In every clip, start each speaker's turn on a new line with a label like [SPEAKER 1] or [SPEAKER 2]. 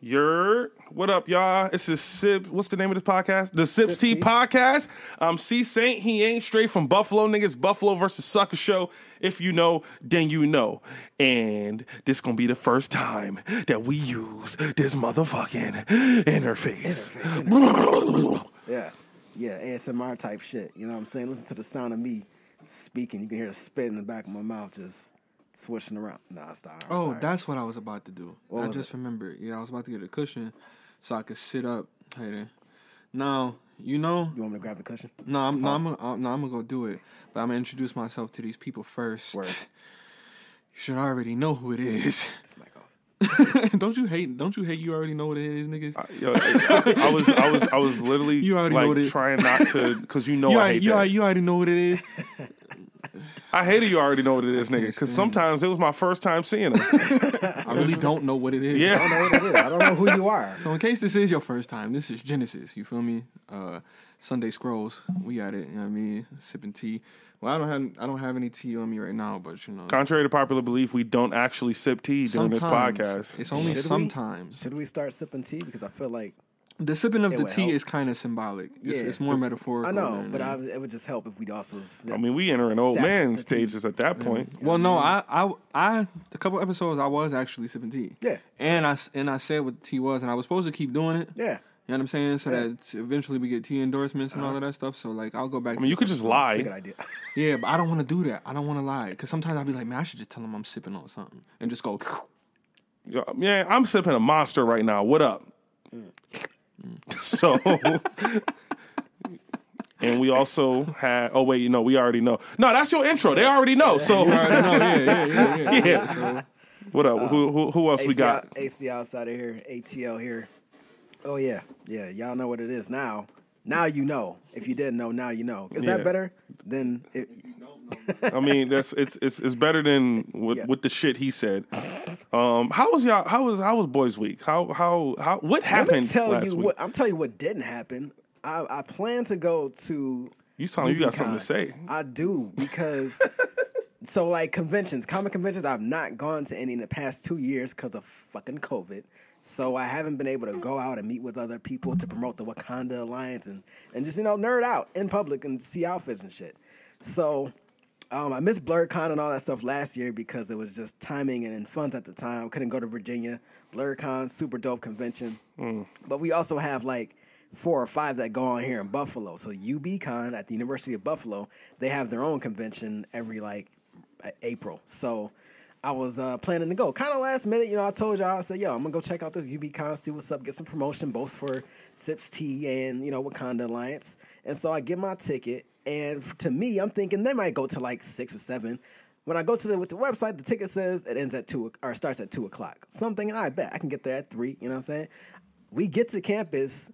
[SPEAKER 1] You're what up, y'all? This is Sip. What's the name of this podcast? The Sips Tea Podcast. I'm C Saint. He ain't straight from Buffalo niggas. Buffalo versus Sucker Show. If you know, then you know. And this gonna be the first time that we use this motherfucking interface.
[SPEAKER 2] Yeah. Yeah, ASMR type shit. You know what I'm saying? Listen to the sound of me speaking. You can hear a spit in the back of my mouth just swishing around. Nah, stop. I'm
[SPEAKER 3] Oh,
[SPEAKER 2] sorry.
[SPEAKER 3] that's what I was about to do. I
[SPEAKER 2] was
[SPEAKER 3] just remembered. Yeah, I was about to get a cushion so I could sit up. Hey there. Now, you know,
[SPEAKER 2] You want me to grab the cushion?
[SPEAKER 3] no, I'm, no, I'm, I'm, no, I'm gonna go do it, but I'm gonna introduce myself to these people first.
[SPEAKER 2] Word.
[SPEAKER 3] You should already know who it is.
[SPEAKER 2] This mic off.
[SPEAKER 3] don't you hate? Don't you hate? You already know what it is, niggas.
[SPEAKER 1] Yo, I, I was, I was, I was literally
[SPEAKER 3] You already know what
[SPEAKER 1] like
[SPEAKER 3] it-
[SPEAKER 1] trying not to, because you know I
[SPEAKER 3] you, already,
[SPEAKER 1] hate
[SPEAKER 3] you,
[SPEAKER 1] that.
[SPEAKER 3] already, you already know what it is.
[SPEAKER 1] I hate it. You already know what it is, nigga. Because sometimes it was my first time seeing him.
[SPEAKER 3] I really don't know what it is.
[SPEAKER 1] Yeah.
[SPEAKER 2] I don't know what it is. I don't know who you are.
[SPEAKER 3] So in case this is your first time, this is Genesis. You feel me? Uh, Sunday Scrolls. We got it. You know what I mean? Sipping tea. Well, I don't have I don't have any tea on me right now, but you know.
[SPEAKER 1] Contrary to popular belief, we don't actually sip tea during this
[SPEAKER 3] sometimes.
[SPEAKER 1] podcast.
[SPEAKER 3] It's only
[SPEAKER 2] Should we?
[SPEAKER 3] sometimes.
[SPEAKER 2] Should we start sipping tea? Because I feel like
[SPEAKER 3] The sipping of
[SPEAKER 2] It
[SPEAKER 3] the
[SPEAKER 2] would
[SPEAKER 3] tea
[SPEAKER 2] help.
[SPEAKER 3] is kind of symbolic. It's,
[SPEAKER 2] Yeah.
[SPEAKER 3] it's more metaphorical.
[SPEAKER 2] I know,
[SPEAKER 3] than-
[SPEAKER 2] but I, it would just help if we'd also. Sip.
[SPEAKER 1] I mean, we entering old
[SPEAKER 2] Saps
[SPEAKER 1] man
[SPEAKER 2] the tea.
[SPEAKER 1] stages at that point.
[SPEAKER 3] Well, no, I, I, I, a couple episodes, I was actually sipping tea.
[SPEAKER 2] Yeah.
[SPEAKER 3] And I, s- and I said what the tea was, and I was supposed to keep doing it.
[SPEAKER 2] Yeah. Uh-huh.
[SPEAKER 3] You know what I'm saying? So that eventually we get tea endorsements and all of that stuff. So like, I'll go back.
[SPEAKER 1] I mean, you could just
[SPEAKER 2] It's a good
[SPEAKER 1] lie.
[SPEAKER 2] idea.
[SPEAKER 3] Yeah, but I don't want to do that. I don't want to lie because sometimes I'll be like, man, I should just tell them I'm sipping on something and just go.
[SPEAKER 1] Yeah, I'm sipping a monster right now. What up? So, and we also had. Oh wait, you know, we already know. No, that's your intro. They already know. So,
[SPEAKER 3] no, yeah, yeah, yeah, yeah.
[SPEAKER 1] yeah. What up? who, who who else we got?
[SPEAKER 2] AC outside of here, ATL here. Oh yeah, yeah. Y'all know what it is now. Now you know. If you didn't know, now you know. Is
[SPEAKER 1] Yeah.
[SPEAKER 2] that better than it,
[SPEAKER 1] I mean, that's it's it's it's better than what
[SPEAKER 2] Yeah.
[SPEAKER 1] what the shit he said. Um, how was y'all? How was how was boys' week? How how how? What
[SPEAKER 2] Let me
[SPEAKER 1] happened
[SPEAKER 2] tell
[SPEAKER 1] last
[SPEAKER 2] you
[SPEAKER 1] week?
[SPEAKER 2] what I'm telling you what didn't happen. I, I plan to go to.
[SPEAKER 1] You sound like you got
[SPEAKER 2] UbiCon.
[SPEAKER 1] something to say.
[SPEAKER 2] I do because so like conventions, comic conventions. I've not gone to any in the past two years because of fucking COVID. So I haven't been able to go out and meet with other people to promote the Wakanda Alliance and and just you know nerd out in public and see outfits and shit. So. Um, I missed BlurCon and all that stuff last year because it was just timing and funds at the time. Couldn't go to Virginia. BlurCon, super dope convention. But we also have like four or five that go on here in Buffalo. So UBCon at the University of Buffalo, they have their own convention every like uh, April. So I was uh, planning to go kind of last minute. You know, I told y'all, I said, yo, I'm going to go check out this UBCon, see what's up, get some promotion both for Sips Tea and, you know, Wakanda Alliance. And so I get my ticket. And f- to me, I'm thinking they might go to like six or seven. When I go to the with the website, the ticket says it ends at two o- or starts at two o'clock. Something, and I bet I can get there at three. You know what I'm saying? we get to campus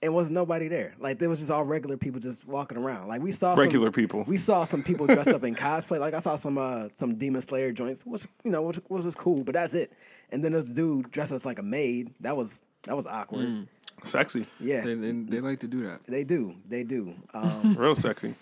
[SPEAKER 2] and wasn't nobody there. Like there was just all regular people just walking around. Like we saw some-
[SPEAKER 1] Regular people.
[SPEAKER 2] We saw some people dressed up in cosplay. Like I saw some uh some Demon Slayer joints, which you know, which, which was cool, but that's it. And then this dude dressed us like a maid. That was that was awkward.
[SPEAKER 1] Sexy,
[SPEAKER 2] Yeah.
[SPEAKER 3] Mm. They,
[SPEAKER 2] They,
[SPEAKER 3] they, they like to do that.
[SPEAKER 2] do. They do. Um
[SPEAKER 1] real sexy.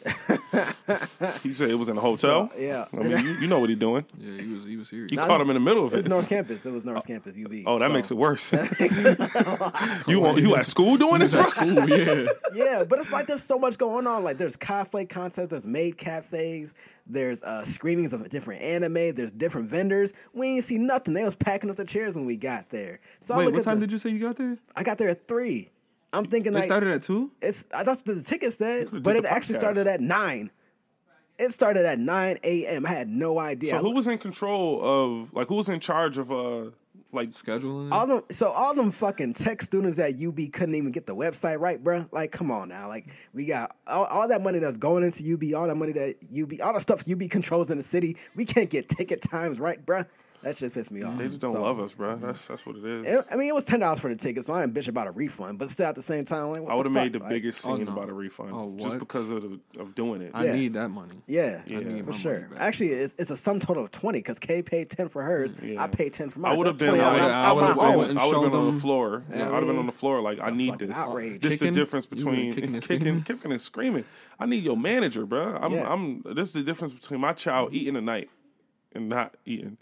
[SPEAKER 1] he said it was in a hotel.
[SPEAKER 2] So, yeah.
[SPEAKER 1] I mean, you, you know what he doing.
[SPEAKER 3] Yeah, he was he was serious.
[SPEAKER 1] You caught him in the middle of
[SPEAKER 2] it was
[SPEAKER 1] it.
[SPEAKER 2] North Campus. It was North Campus UB.
[SPEAKER 1] Oh, that
[SPEAKER 2] So-
[SPEAKER 1] makes it worse. you want you at school doing this?
[SPEAKER 3] That's
[SPEAKER 1] bro?
[SPEAKER 3] cool. Yeah.
[SPEAKER 2] yeah, but it's like there's so much going on. Like there's cosplay contests, there's maid cafes, there's uh, screenings of different anime, there's different vendors. We ain't see nothing. They was packing up the chairs when we got there. So I
[SPEAKER 3] Wait,
[SPEAKER 2] look
[SPEAKER 3] what
[SPEAKER 2] at
[SPEAKER 3] time
[SPEAKER 2] the,
[SPEAKER 3] did you say you got there?
[SPEAKER 2] I got there at three. I'm thinking
[SPEAKER 3] They
[SPEAKER 2] like
[SPEAKER 3] started at two.
[SPEAKER 2] it's I- that's what the ticket said,
[SPEAKER 1] could've
[SPEAKER 2] but
[SPEAKER 1] did
[SPEAKER 2] it
[SPEAKER 1] the
[SPEAKER 2] actually
[SPEAKER 1] podcast.
[SPEAKER 2] started at nine. It started at nine a.m. I had no idea.
[SPEAKER 1] So
[SPEAKER 2] I
[SPEAKER 1] who was in control of like who was in charge of uh like
[SPEAKER 3] Scheduling.
[SPEAKER 2] All them, so all them fucking tech students at UB couldn't even get the website right, bruh. Like, come on now. Like, we got all, all that money that's going into UB, all that money that UB, all the stuff UB controls in the city. We can't get ticket times right, bruh. That shit pissed me off.
[SPEAKER 1] they just don't
[SPEAKER 2] So,
[SPEAKER 1] love us, bro. That's that's what it is.
[SPEAKER 2] it- I mean, it was ten dollars for the ticket, so I ain't bitch about a refund. But still, at the same time, like, what
[SPEAKER 1] I would have
[SPEAKER 2] fuck?
[SPEAKER 1] made the
[SPEAKER 2] Like,
[SPEAKER 1] biggest
[SPEAKER 3] Oh,
[SPEAKER 1] scene
[SPEAKER 3] no.
[SPEAKER 1] about a refund
[SPEAKER 3] Oh,
[SPEAKER 1] just
[SPEAKER 3] what?
[SPEAKER 1] because of the, of doing it.
[SPEAKER 3] I
[SPEAKER 2] yeah.
[SPEAKER 3] need that money.
[SPEAKER 2] Yeah,
[SPEAKER 1] Yeah.
[SPEAKER 3] I need
[SPEAKER 2] for
[SPEAKER 3] my
[SPEAKER 2] sure.
[SPEAKER 3] Money back.
[SPEAKER 2] Actually, it's, it's a sum total of twenty because K paid ten for hers.
[SPEAKER 1] Yeah.
[SPEAKER 2] I paid ten for
[SPEAKER 1] I
[SPEAKER 2] mine.
[SPEAKER 1] would have been.
[SPEAKER 3] $20
[SPEAKER 1] I would have.
[SPEAKER 3] out-
[SPEAKER 1] I
[SPEAKER 3] out
[SPEAKER 1] would have.
[SPEAKER 3] my
[SPEAKER 1] I
[SPEAKER 3] own.
[SPEAKER 1] would
[SPEAKER 3] I
[SPEAKER 1] have
[SPEAKER 3] would've
[SPEAKER 1] been on the
[SPEAKER 3] them-
[SPEAKER 1] floor. I would have been on the floor. Like I
[SPEAKER 2] a
[SPEAKER 1] need
[SPEAKER 2] fucking
[SPEAKER 1] this.
[SPEAKER 2] outrage.
[SPEAKER 1] This
[SPEAKER 3] Kicking?
[SPEAKER 1] the difference
[SPEAKER 3] You
[SPEAKER 1] between
[SPEAKER 3] would've kicking
[SPEAKER 1] kicking,
[SPEAKER 3] and
[SPEAKER 1] kicking,
[SPEAKER 3] screaming?
[SPEAKER 1] and screaming. I need your manager, bro. I'm.
[SPEAKER 2] Yeah.
[SPEAKER 3] Mm-hmm.
[SPEAKER 1] I'm. This is the difference between my child eating tonight and not eating.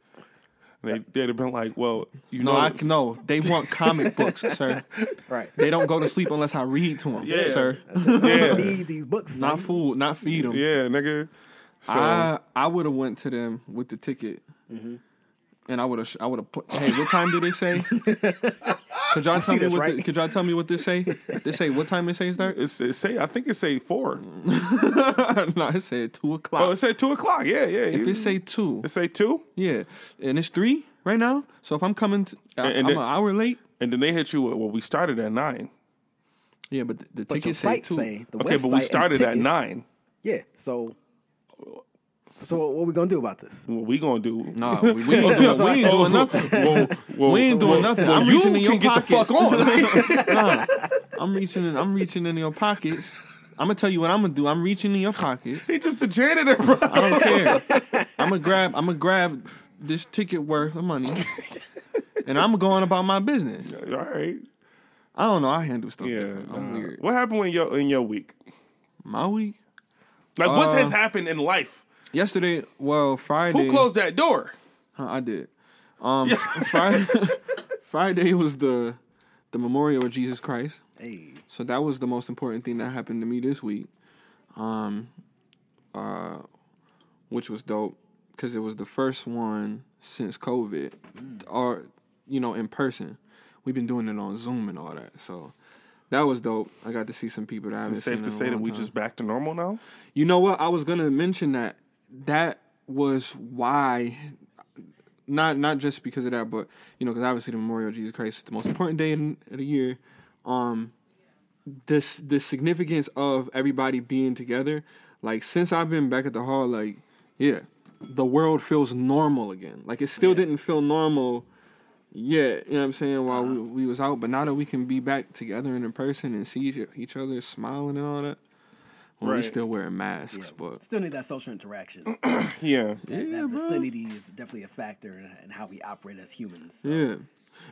[SPEAKER 1] They they'd have been like, well, you
[SPEAKER 3] No,
[SPEAKER 1] know,
[SPEAKER 3] I no. They want comic books, sir.
[SPEAKER 2] Right.
[SPEAKER 3] They don't go to sleep unless I read to them,
[SPEAKER 1] Yeah.
[SPEAKER 3] sir.
[SPEAKER 1] Yeah.
[SPEAKER 2] Need these books.
[SPEAKER 3] Not
[SPEAKER 2] son.
[SPEAKER 3] food, not feed them.
[SPEAKER 1] yeah, nigga. So
[SPEAKER 3] I I would have went to them with the ticket,
[SPEAKER 2] Mm-hmm.
[SPEAKER 3] and I would have I would have put. Hey, what time did they say? could y'all tell me
[SPEAKER 2] this,
[SPEAKER 3] what?
[SPEAKER 2] right?
[SPEAKER 3] The, could y'all tell me what this say? They say what time it say start?
[SPEAKER 1] it's, it say I think it say four.
[SPEAKER 3] Mm. no, it said two o'clock.
[SPEAKER 1] Oh, it say two o'clock. Yeah, yeah.
[SPEAKER 3] if
[SPEAKER 1] you-
[SPEAKER 3] it say two,
[SPEAKER 1] it say two,
[SPEAKER 3] yeah, and it's three right now. So if I'm coming, t- I,
[SPEAKER 1] And- and
[SPEAKER 3] am
[SPEAKER 1] the-
[SPEAKER 3] an hour late.
[SPEAKER 1] and then they hit you. with, Well, we started at nine.
[SPEAKER 3] Yeah, but the, the
[SPEAKER 2] But your
[SPEAKER 3] ticket say
[SPEAKER 2] site
[SPEAKER 3] two.
[SPEAKER 2] say the
[SPEAKER 1] Okay,
[SPEAKER 2] website
[SPEAKER 1] but
[SPEAKER 2] and
[SPEAKER 1] we
[SPEAKER 2] the
[SPEAKER 1] started at
[SPEAKER 2] ticket.
[SPEAKER 1] nine.
[SPEAKER 2] Yeah. So. So what we gonna do about this?
[SPEAKER 1] What we gonna do?
[SPEAKER 3] Nah, we, we ain't doing, we ain't doing nothing.
[SPEAKER 1] Well, well,
[SPEAKER 3] We ain't
[SPEAKER 1] well,
[SPEAKER 3] doing nothing.
[SPEAKER 1] well,
[SPEAKER 3] I'm
[SPEAKER 1] you
[SPEAKER 3] reaching in your
[SPEAKER 1] can get the
[SPEAKER 3] pockets.
[SPEAKER 1] fuck on.
[SPEAKER 3] Nah, I'm reaching. In, I'm reaching in your pockets. I'm gonna tell you what I'm gonna do. I'm reaching in your pockets.
[SPEAKER 1] he just a janitor, bro.
[SPEAKER 3] I don't care. I'm gonna grab. I'm gonna grab this ticket worth of money, and I'm going about my business.
[SPEAKER 1] All right.
[SPEAKER 3] I don't know. I handle stuff
[SPEAKER 1] Yeah.
[SPEAKER 3] different. I'm
[SPEAKER 1] nah.
[SPEAKER 3] weird.
[SPEAKER 1] What happened in your in your week?
[SPEAKER 3] My week
[SPEAKER 1] Like, what
[SPEAKER 3] Uh,
[SPEAKER 1] has happened in life?
[SPEAKER 3] yesterday. Well, Friday.
[SPEAKER 1] Who closed that door?
[SPEAKER 3] Huh, I did. Um, Friday, Friday was the the memorial of Jesus Christ.
[SPEAKER 2] Hey.
[SPEAKER 3] So that was the most important thing that happened to me this week, um, uh, which was dope because it was the first one since COVID,
[SPEAKER 1] Mm.
[SPEAKER 3] or you know, in person. We've been doing it on Zoom and all that, so that was dope. I got to see some people that I haven't
[SPEAKER 1] It's safe
[SPEAKER 3] seen
[SPEAKER 1] to
[SPEAKER 3] in a
[SPEAKER 1] say that
[SPEAKER 3] long
[SPEAKER 1] we
[SPEAKER 3] time.
[SPEAKER 1] just back to normal now.
[SPEAKER 3] You know what? I was gonna mention that. That was why, not not just because of that, but you know, because obviously the Memorial of Jesus Christ is the most important day in, of the year. Um, this the significance of everybody being together. Like since I've been back at the hall, like yeah, the world feels normal again. Like it still didn't feel normal. Yeah, you know what I'm saying. While we, we was out, but now that we can be back together and in person and see each, each other smiling and all that, well, we
[SPEAKER 1] Right.
[SPEAKER 3] still wearing masks, but
[SPEAKER 2] Still need that social interaction.
[SPEAKER 1] Yeah.
[SPEAKER 2] that, that
[SPEAKER 3] bro.
[SPEAKER 2] vicinity is definitely a factor in, in how we operate as humans. So,
[SPEAKER 3] yeah,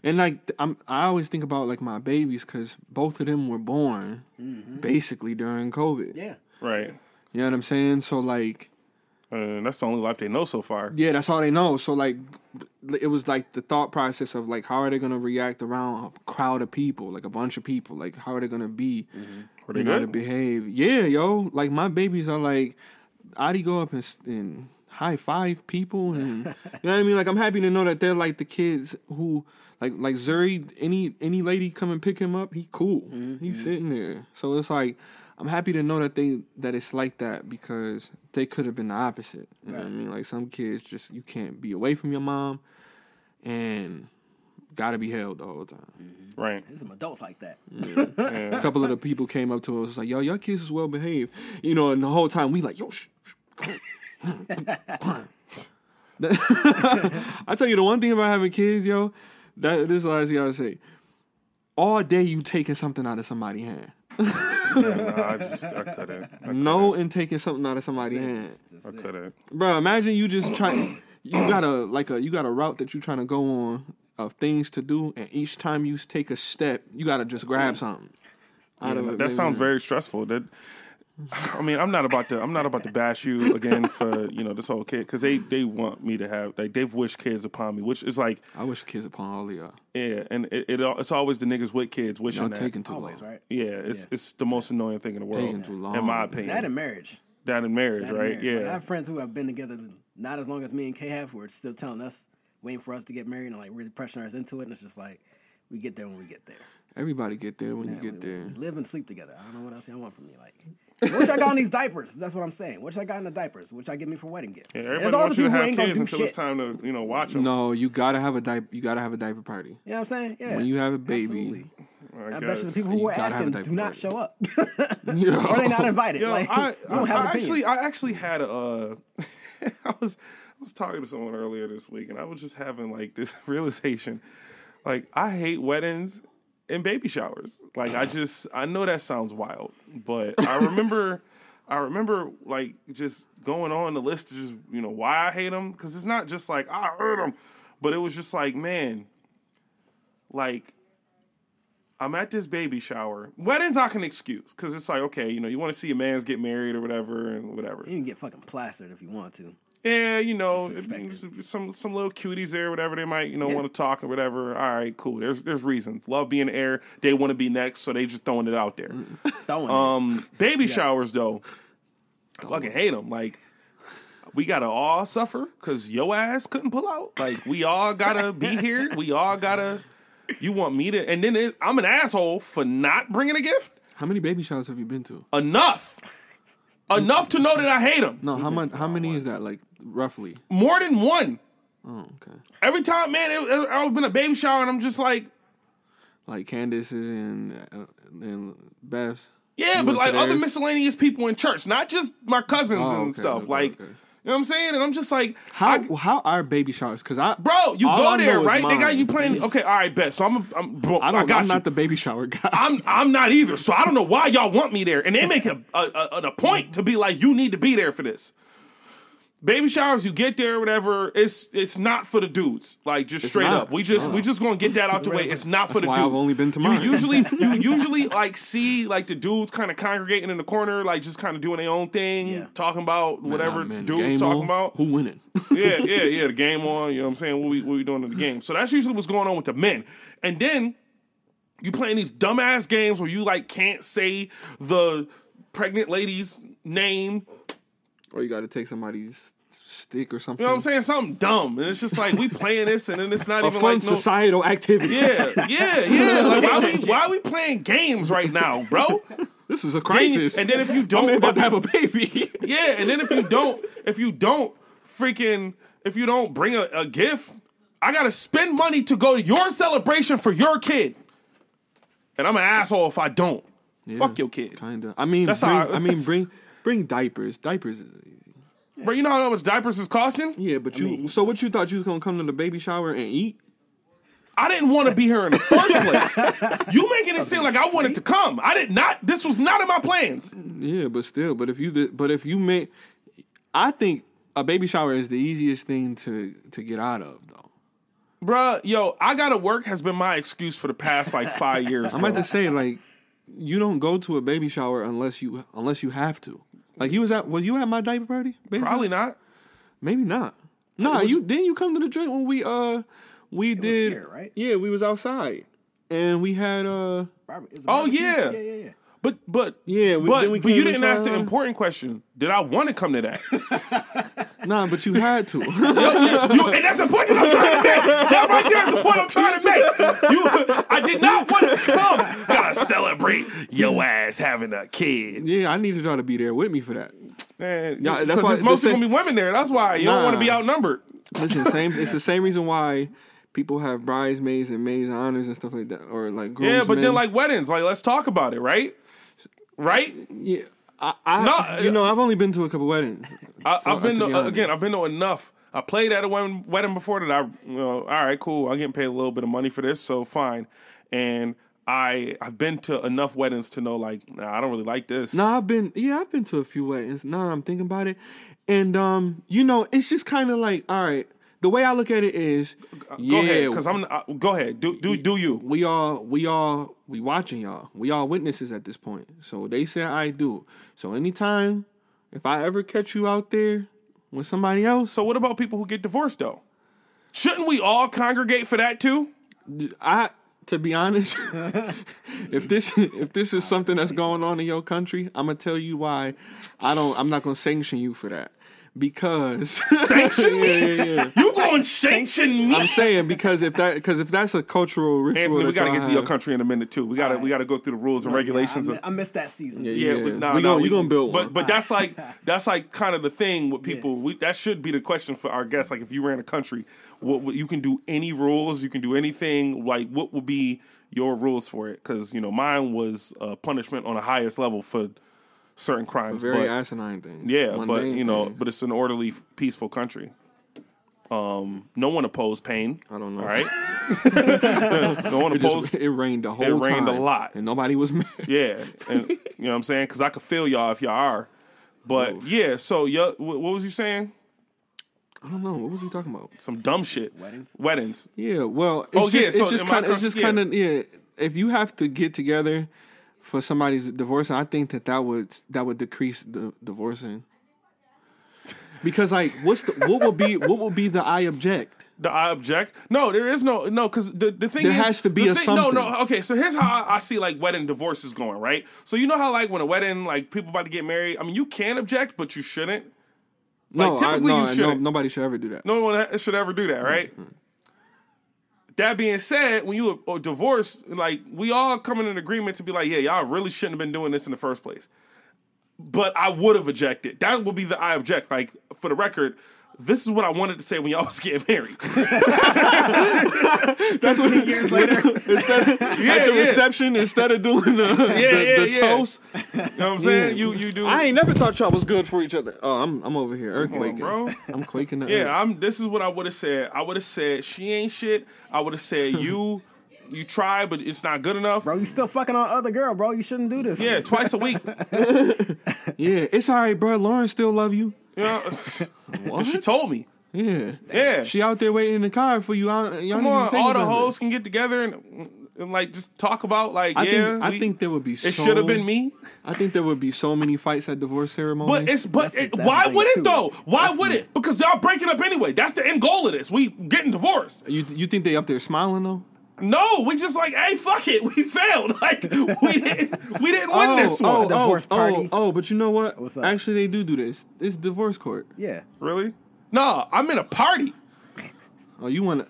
[SPEAKER 3] and like th- I'm, I always think about like my babies because both of them were born basically during COVID.
[SPEAKER 2] yeah.
[SPEAKER 1] Right.
[SPEAKER 3] You know what I'm saying? So like,
[SPEAKER 1] Uh, that's the only life they know so far.
[SPEAKER 3] yeah, that's all they know. So like, b- it was like the thought process of like, how are they gonna react around a crowd of people, like a bunch of people, like how are they gonna be?
[SPEAKER 1] Are they
[SPEAKER 3] you know how to
[SPEAKER 1] good?
[SPEAKER 3] behave. Yeah, yo. Like my babies are like, I'd go up and, s- and high five people, and you know what I mean. Like I'm happy to know that they're like the kids who like like Zuri. Any any lady come and pick him up, he cool. He's sitting there. So it's like I'm happy to know that they that it's like that because they could have been the opposite. You know what I
[SPEAKER 2] Right.
[SPEAKER 3] mean? Like some kids just you can't be away from your mom, and gotta be held the whole time.
[SPEAKER 1] Right.
[SPEAKER 2] There's some adults like that.
[SPEAKER 3] A couple of the people came up to us was like, "Yo, your kids is well behaved," you know. And the whole time we like, "Yo, shh, shh, come on, come on." I tell you the one thing about having kids, yo, that this is the last thing I would say. All day you taking something out of somebody's hand.
[SPEAKER 1] Nah, I just I couldn't. I,
[SPEAKER 3] No, and taking something out of somebody's hand,
[SPEAKER 2] It's just
[SPEAKER 1] I
[SPEAKER 2] it.
[SPEAKER 1] couldn't.
[SPEAKER 3] bro. Imagine you just trying. You got a like a you got a route that you trying to go on of things to do, and each time you take a step, you gotta just grab something. Out of it,
[SPEAKER 1] That
[SPEAKER 3] baby.
[SPEAKER 1] sounds very stressful. That I mean, I'm not about to I'm not about to bash you again for you know this whole kid because they they want me to have like they've wished kids upon me, which is like
[SPEAKER 3] I wish kids upon all of y'all.
[SPEAKER 1] yeah, and it, it al- it's always the niggas with kids wishing
[SPEAKER 3] Y'all
[SPEAKER 1] that.
[SPEAKER 3] taking too
[SPEAKER 2] Always,
[SPEAKER 3] long.
[SPEAKER 2] right?
[SPEAKER 1] yeah, it's it's the most annoying thing in the world,
[SPEAKER 3] Taking too long.
[SPEAKER 1] in my opinion.
[SPEAKER 2] That in marriage.
[SPEAKER 1] Down in marriage,
[SPEAKER 2] That in
[SPEAKER 1] right?
[SPEAKER 2] marriage. Like, I
[SPEAKER 1] yeah,
[SPEAKER 2] have friends who have been together not as long as me and Kay have, who are still telling us, waiting for us to get married and like really pressuring us into it. And it's just like, we get there when we get there.
[SPEAKER 3] Everybody get there when you
[SPEAKER 2] We-
[SPEAKER 3] get there.
[SPEAKER 2] We live and sleep together. I don't know what else y'all want from me. Like, what y'all got in these diapers? That's what I'm saying. What y'all got in the diapers? What y'all get me for wedding gift?
[SPEAKER 1] yeah.
[SPEAKER 2] And
[SPEAKER 1] Everybody
[SPEAKER 2] it's all
[SPEAKER 1] wants
[SPEAKER 2] the
[SPEAKER 1] you to
[SPEAKER 2] people who
[SPEAKER 1] have
[SPEAKER 2] ain't gonna
[SPEAKER 1] kids
[SPEAKER 2] do
[SPEAKER 1] until
[SPEAKER 2] shit.
[SPEAKER 1] it's time to you know watch them.
[SPEAKER 3] No, you gotta have a diaper. You gotta have a diaper party.
[SPEAKER 2] You know what I'm saying? Yeah.
[SPEAKER 3] When you have a baby,
[SPEAKER 2] Absolutely. I bet you the people who
[SPEAKER 3] You
[SPEAKER 2] were
[SPEAKER 3] gotta have a
[SPEAKER 2] asking
[SPEAKER 3] diaper
[SPEAKER 2] do not
[SPEAKER 3] party.
[SPEAKER 2] show up.
[SPEAKER 3] Yo.
[SPEAKER 2] or they not invited.
[SPEAKER 1] Yo,
[SPEAKER 2] like,
[SPEAKER 1] I,
[SPEAKER 2] I, don't have
[SPEAKER 1] I
[SPEAKER 2] an
[SPEAKER 1] actually,
[SPEAKER 2] opinion.
[SPEAKER 1] I actually had a. Uh, I was, I was talking to someone earlier this week, and I was just having like this realization, like I hate weddings and baby showers. Like I just, I know that sounds wild, but I remember, I remember like just going on the list to just you know why I hate them because it's not just like I hate them, but it was just like man, like I'm at this baby shower. Weddings I can excuse because it's like okay, you know, you want to see a man's get married or whatever and whatever.
[SPEAKER 2] You can get fucking plastered if you want to.
[SPEAKER 1] yeah, you know,
[SPEAKER 2] It's expected.
[SPEAKER 1] some some little cuties there, whatever they might, you know, want to talk or whatever. All right, cool. There's there's reasons. Love being air. They want to be next, so they just throwing it out there.
[SPEAKER 2] Throwing it.
[SPEAKER 1] Um, baby showers though, I fucking hate them. Like we gotta all suffer because yo ass couldn't pull out. Like we all gotta be here. We all gotta. You want me to? And then it, I'm an asshole for not bringing a gift.
[SPEAKER 3] How many baby showers have you been to?
[SPEAKER 1] Enough. Enough to know that I hate them.
[SPEAKER 3] No, how much? How many is that? Like roughly?
[SPEAKER 1] More than one.
[SPEAKER 3] Oh, okay.
[SPEAKER 1] Every time, man, it, it, I've been a baby shower and I'm just like,
[SPEAKER 3] Like Candace's and uh, and Beth's.
[SPEAKER 1] yeah, but
[SPEAKER 3] You went
[SPEAKER 1] like
[SPEAKER 3] to
[SPEAKER 1] other
[SPEAKER 3] theirs?
[SPEAKER 1] miscellaneous people in church, not just my cousins
[SPEAKER 3] Oh,
[SPEAKER 1] and
[SPEAKER 3] okay,
[SPEAKER 1] stuff.
[SPEAKER 3] okay,
[SPEAKER 1] like,
[SPEAKER 3] okay.
[SPEAKER 1] you know what I'm saying? And I'm just like,
[SPEAKER 3] How
[SPEAKER 1] I-
[SPEAKER 3] how are baby showers? Because I
[SPEAKER 1] bro, you
[SPEAKER 3] all
[SPEAKER 1] go
[SPEAKER 3] I know
[SPEAKER 1] there,
[SPEAKER 3] is
[SPEAKER 1] right? They got
[SPEAKER 3] mine.
[SPEAKER 1] you playing. Okay, all right, bet. So I'm, I'm, bro, I,
[SPEAKER 3] I don't. I
[SPEAKER 1] got
[SPEAKER 3] am
[SPEAKER 1] you.
[SPEAKER 3] not the baby shower guy.
[SPEAKER 1] I'm I'm not either, so I don't know why y'all want me there. And they make a, a, a an a point to be like, you need to be there for this. Baby showers, you get there, whatever. It's it's not for the dudes, like just straight
[SPEAKER 3] not.
[SPEAKER 1] up. We just we just gonna get that out the way. It's not for the
[SPEAKER 3] why I've
[SPEAKER 1] dudes.
[SPEAKER 3] only been to
[SPEAKER 1] You
[SPEAKER 3] mine.
[SPEAKER 1] usually you usually like see like the dudes kind of congregating in the corner, like just kind of doing their own thing,
[SPEAKER 2] Yeah.
[SPEAKER 1] talking about
[SPEAKER 3] Nah,
[SPEAKER 1] whatever
[SPEAKER 3] man, the game
[SPEAKER 1] dudes talking
[SPEAKER 3] on,
[SPEAKER 1] about
[SPEAKER 3] who winning.
[SPEAKER 1] yeah, yeah, yeah. The game on. You know what I'm saying? What we what we doing in the game? So that's usually what's going on with the men. And then you playing these dumbass games where you like can't say the pregnant lady's name.
[SPEAKER 3] or you got to take somebody's stick or something.
[SPEAKER 1] You know what I'm saying? Something dumb. And it's just like we playing this, and then it's not
[SPEAKER 3] A
[SPEAKER 1] even
[SPEAKER 3] fun
[SPEAKER 1] like no.
[SPEAKER 3] societal activity.
[SPEAKER 1] Yeah, yeah, yeah. Like why we why we playing games right now, bro?
[SPEAKER 3] This is a
[SPEAKER 1] And,
[SPEAKER 3] crisis.
[SPEAKER 1] and then if you
[SPEAKER 3] I'm
[SPEAKER 1] don't,
[SPEAKER 3] about to have a baby.
[SPEAKER 1] Yeah, and then if you don't, if you don't freaking, if you don't bring a, a gift, I gotta spend money to go to your celebration for your kid, and I'm an asshole if I don't. Fuck your kid,
[SPEAKER 3] Kinda. I mean,
[SPEAKER 1] That's
[SPEAKER 3] bring,
[SPEAKER 1] how I-
[SPEAKER 3] I, mean, bring bring diapers. Diapers is easy.
[SPEAKER 1] bro. You know how much diapers is costing?
[SPEAKER 3] Yeah, but you. so what you thought you was gonna come to the baby shower and eat?
[SPEAKER 1] I didn't want to be here in the first place. you making it seem like I wanted to come. I did not. This was not in my plans.
[SPEAKER 3] Yeah, but still, but if you did- but if you make, I think a baby shower is the easiest thing to to get out of though.
[SPEAKER 1] Bruh, yo, I gotta work has been my excuse for the past like five years.
[SPEAKER 3] I'm
[SPEAKER 1] bro.
[SPEAKER 3] about to say like, you don't go to a baby shower unless you unless you have to. Like you was at was you at my diaper party? Baby
[SPEAKER 1] Probably
[SPEAKER 3] shower?
[SPEAKER 1] not.
[SPEAKER 3] maybe not. Nah, you didn't you come to the joint when we uh we did
[SPEAKER 2] here, right?
[SPEAKER 3] Yeah, we was outside and we had uh
[SPEAKER 2] Barbara- is it
[SPEAKER 1] Oh,
[SPEAKER 2] barbecue?
[SPEAKER 1] yeah.
[SPEAKER 2] yeah, yeah, yeah.
[SPEAKER 1] But but
[SPEAKER 3] Yeah, we-
[SPEAKER 1] but,
[SPEAKER 3] then we
[SPEAKER 1] but you
[SPEAKER 3] came
[SPEAKER 1] didn't ask the
[SPEAKER 3] inside.
[SPEAKER 1] important question. Did I want to come to that?
[SPEAKER 3] nah, but you had to.
[SPEAKER 1] You- and that's the point that I'm trying to make. That right there is the point I'm trying to make. You, I did not want to come. Gotta celebrate yo ass having a kid.
[SPEAKER 3] yeah, I needed y'all to be there with me for that.
[SPEAKER 1] Man,
[SPEAKER 3] Yeah, that's
[SPEAKER 1] because
[SPEAKER 3] why-
[SPEAKER 1] it's mostly
[SPEAKER 3] the same-
[SPEAKER 1] gonna be women there. That's why you don't
[SPEAKER 3] Nah.
[SPEAKER 1] want to be outnumbered.
[SPEAKER 3] Listen, same. It's the same reason why people have bridesmaids and maids and honors and stuff like that, or like groomsmen.
[SPEAKER 1] Yeah, but then like weddings, like let's talk about it, right? Right?
[SPEAKER 3] yeah, I, I
[SPEAKER 1] No, uh,
[SPEAKER 3] you know, I've only been to a couple weddings.
[SPEAKER 1] I,
[SPEAKER 3] So,
[SPEAKER 1] I've been
[SPEAKER 3] to
[SPEAKER 1] to, uh,
[SPEAKER 3] be honest.
[SPEAKER 1] again. I've been to enough. I played at a wedding, wedding before that. I, you know, all right, cool. I'm getting paid a little bit of money for this, so fine. And I, I've been to enough weddings to know, like, nah, I don't really like this.
[SPEAKER 3] No, I've been yeah, I've been to a few weddings. Now I'm thinking about it, and um, you know, it's just kind of like all right. The way I look at it is,
[SPEAKER 1] go
[SPEAKER 3] yeah,
[SPEAKER 1] ahead, because I'm. Uh, go ahead, do do do you?
[SPEAKER 3] we all we all we watching y'all. We all witnesses at this point. So they said I do. So anytime, if I ever catch you out there with somebody else,
[SPEAKER 1] So what about people who get divorced though? Shouldn't we all congregate for that too?
[SPEAKER 3] I to be honest, if this if this is something that's going on in your country, I'm gonna tell you why. I don't. I'm not gonna sanction you for that because
[SPEAKER 1] Sanction
[SPEAKER 3] yeah,
[SPEAKER 1] me?
[SPEAKER 3] yeah, yeah.
[SPEAKER 1] You going sanction me?
[SPEAKER 3] I'm saying because if that because if that's a cultural ritual,
[SPEAKER 1] Anthony, we
[SPEAKER 3] that
[SPEAKER 1] gotta
[SPEAKER 3] y'all
[SPEAKER 1] get to your
[SPEAKER 3] have-
[SPEAKER 1] country in a minute too. We gotta we gotta go through the rules and regulations
[SPEAKER 2] Yeah, I,
[SPEAKER 1] of
[SPEAKER 2] mi- I missed that season.
[SPEAKER 1] Yeah,
[SPEAKER 3] Yeah.
[SPEAKER 1] but nah,
[SPEAKER 3] We
[SPEAKER 1] nah,
[SPEAKER 3] gonna- we gonna build
[SPEAKER 1] But
[SPEAKER 3] one.
[SPEAKER 1] but that's like that's like kind of the thing with people. We, that should be the question for our guests. Like, if you ran a country, what, what you can do any rules, you can do anything. Like, what would be your rules for it? Because you know, mine was uh, punishment on the highest level for certain crimes. but,
[SPEAKER 3] very asinine things.
[SPEAKER 1] yeah, but
[SPEAKER 3] mundane
[SPEAKER 1] you know,
[SPEAKER 3] things.
[SPEAKER 1] but it's an orderly, peaceful country. Um, no one opposed pain.
[SPEAKER 3] I don't know.
[SPEAKER 1] All right, no one
[SPEAKER 3] It, just,
[SPEAKER 1] opposed.
[SPEAKER 3] it rained the whole time.
[SPEAKER 1] rained a lot.
[SPEAKER 3] and nobody was mad.
[SPEAKER 1] Yeah, and, you know what I'm saying? Because I could feel y'all if y'all are. But yeah, so yo, wh- what was you saying?
[SPEAKER 3] I don't know what was we talking about.
[SPEAKER 1] Some dumb shit.
[SPEAKER 2] Weddings?
[SPEAKER 1] Weddings.
[SPEAKER 3] Yeah, well, it's
[SPEAKER 1] Oh,
[SPEAKER 3] just,
[SPEAKER 1] yeah, so
[SPEAKER 3] it's just
[SPEAKER 1] in my
[SPEAKER 3] kind of, it's
[SPEAKER 1] cou-
[SPEAKER 3] just
[SPEAKER 1] yeah.
[SPEAKER 3] kind of, yeah. If you have to get together for somebody's divorce, I think that that would that would decrease the divorcing. Because like, what's the what will be what will be the I object?
[SPEAKER 1] The I object. No, there is no no because the, the thing
[SPEAKER 3] There
[SPEAKER 1] is
[SPEAKER 3] has to be
[SPEAKER 1] the
[SPEAKER 3] a
[SPEAKER 1] thing- No, no.
[SPEAKER 3] something.
[SPEAKER 1] Okay, so here's how I, I see like wedding divorces going. Right. So you know how like when a wedding like people about to get married. I mean, you can object, but you shouldn't.
[SPEAKER 3] No, I,
[SPEAKER 1] typically
[SPEAKER 3] no,
[SPEAKER 1] you
[SPEAKER 3] I- no,
[SPEAKER 1] shouldn't.
[SPEAKER 3] nobody should ever do that.
[SPEAKER 1] No one ha- should ever do that, right?
[SPEAKER 3] Mm-hmm.
[SPEAKER 1] That being said, when you are divorced, like we all come in an agreement to be like, yeah, y'all really shouldn't have been doing this in the first place. But I would have ejected. That would be the I object. Like for the record, this is what I wanted to say when y'all was getting married.
[SPEAKER 3] That's what
[SPEAKER 2] Ten years later,
[SPEAKER 3] instead of, at the
[SPEAKER 1] yeah.
[SPEAKER 3] reception instead of doing the, the,
[SPEAKER 1] yeah,
[SPEAKER 3] the
[SPEAKER 1] yeah.
[SPEAKER 3] toast.
[SPEAKER 1] You know what I'm saying? You you do,
[SPEAKER 3] I ain't never thought y'all was good for each other. Oh, I'm I'm over here earthquaking,
[SPEAKER 1] bro.
[SPEAKER 3] I'm quaking. The
[SPEAKER 1] Yeah, I'm. This is what I would have said. I would have said she ain't shit. I would have said you you try, but it's not good enough.
[SPEAKER 2] bro, you still fucking on other girl, bro. You shouldn't do this.
[SPEAKER 1] Yeah, twice a week.
[SPEAKER 3] yeah. It's all right, bro. Lauren still love you.
[SPEAKER 1] You know?
[SPEAKER 3] What?
[SPEAKER 1] she told me.
[SPEAKER 3] yeah,
[SPEAKER 1] Yeah.
[SPEAKER 3] she out there waiting in the car for you. I, y'all
[SPEAKER 1] Come
[SPEAKER 3] niggas
[SPEAKER 1] on,
[SPEAKER 3] is taking
[SPEAKER 1] all the
[SPEAKER 3] something.
[SPEAKER 1] hoes can get together and, and like just talk about like
[SPEAKER 3] I
[SPEAKER 1] yeah.
[SPEAKER 3] think I
[SPEAKER 1] we-
[SPEAKER 3] think there would be.
[SPEAKER 1] it should have been me,
[SPEAKER 3] I think there would be so many fights at divorce ceremonies.
[SPEAKER 1] but it's but
[SPEAKER 2] That's the-
[SPEAKER 1] it,
[SPEAKER 2] that's
[SPEAKER 1] why
[SPEAKER 2] the thing,
[SPEAKER 1] would
[SPEAKER 2] too.
[SPEAKER 1] it though? Why
[SPEAKER 2] That's
[SPEAKER 1] would
[SPEAKER 2] the-
[SPEAKER 1] it? Because y'all breaking up anyway. That's the end goal of this. We getting divorced.
[SPEAKER 3] you you think they up there smiling though?
[SPEAKER 1] No, we just like hey fuck it. We failed. Like we didn't we didn't win this one.
[SPEAKER 2] A divorce
[SPEAKER 3] oh,
[SPEAKER 2] party.
[SPEAKER 3] Oh, oh, but you know what?
[SPEAKER 2] What's up?
[SPEAKER 3] Actually, they do do this. It's divorce court.
[SPEAKER 2] yeah.
[SPEAKER 1] Really? No, I'm in a party.
[SPEAKER 3] Oh, you want to?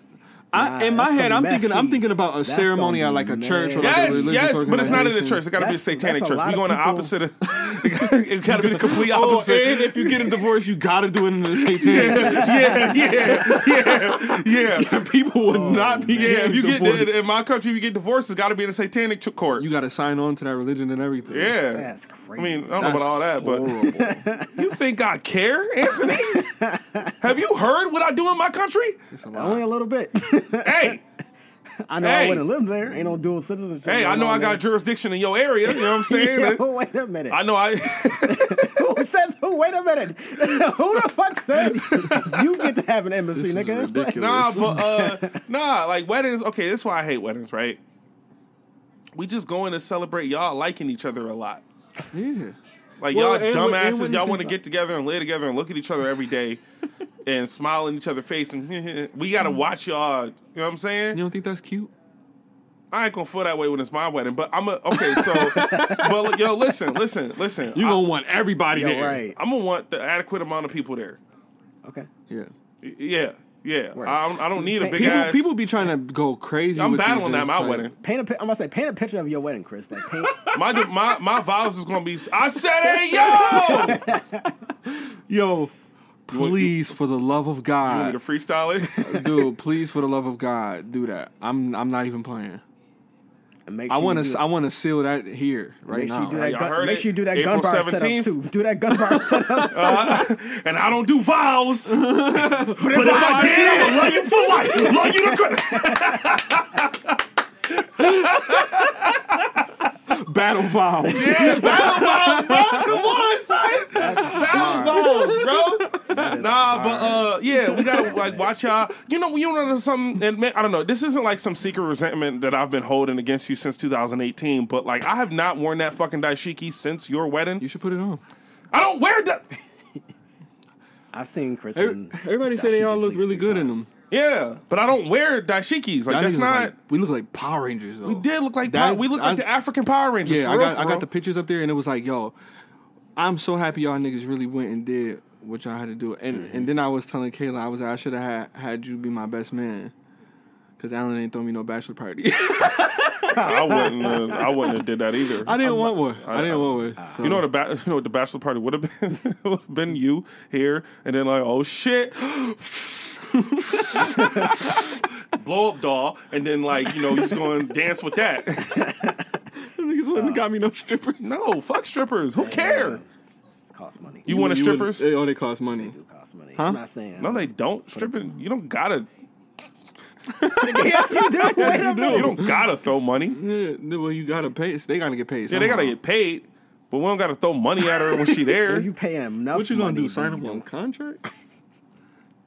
[SPEAKER 3] I
[SPEAKER 2] Nah,
[SPEAKER 3] in my
[SPEAKER 2] that's
[SPEAKER 3] head,
[SPEAKER 2] gonna
[SPEAKER 3] I'm
[SPEAKER 2] be
[SPEAKER 3] thinking I'm
[SPEAKER 2] messy.
[SPEAKER 3] thinking about a
[SPEAKER 2] That's
[SPEAKER 3] ceremony
[SPEAKER 2] gonna
[SPEAKER 3] at
[SPEAKER 2] be
[SPEAKER 3] like a church or like a
[SPEAKER 1] Yes,
[SPEAKER 3] religious
[SPEAKER 1] yes, but it's not in the
[SPEAKER 3] organization.
[SPEAKER 1] church. It got to be a
[SPEAKER 2] That's-
[SPEAKER 1] satanic
[SPEAKER 2] that's a
[SPEAKER 1] church.
[SPEAKER 2] lot
[SPEAKER 1] We
[SPEAKER 2] of
[SPEAKER 1] going the
[SPEAKER 2] people-
[SPEAKER 1] opposite. Of, it got to be the complete
[SPEAKER 3] Oh,
[SPEAKER 1] opposite.
[SPEAKER 3] and if you get a divorce, you gotta do it in the satanic.
[SPEAKER 1] yeah, yeah, yeah, yeah.
[SPEAKER 3] church. People
[SPEAKER 2] Oh,
[SPEAKER 3] would not be.
[SPEAKER 1] Yeah, if you get
[SPEAKER 3] divorced.
[SPEAKER 1] in my country, if you get divorced, it's got to be in a satanic ch- court.
[SPEAKER 3] you gotta sign on to that religion and everything.
[SPEAKER 1] yeah,
[SPEAKER 2] That's crazy.
[SPEAKER 1] I mean, I don't know about all that,
[SPEAKER 3] but
[SPEAKER 1] but you think I care, Anthony? Have you heard what I do in my country?
[SPEAKER 2] only a little bit.
[SPEAKER 1] Hey,
[SPEAKER 2] I know
[SPEAKER 1] Hey.
[SPEAKER 2] I wouldn't live there. Ain't no dual citizenship.
[SPEAKER 1] hey, I
[SPEAKER 2] going
[SPEAKER 1] know I
[SPEAKER 2] on
[SPEAKER 1] got
[SPEAKER 2] there.
[SPEAKER 1] jurisdiction in your area. You know what I'm saying?
[SPEAKER 2] Yo, wait a minute.
[SPEAKER 1] I know I.
[SPEAKER 2] who says who? Wait a minute. who the fuck said you get to have an embassy,
[SPEAKER 3] This is
[SPEAKER 2] nigga?
[SPEAKER 3] ridiculous.
[SPEAKER 1] nah, but uh, nah, like weddings. Okay, that's why I hate weddings, right? We just going to celebrate y'all liking each other a lot.
[SPEAKER 3] yeah.
[SPEAKER 1] Like
[SPEAKER 3] Well,
[SPEAKER 1] y'all
[SPEAKER 3] and- and
[SPEAKER 1] dumbasses,
[SPEAKER 3] when
[SPEAKER 1] y'all
[SPEAKER 3] this
[SPEAKER 1] want to
[SPEAKER 3] is-
[SPEAKER 1] get together and lay together and look at each other every day and smile in each other's face, and we gotta
[SPEAKER 3] Mm.
[SPEAKER 1] watch y'all. You know what I'm saying?
[SPEAKER 3] You don't think that's cute?
[SPEAKER 1] I ain't gonna feel that way when it's my wedding, but I'm a okay. So, but yo, listen, listen, listen.
[SPEAKER 3] You gonna want everybody
[SPEAKER 2] Yo,
[SPEAKER 3] there.
[SPEAKER 2] right.
[SPEAKER 1] I'm gonna want the adequate amount of people there.
[SPEAKER 2] Okay.
[SPEAKER 3] Yeah.
[SPEAKER 1] Y- Yeah, yeah.
[SPEAKER 2] Right.
[SPEAKER 1] I, don't- I don't need a big
[SPEAKER 3] People,
[SPEAKER 1] ass.
[SPEAKER 3] people be trying to go crazy.
[SPEAKER 1] I'm
[SPEAKER 3] with these
[SPEAKER 1] battling at
[SPEAKER 3] just,
[SPEAKER 1] my
[SPEAKER 3] like-
[SPEAKER 1] wedding.
[SPEAKER 2] Paint a. pi- I'm gonna say paint a picture of your wedding, Chris. Like paint.
[SPEAKER 1] My my my vows is gonna be. I said, hey yo.
[SPEAKER 3] Yo, please, for the love of
[SPEAKER 1] You want me
[SPEAKER 3] God,
[SPEAKER 1] to freestyle it?
[SPEAKER 3] dude, please, for the love of God, do that. I'm I'm not even playing.
[SPEAKER 2] and make
[SPEAKER 3] I
[SPEAKER 2] sure you
[SPEAKER 3] want
[SPEAKER 2] do-
[SPEAKER 3] to I want to seal that here right
[SPEAKER 2] Make sure
[SPEAKER 3] now.
[SPEAKER 2] you do
[SPEAKER 1] right?
[SPEAKER 2] that.
[SPEAKER 1] Y'all
[SPEAKER 2] Gun,
[SPEAKER 1] heard
[SPEAKER 2] make
[SPEAKER 1] it?
[SPEAKER 2] sure you do that
[SPEAKER 1] April
[SPEAKER 2] gun bar
[SPEAKER 1] 17th.
[SPEAKER 2] setup too. Do that gun bar setup. too.
[SPEAKER 1] Uh, and I don't do vows. but if, I, did, I would love you for life. Love you to credit.
[SPEAKER 3] Battle vows.
[SPEAKER 1] Yeah, battle vows, bro. Come on, son. Battle vows, bro.
[SPEAKER 2] That is
[SPEAKER 1] Nah,
[SPEAKER 2] hard.
[SPEAKER 1] but uh, yeah, we gotta like watch y'all. You know, you know something. And man, I don't know. This isn't like some secret resentment that I've been holding against you since 2018. But like, I have not worn that fucking daishiki since your
[SPEAKER 3] You
[SPEAKER 1] wedding.
[SPEAKER 3] should put it on.
[SPEAKER 1] I don't wear that.
[SPEAKER 2] I've seen Chris.
[SPEAKER 3] Every-
[SPEAKER 2] and
[SPEAKER 3] Everybody say they
[SPEAKER 2] Dashiki
[SPEAKER 3] all
[SPEAKER 2] at
[SPEAKER 3] look
[SPEAKER 2] least
[SPEAKER 3] really
[SPEAKER 2] three
[SPEAKER 3] good in
[SPEAKER 2] times.
[SPEAKER 3] them.
[SPEAKER 1] Yeah, but I don't wear daishikis. Like
[SPEAKER 3] Y'all
[SPEAKER 1] that's
[SPEAKER 3] niggas look
[SPEAKER 1] not.
[SPEAKER 3] like- we look like Power Rangers though.
[SPEAKER 1] we did look like
[SPEAKER 3] That-
[SPEAKER 1] power, we look
[SPEAKER 3] I-
[SPEAKER 1] like the African Power Rangers.
[SPEAKER 3] Yeah,
[SPEAKER 1] for real,
[SPEAKER 3] I got
[SPEAKER 1] for
[SPEAKER 3] I
[SPEAKER 1] real.
[SPEAKER 3] got the pictures up there, and it was like, yo, I'm so happy y'all niggas really went and did what y'all had to do. And
[SPEAKER 1] Mm-hmm.
[SPEAKER 3] and then I was telling Kayla, I was like, I should have had, had you be my best man, because Alan ain't throw me no bachelor party.
[SPEAKER 1] I wouldn't. Have, I wouldn't have did that either.
[SPEAKER 3] I didn't want one. I, didn't want one. So.
[SPEAKER 1] you know what? A ba- you know what the bachelor party would have been? would have been you here, and then like, oh shit, blow up doll, and then like, you know, he's going to dance with that.
[SPEAKER 3] niggas wouldn't
[SPEAKER 1] Uh,
[SPEAKER 3] have got me no strippers.
[SPEAKER 1] no, fuck strippers. Who care?
[SPEAKER 2] It costs money.
[SPEAKER 1] You eh. want a
[SPEAKER 3] You wouldn't-
[SPEAKER 1] strippers?
[SPEAKER 3] They, oh, they cost money.
[SPEAKER 2] do cost money.
[SPEAKER 3] Huh?
[SPEAKER 2] I'm not saying.
[SPEAKER 1] No, they don't. Stripping. You don't gotta.
[SPEAKER 2] yes, you do. Wait a minute.
[SPEAKER 1] You don't gotta throw money.
[SPEAKER 3] Yeah, no, well, you gotta pay. They gotta get paid.
[SPEAKER 1] Yeah, they gotta
[SPEAKER 3] somehow.
[SPEAKER 1] get paid, but we don't gotta throw money at her when she there.
[SPEAKER 2] You paying enough.
[SPEAKER 3] What you gonna
[SPEAKER 2] money,
[SPEAKER 3] do?
[SPEAKER 2] then
[SPEAKER 3] Sign
[SPEAKER 2] you
[SPEAKER 3] up
[SPEAKER 2] do
[SPEAKER 3] on contract?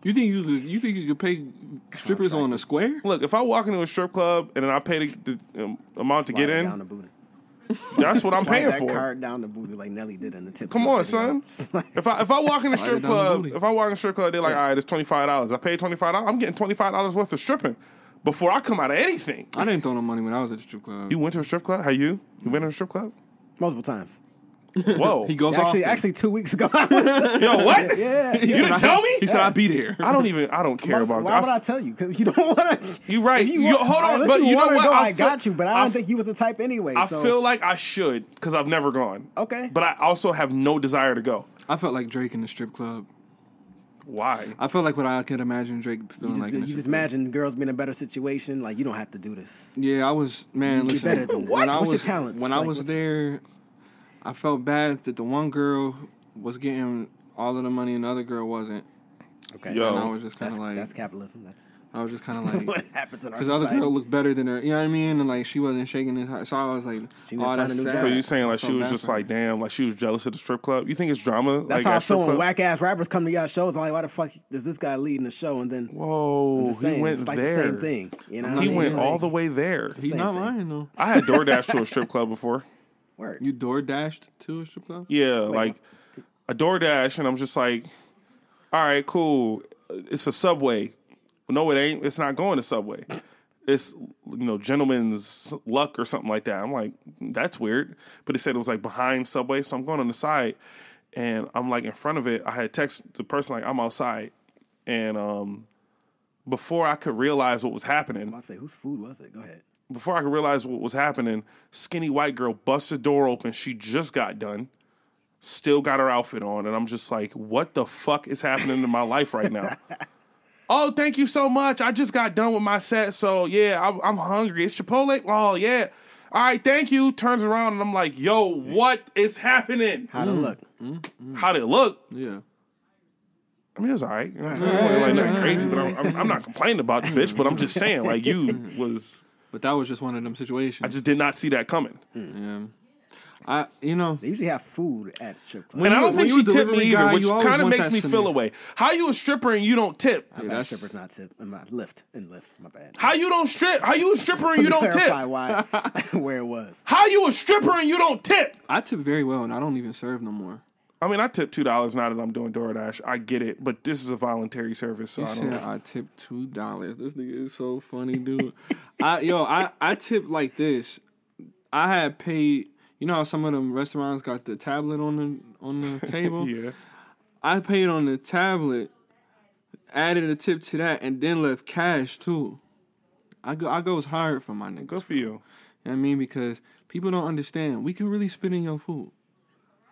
[SPEAKER 3] You think you could, you think you could pay strippers on a square?
[SPEAKER 1] Look, if I walk into a strip club and then I pay the, the um, amount to
[SPEAKER 2] slide
[SPEAKER 1] get
[SPEAKER 2] it
[SPEAKER 1] in,
[SPEAKER 2] Down the booty.
[SPEAKER 1] That's what I'm
[SPEAKER 2] Slide
[SPEAKER 1] paying
[SPEAKER 2] that
[SPEAKER 1] for.
[SPEAKER 2] card down the booty like Nelly did in the tip.
[SPEAKER 1] Come on, son. If I if I walk in the
[SPEAKER 3] Slide
[SPEAKER 1] strip
[SPEAKER 3] it down the
[SPEAKER 1] club,
[SPEAKER 3] booty.
[SPEAKER 1] if I walk in the strip club, they're like, all right, it's twenty five dollars. I paid twenty five dollars. I'm getting twenty five dollars worth of stripping before I come out of anything.
[SPEAKER 3] I didn't throw no money when I was at the strip club.
[SPEAKER 1] You went to a strip club? How you? You went to a strip club?
[SPEAKER 2] multiple times.
[SPEAKER 1] Whoa.
[SPEAKER 3] he goes
[SPEAKER 2] Actually,
[SPEAKER 3] off.
[SPEAKER 2] actually, two weeks ago. I went to-
[SPEAKER 1] Yo, what?
[SPEAKER 2] yeah.
[SPEAKER 1] You didn't tell me?
[SPEAKER 3] He said I'd be there.
[SPEAKER 1] I don't even. I don't care
[SPEAKER 2] Why,
[SPEAKER 1] about.
[SPEAKER 2] why would I tell you? Because you don't want to.
[SPEAKER 1] You right.
[SPEAKER 2] If
[SPEAKER 1] You-
[SPEAKER 2] want-
[SPEAKER 1] hold on,
[SPEAKER 2] unless
[SPEAKER 1] but you know
[SPEAKER 2] wanna
[SPEAKER 1] what?
[SPEAKER 2] Go,
[SPEAKER 1] I
[SPEAKER 2] I,
[SPEAKER 1] feel-
[SPEAKER 2] got you, but I
[SPEAKER 1] I
[SPEAKER 2] don't
[SPEAKER 1] f-
[SPEAKER 2] think you was the type anyway.
[SPEAKER 1] I
[SPEAKER 2] so
[SPEAKER 1] feel like I should because I've never gone.
[SPEAKER 2] Okay.
[SPEAKER 1] But I also have no desire to go.
[SPEAKER 3] I felt like Drake in the strip club.
[SPEAKER 1] Why?
[SPEAKER 3] I felt like what I could imagine Drake
[SPEAKER 2] you
[SPEAKER 3] feeling
[SPEAKER 2] just,
[SPEAKER 3] like. in
[SPEAKER 2] you
[SPEAKER 3] the
[SPEAKER 2] just
[SPEAKER 3] strip club.
[SPEAKER 2] imagine girls being in a better situation. Like you don't have to do this.
[SPEAKER 3] Yeah, I was man.
[SPEAKER 2] You
[SPEAKER 3] listen,
[SPEAKER 2] better than that.
[SPEAKER 3] when I
[SPEAKER 2] What's your
[SPEAKER 3] was
[SPEAKER 2] talents?
[SPEAKER 3] when I
[SPEAKER 2] Like,
[SPEAKER 3] was
[SPEAKER 2] what's-
[SPEAKER 3] there, I felt bad that the one girl was getting all of the money and the other girl wasn't.
[SPEAKER 2] Okay.
[SPEAKER 1] Yo.
[SPEAKER 3] And I was just kind
[SPEAKER 2] That's,
[SPEAKER 3] of like,
[SPEAKER 2] that's capitalism. That's
[SPEAKER 3] I was just kind of
[SPEAKER 2] what
[SPEAKER 3] like,
[SPEAKER 2] happens in our
[SPEAKER 3] because the other
[SPEAKER 2] society.
[SPEAKER 3] girl looked better than her. You know what I mean? And like she wasn't shaking as hard. So I was like,
[SPEAKER 2] She
[SPEAKER 3] oh,
[SPEAKER 2] didn't find
[SPEAKER 3] that's
[SPEAKER 2] a new
[SPEAKER 3] sad.
[SPEAKER 2] job.
[SPEAKER 1] So you saying like
[SPEAKER 3] I
[SPEAKER 1] she
[SPEAKER 3] felt
[SPEAKER 1] was
[SPEAKER 3] bad
[SPEAKER 1] just
[SPEAKER 3] for her.
[SPEAKER 1] like damn, like she was jealous at the strip club? You think it's drama?
[SPEAKER 2] That's
[SPEAKER 1] like,
[SPEAKER 2] how
[SPEAKER 1] at
[SPEAKER 2] I
[SPEAKER 1] strip
[SPEAKER 2] feel when
[SPEAKER 1] club?
[SPEAKER 2] whack ass rappers come to y'all shows. I'm like, why the fuck is this guy leading the show? And then
[SPEAKER 1] Whoa,
[SPEAKER 2] just saying,
[SPEAKER 1] he went
[SPEAKER 2] it's like
[SPEAKER 1] there.
[SPEAKER 2] the same thing. You know,
[SPEAKER 1] He
[SPEAKER 2] what I mean?
[SPEAKER 1] went
[SPEAKER 2] Like,
[SPEAKER 1] all the way there.
[SPEAKER 3] He's
[SPEAKER 2] Same
[SPEAKER 3] not
[SPEAKER 2] thing.
[SPEAKER 3] lying though.
[SPEAKER 1] I had DoorDash to a strip club before.
[SPEAKER 2] Word.
[SPEAKER 3] You door dashed to a strip club?
[SPEAKER 1] Yeah, like a DoorDash, and I'm just like, all right, cool. It's a Subway. No, it ain't. It's not going to Subway. It's you know gentleman's luck or something like that. I'm like, that's weird. But it said it was like behind Subway, so I'm going on the side, and I'm like in front of it. I had text the person like I'm outside, and um, before I could realize what was happening,
[SPEAKER 2] I say, whose food was it? Go ahead.
[SPEAKER 1] before I could realize what was happening, skinny white girl busts the door open. She just got done, still got her outfit on, and I'm just like, what the fuck is happening in my life right now? oh, thank you so much. I just got done with my set, so yeah, I'm, I'm hungry. It's Chipotle. Oh yeah. All right, thank you. Turns around and I'm like, yo, what is happening?
[SPEAKER 2] How'd it
[SPEAKER 3] Mm.
[SPEAKER 2] look?
[SPEAKER 1] How did it look?
[SPEAKER 3] Yeah.
[SPEAKER 1] I mean, it was all right. You know what I'm saying? It wasn't like nothing crazy, but I'm, I'm, I'm not complaining about the bitch. But I'm just saying, like, you was.
[SPEAKER 3] But that was just one of them situations.
[SPEAKER 1] I just did not see that coming.
[SPEAKER 3] yeah. I you know
[SPEAKER 2] They usually have food at strip clubs.
[SPEAKER 3] When
[SPEAKER 1] And I
[SPEAKER 3] you-
[SPEAKER 1] don't
[SPEAKER 3] when
[SPEAKER 1] think
[SPEAKER 3] you
[SPEAKER 1] she
[SPEAKER 3] a
[SPEAKER 1] tipped me
[SPEAKER 3] delivery
[SPEAKER 1] either,
[SPEAKER 3] guy,
[SPEAKER 1] which
[SPEAKER 3] you always
[SPEAKER 1] kind of
[SPEAKER 3] want
[SPEAKER 1] makes
[SPEAKER 3] that
[SPEAKER 1] me feel
[SPEAKER 3] scenario.
[SPEAKER 1] away. How you a stripper and you don't tip?
[SPEAKER 2] My bad,
[SPEAKER 3] that's-
[SPEAKER 2] strippers not tip. And my lift and lift. My bad.
[SPEAKER 1] How you don't strip? How you a stripper and you don't
[SPEAKER 2] clarify
[SPEAKER 1] tip?
[SPEAKER 2] why where it was.
[SPEAKER 1] How you a stripper and you don't tip?
[SPEAKER 3] I tip very well and I don't even serve no more.
[SPEAKER 1] I mean, I tip two dollars now that I'm doing DoorDash. I get it, but this is a voluntary service, so I
[SPEAKER 3] He
[SPEAKER 1] don't.
[SPEAKER 3] said I tip two dollars. This nigga is so funny, dude. I yo, I I tip like this. I had paid. You know how some of them restaurants got the tablet on the on the table.
[SPEAKER 1] Yeah,
[SPEAKER 3] I paid on the tablet, added a tip to that, and then left cash too. I go I goes hard for my niggas.
[SPEAKER 1] good for you.
[SPEAKER 3] You know what I mean, because people don't understand. We can really spit in your food,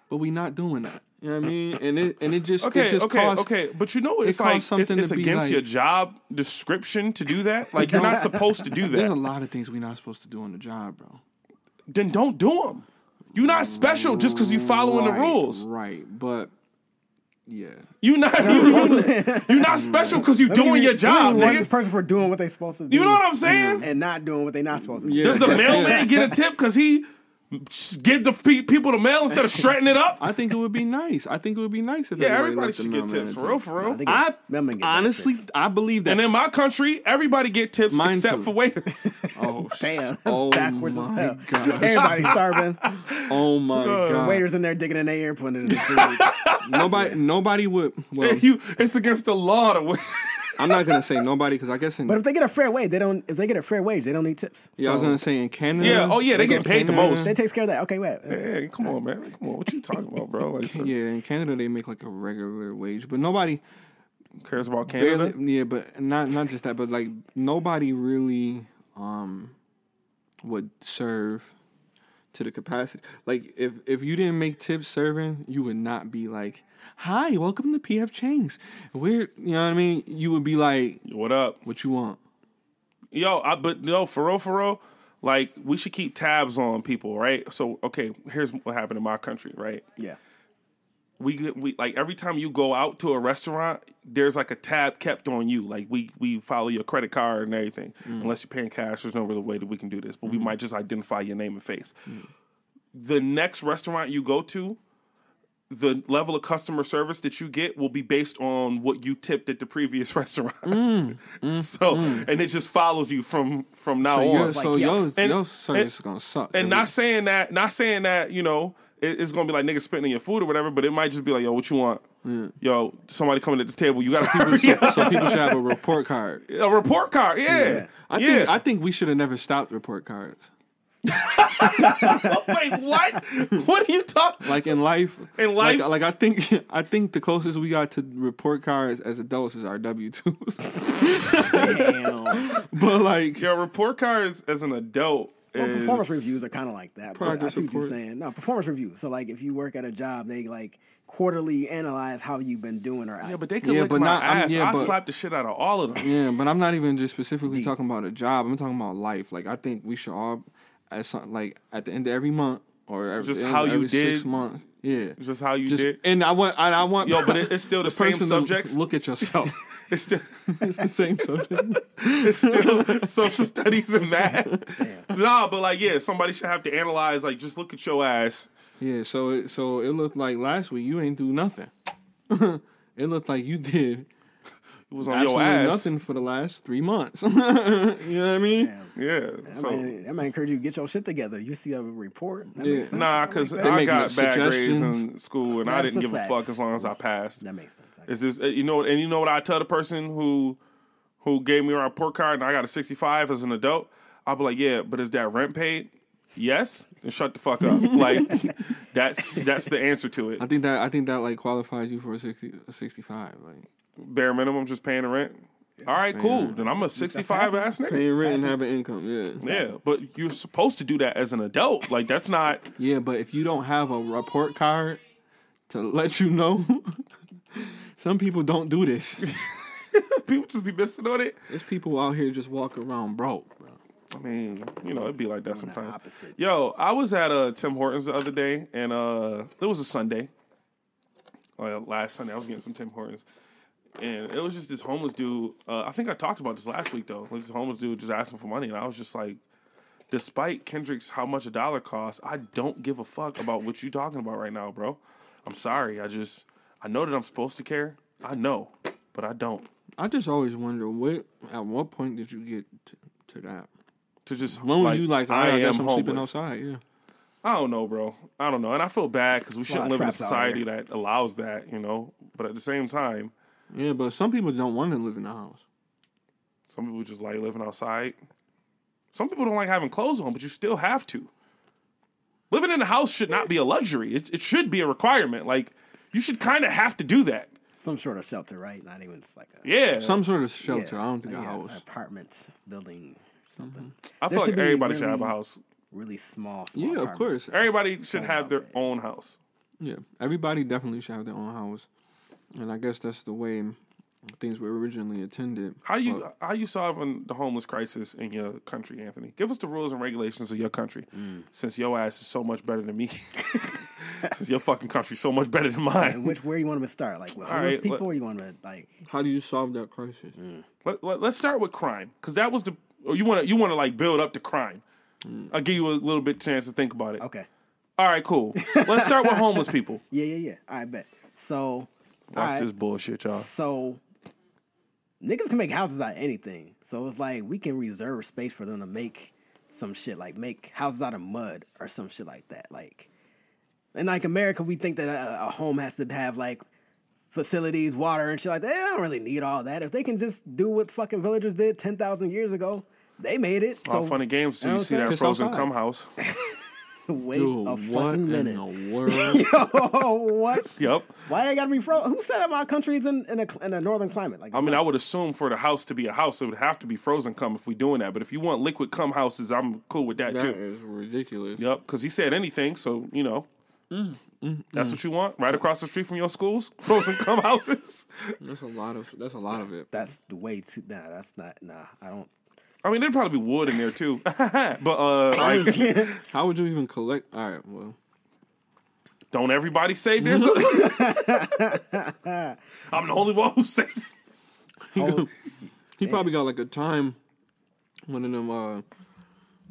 [SPEAKER 3] but we not doing that. You know what I mean? And it and it just
[SPEAKER 1] Okay,
[SPEAKER 3] it just
[SPEAKER 1] okay,
[SPEAKER 3] costs,
[SPEAKER 1] okay. But you know, it's
[SPEAKER 3] costs
[SPEAKER 1] like it's,
[SPEAKER 3] something to
[SPEAKER 1] it's
[SPEAKER 3] be
[SPEAKER 1] against
[SPEAKER 3] like-
[SPEAKER 1] your job description to do that. Like you're not supposed to do
[SPEAKER 3] There's a
[SPEAKER 1] that.
[SPEAKER 3] lot of things we not supposed to do on the job, bro.
[SPEAKER 1] Then don't do them. You're not special just because you following the
[SPEAKER 3] Right,
[SPEAKER 1] rules.
[SPEAKER 3] Right, but yeah.
[SPEAKER 1] You're not. You're not special because you're doing your job,
[SPEAKER 2] You want this
[SPEAKER 1] nigga.
[SPEAKER 2] person for doing what they supposed to do.
[SPEAKER 1] You know what I'm saying?
[SPEAKER 2] and not doing what they not supposed to do.
[SPEAKER 3] Yeah.
[SPEAKER 1] Does the mailman get a tip because he s- give the pe- people the mail instead of shredding it up?
[SPEAKER 3] I think it would be nice. I think it would be nice if
[SPEAKER 1] Yeah, everybody
[SPEAKER 3] everybody let the
[SPEAKER 1] should get
[SPEAKER 3] mailman
[SPEAKER 1] tips
[SPEAKER 3] a
[SPEAKER 1] for
[SPEAKER 3] tip.
[SPEAKER 1] real, for real.
[SPEAKER 2] think
[SPEAKER 3] I
[SPEAKER 2] Mailman get better
[SPEAKER 3] honestly,
[SPEAKER 2] tips.
[SPEAKER 3] I believe that.
[SPEAKER 1] And in my country, everybody get tips
[SPEAKER 3] Mine
[SPEAKER 1] except
[SPEAKER 3] too.
[SPEAKER 1] for waiters.
[SPEAKER 3] oh, sh-
[SPEAKER 2] Damn, that's
[SPEAKER 3] Oh
[SPEAKER 2] backwards as
[SPEAKER 3] my
[SPEAKER 2] hell.
[SPEAKER 3] God.
[SPEAKER 2] Everybody starving.
[SPEAKER 3] oh my god!
[SPEAKER 2] Waiters in there digging in their ear, putting it in the food.
[SPEAKER 3] nobody, nobody would. Well,
[SPEAKER 1] you, it's against the law to wait.
[SPEAKER 3] I'm not gonna say nobody because I guess in
[SPEAKER 2] But if they get a fair wage, they don't. If they get a fair wage, they don't need tips.
[SPEAKER 3] yeah, I was
[SPEAKER 2] So,
[SPEAKER 3] gonna say in Canada.
[SPEAKER 1] Yeah, oh, yeah, they
[SPEAKER 3] go
[SPEAKER 1] get
[SPEAKER 3] to
[SPEAKER 1] paid the
[SPEAKER 3] Canada.
[SPEAKER 1] most.
[SPEAKER 2] They takes care of that. Okay, wait. uh,
[SPEAKER 1] Hey, come on, man. Come on. What you talking about, bro? Like, so-
[SPEAKER 3] Yeah, in Canada they make like a regular wage, but nobody
[SPEAKER 1] cares about Canada?
[SPEAKER 3] barely, yeah, but not not just that, but like nobody really um would serve to the capacity. Like if if you didn't make tips serving, you would not be like, "Hi, welcome to PF Chang's." We're you know what I mean. You would be like,
[SPEAKER 1] What up?
[SPEAKER 3] "What you want?"
[SPEAKER 1] Yo, I, but no, for real, for real, like, we should keep tabs on people, right? So, okay, here's what happened in my country, right?
[SPEAKER 2] Yeah.
[SPEAKER 1] we get we like every time you go out to a restaurant, there's like a tab kept on you. Like we we follow your credit card and everything. Unless you're paying cash, there's no real way that we can do this. But we might just identify your name and face. The next restaurant you go to, the level of customer service that you get will be based on what you tipped at the previous restaurant. so and it just follows you from from now
[SPEAKER 3] So,
[SPEAKER 1] on.
[SPEAKER 3] your, so
[SPEAKER 2] Like, yo.
[SPEAKER 3] your,
[SPEAKER 1] And-
[SPEAKER 3] your service is gonna suck.
[SPEAKER 1] and
[SPEAKER 3] dude.
[SPEAKER 1] not saying that, not saying that, you know, it, it's gonna be like niggas spitting in your food or whatever, but it might just be like, yo, what you want? Yo, somebody coming at this table, you gotta hurry
[SPEAKER 3] so,
[SPEAKER 1] up.
[SPEAKER 3] so people should have a report card.
[SPEAKER 1] a report card, yeah. yeah.
[SPEAKER 3] I think I think we should have never stopped report cards.
[SPEAKER 1] Wait, what? What are you talking?
[SPEAKER 3] Like in life,
[SPEAKER 1] In life?
[SPEAKER 3] like, like I think I think the closest we got to report cards as adults is our W twos.
[SPEAKER 2] Damn.
[SPEAKER 3] but like,
[SPEAKER 1] Your report cards as an adult.
[SPEAKER 2] Well,
[SPEAKER 1] is-
[SPEAKER 2] performance reviews are kind of like that. But I
[SPEAKER 3] Progress
[SPEAKER 2] see what you're
[SPEAKER 3] reports.
[SPEAKER 2] saying. No, performance reviews. So like, if you work at a job, they like quarterly analyze how you've been doing or
[SPEAKER 1] Yeah, but they could
[SPEAKER 3] Yeah,
[SPEAKER 1] lick
[SPEAKER 3] but
[SPEAKER 1] my
[SPEAKER 3] not- I'm-
[SPEAKER 1] ass.
[SPEAKER 3] yeah,
[SPEAKER 1] I
[SPEAKER 3] but-
[SPEAKER 1] slapped the shit out of all of them.
[SPEAKER 3] yeah, but I'm not even just specifically talking about a job. I'm talking about life. Like I think we should all, at some, like at the end of every month or every,
[SPEAKER 1] Just
[SPEAKER 3] end of
[SPEAKER 1] how you
[SPEAKER 3] every six
[SPEAKER 1] did.
[SPEAKER 3] months. Yeah,
[SPEAKER 1] Just how you did.
[SPEAKER 3] And I want, I, I want.
[SPEAKER 1] Yo, but it- it's still the same
[SPEAKER 3] person to
[SPEAKER 1] subjects.
[SPEAKER 3] Look at yourself.
[SPEAKER 1] It's still,
[SPEAKER 3] it's the same subject.
[SPEAKER 1] it's still social studies and math. Nah, but like, yeah, somebody should have to analyze. Like, just look at your ass.
[SPEAKER 3] Yeah, so it, so it looked like last week you ain't do nothing. it looked like you did
[SPEAKER 1] It was on your
[SPEAKER 3] absolutely
[SPEAKER 1] ass.
[SPEAKER 3] nothing for the last three months. you know what I mean?
[SPEAKER 2] Damn.
[SPEAKER 1] Yeah.
[SPEAKER 2] That
[SPEAKER 1] So
[SPEAKER 2] might, that might encourage you to get your shit together. You see a report. That
[SPEAKER 3] Yeah.
[SPEAKER 2] makes sense.
[SPEAKER 1] nah,
[SPEAKER 2] I
[SPEAKER 1] because
[SPEAKER 2] like that.
[SPEAKER 1] I
[SPEAKER 3] making
[SPEAKER 1] got bad grades in
[SPEAKER 3] suggestions.
[SPEAKER 1] school and I
[SPEAKER 2] That's
[SPEAKER 1] didn't give
[SPEAKER 2] the
[SPEAKER 1] a fuck
[SPEAKER 2] facts.
[SPEAKER 1] as long as I passed.
[SPEAKER 2] that makes sense. I
[SPEAKER 1] Is this you know? And you know what I tell the person who who gave me a report card and I got a sixty five as an adult. I'll be like, yeah, but is that rent paid? Yes, and shut the fuck up. like that's that's the answer to it.
[SPEAKER 3] I think that I think that like qualifies you for a 60, a 65. Like
[SPEAKER 1] Bare minimum, just paying the rent. All right, cool. Then I'm a sixty five
[SPEAKER 2] passing.
[SPEAKER 1] ass nigga.
[SPEAKER 3] paying rent and
[SPEAKER 2] passive.
[SPEAKER 3] having income, yeah.
[SPEAKER 1] Yeah, but you're supposed to do that as an adult. Like that's not.
[SPEAKER 3] Yeah, but if you don't have a report card to let you know, some people don't do this.
[SPEAKER 1] People just be missing on it.
[SPEAKER 3] There's people out here just walk around broke, bro.
[SPEAKER 1] I mean, you know, it'd be like that
[SPEAKER 2] the
[SPEAKER 1] sometimes.
[SPEAKER 2] opposite.
[SPEAKER 1] Yo, I was at uh, Tim Hortons the other day, and uh, it was a Sunday. Uh, last Sunday, I was getting some Tim Hortons, and it was just this homeless dude. Uh, I think I talked about this last week though. Like this homeless dude just asking for money, and I was just like, despite Kendrick's how much a dollar costs, I don't give a fuck about what you talking about right now, bro. I'm sorry. I just I know that I'm supposed to care. I know, but I don't.
[SPEAKER 3] I just always wonder what at what point did you get to, to that?
[SPEAKER 1] To just
[SPEAKER 3] When was you like, "Ah, I, I guess I'm sleeping
[SPEAKER 1] homeless."
[SPEAKER 3] outside, yeah.
[SPEAKER 1] I don't know, bro. I don't know, and I feel bad because we shouldn't
[SPEAKER 2] of
[SPEAKER 1] live in a
[SPEAKER 2] traps out
[SPEAKER 1] society that allows that, you know. But at the same time,
[SPEAKER 3] Yeah, but some people don't want to live in the house.
[SPEAKER 1] some people just like living outside. Some people don't like having clothes on, but you still have to. Living in a house should not be a luxury. It, it should be a requirement. Like you should kind of have to do that.
[SPEAKER 2] Some sort of shelter, right? Not even just like a
[SPEAKER 1] Yeah,
[SPEAKER 3] Some sort of shelter. I don't think
[SPEAKER 2] like
[SPEAKER 3] a house. Mm-hmm.
[SPEAKER 2] apartments, building, something.
[SPEAKER 1] I
[SPEAKER 2] there
[SPEAKER 1] feel like
[SPEAKER 2] should be
[SPEAKER 1] everybody should have a
[SPEAKER 2] really-
[SPEAKER 1] house.
[SPEAKER 2] Really small. small
[SPEAKER 3] Yeah, of
[SPEAKER 2] apartments.
[SPEAKER 3] course.
[SPEAKER 1] Everybody should have their own house.
[SPEAKER 3] Yeah, everybody definitely should have their own house, and I guess that's the way things were originally intended.
[SPEAKER 1] How you how you solving the homeless crisis in your country, Anthony? Give us the rules and regulations of your country,
[SPEAKER 2] Mm.
[SPEAKER 1] since your ass is so much better than me. since your fucking country's so much better than
[SPEAKER 2] And
[SPEAKER 1] mine.
[SPEAKER 2] which where you want them to start? Like with homeless
[SPEAKER 1] right,
[SPEAKER 2] people,
[SPEAKER 1] let-
[SPEAKER 2] or you want to like
[SPEAKER 3] How do you solve that crisis?
[SPEAKER 1] Let, let, us start with crime, because that was the or you want to you want to like build up the crime. I'll give you a little bit chance to think about it.
[SPEAKER 2] Mm. okay,
[SPEAKER 1] All right, cool. Let's start with homeless people.
[SPEAKER 2] yeah, yeah, yeah. I bet. So,
[SPEAKER 1] Watch
[SPEAKER 2] alright,
[SPEAKER 1] this bullshit, y'all.
[SPEAKER 2] so niggas can make houses out of anything. So it's like we can reserve space for them to make some shit, like make houses out of mud or some shit like that. Like, and like America, we think that a, a home has to have like facilities, water, and shit like that. They don't really need all that. If they can just do what fucking villagers did ten thousand years ago, they made it.
[SPEAKER 1] All
[SPEAKER 2] So
[SPEAKER 1] funny games. So you
[SPEAKER 2] know
[SPEAKER 1] see
[SPEAKER 2] what I'm
[SPEAKER 1] that
[SPEAKER 3] saying?
[SPEAKER 1] frozen
[SPEAKER 3] It's
[SPEAKER 1] cum house.
[SPEAKER 2] wait
[SPEAKER 3] Dude,
[SPEAKER 2] a
[SPEAKER 3] what
[SPEAKER 2] fucking
[SPEAKER 3] in
[SPEAKER 2] minute.
[SPEAKER 3] the world?
[SPEAKER 2] Yo, what?
[SPEAKER 1] yep.
[SPEAKER 2] Why I gotta be frozen? Who said that my country's in in a, in a northern climate? Like,
[SPEAKER 1] I mean, I would assume for the house to be a house, it would have to be frozen cum if we doing that. But if you want liquid cum houses, I'm cool with that
[SPEAKER 3] that
[SPEAKER 1] too.
[SPEAKER 3] is ridiculous.
[SPEAKER 1] Yep, because he said anything, so you know. That's what you want, right across the street from your schools, frozen cum houses.
[SPEAKER 3] That's a lot of. That's a lot of it.
[SPEAKER 2] that's the way too. Nah, that's not. Nah, I don't.
[SPEAKER 1] I mean, there'd probably be wood in there too, but uh, like,
[SPEAKER 3] How would you even collect? All right, well,
[SPEAKER 1] don't everybody save theirs? I'm the only one who saved. it.
[SPEAKER 2] Oh,
[SPEAKER 3] he probably got like a time, one of them uh,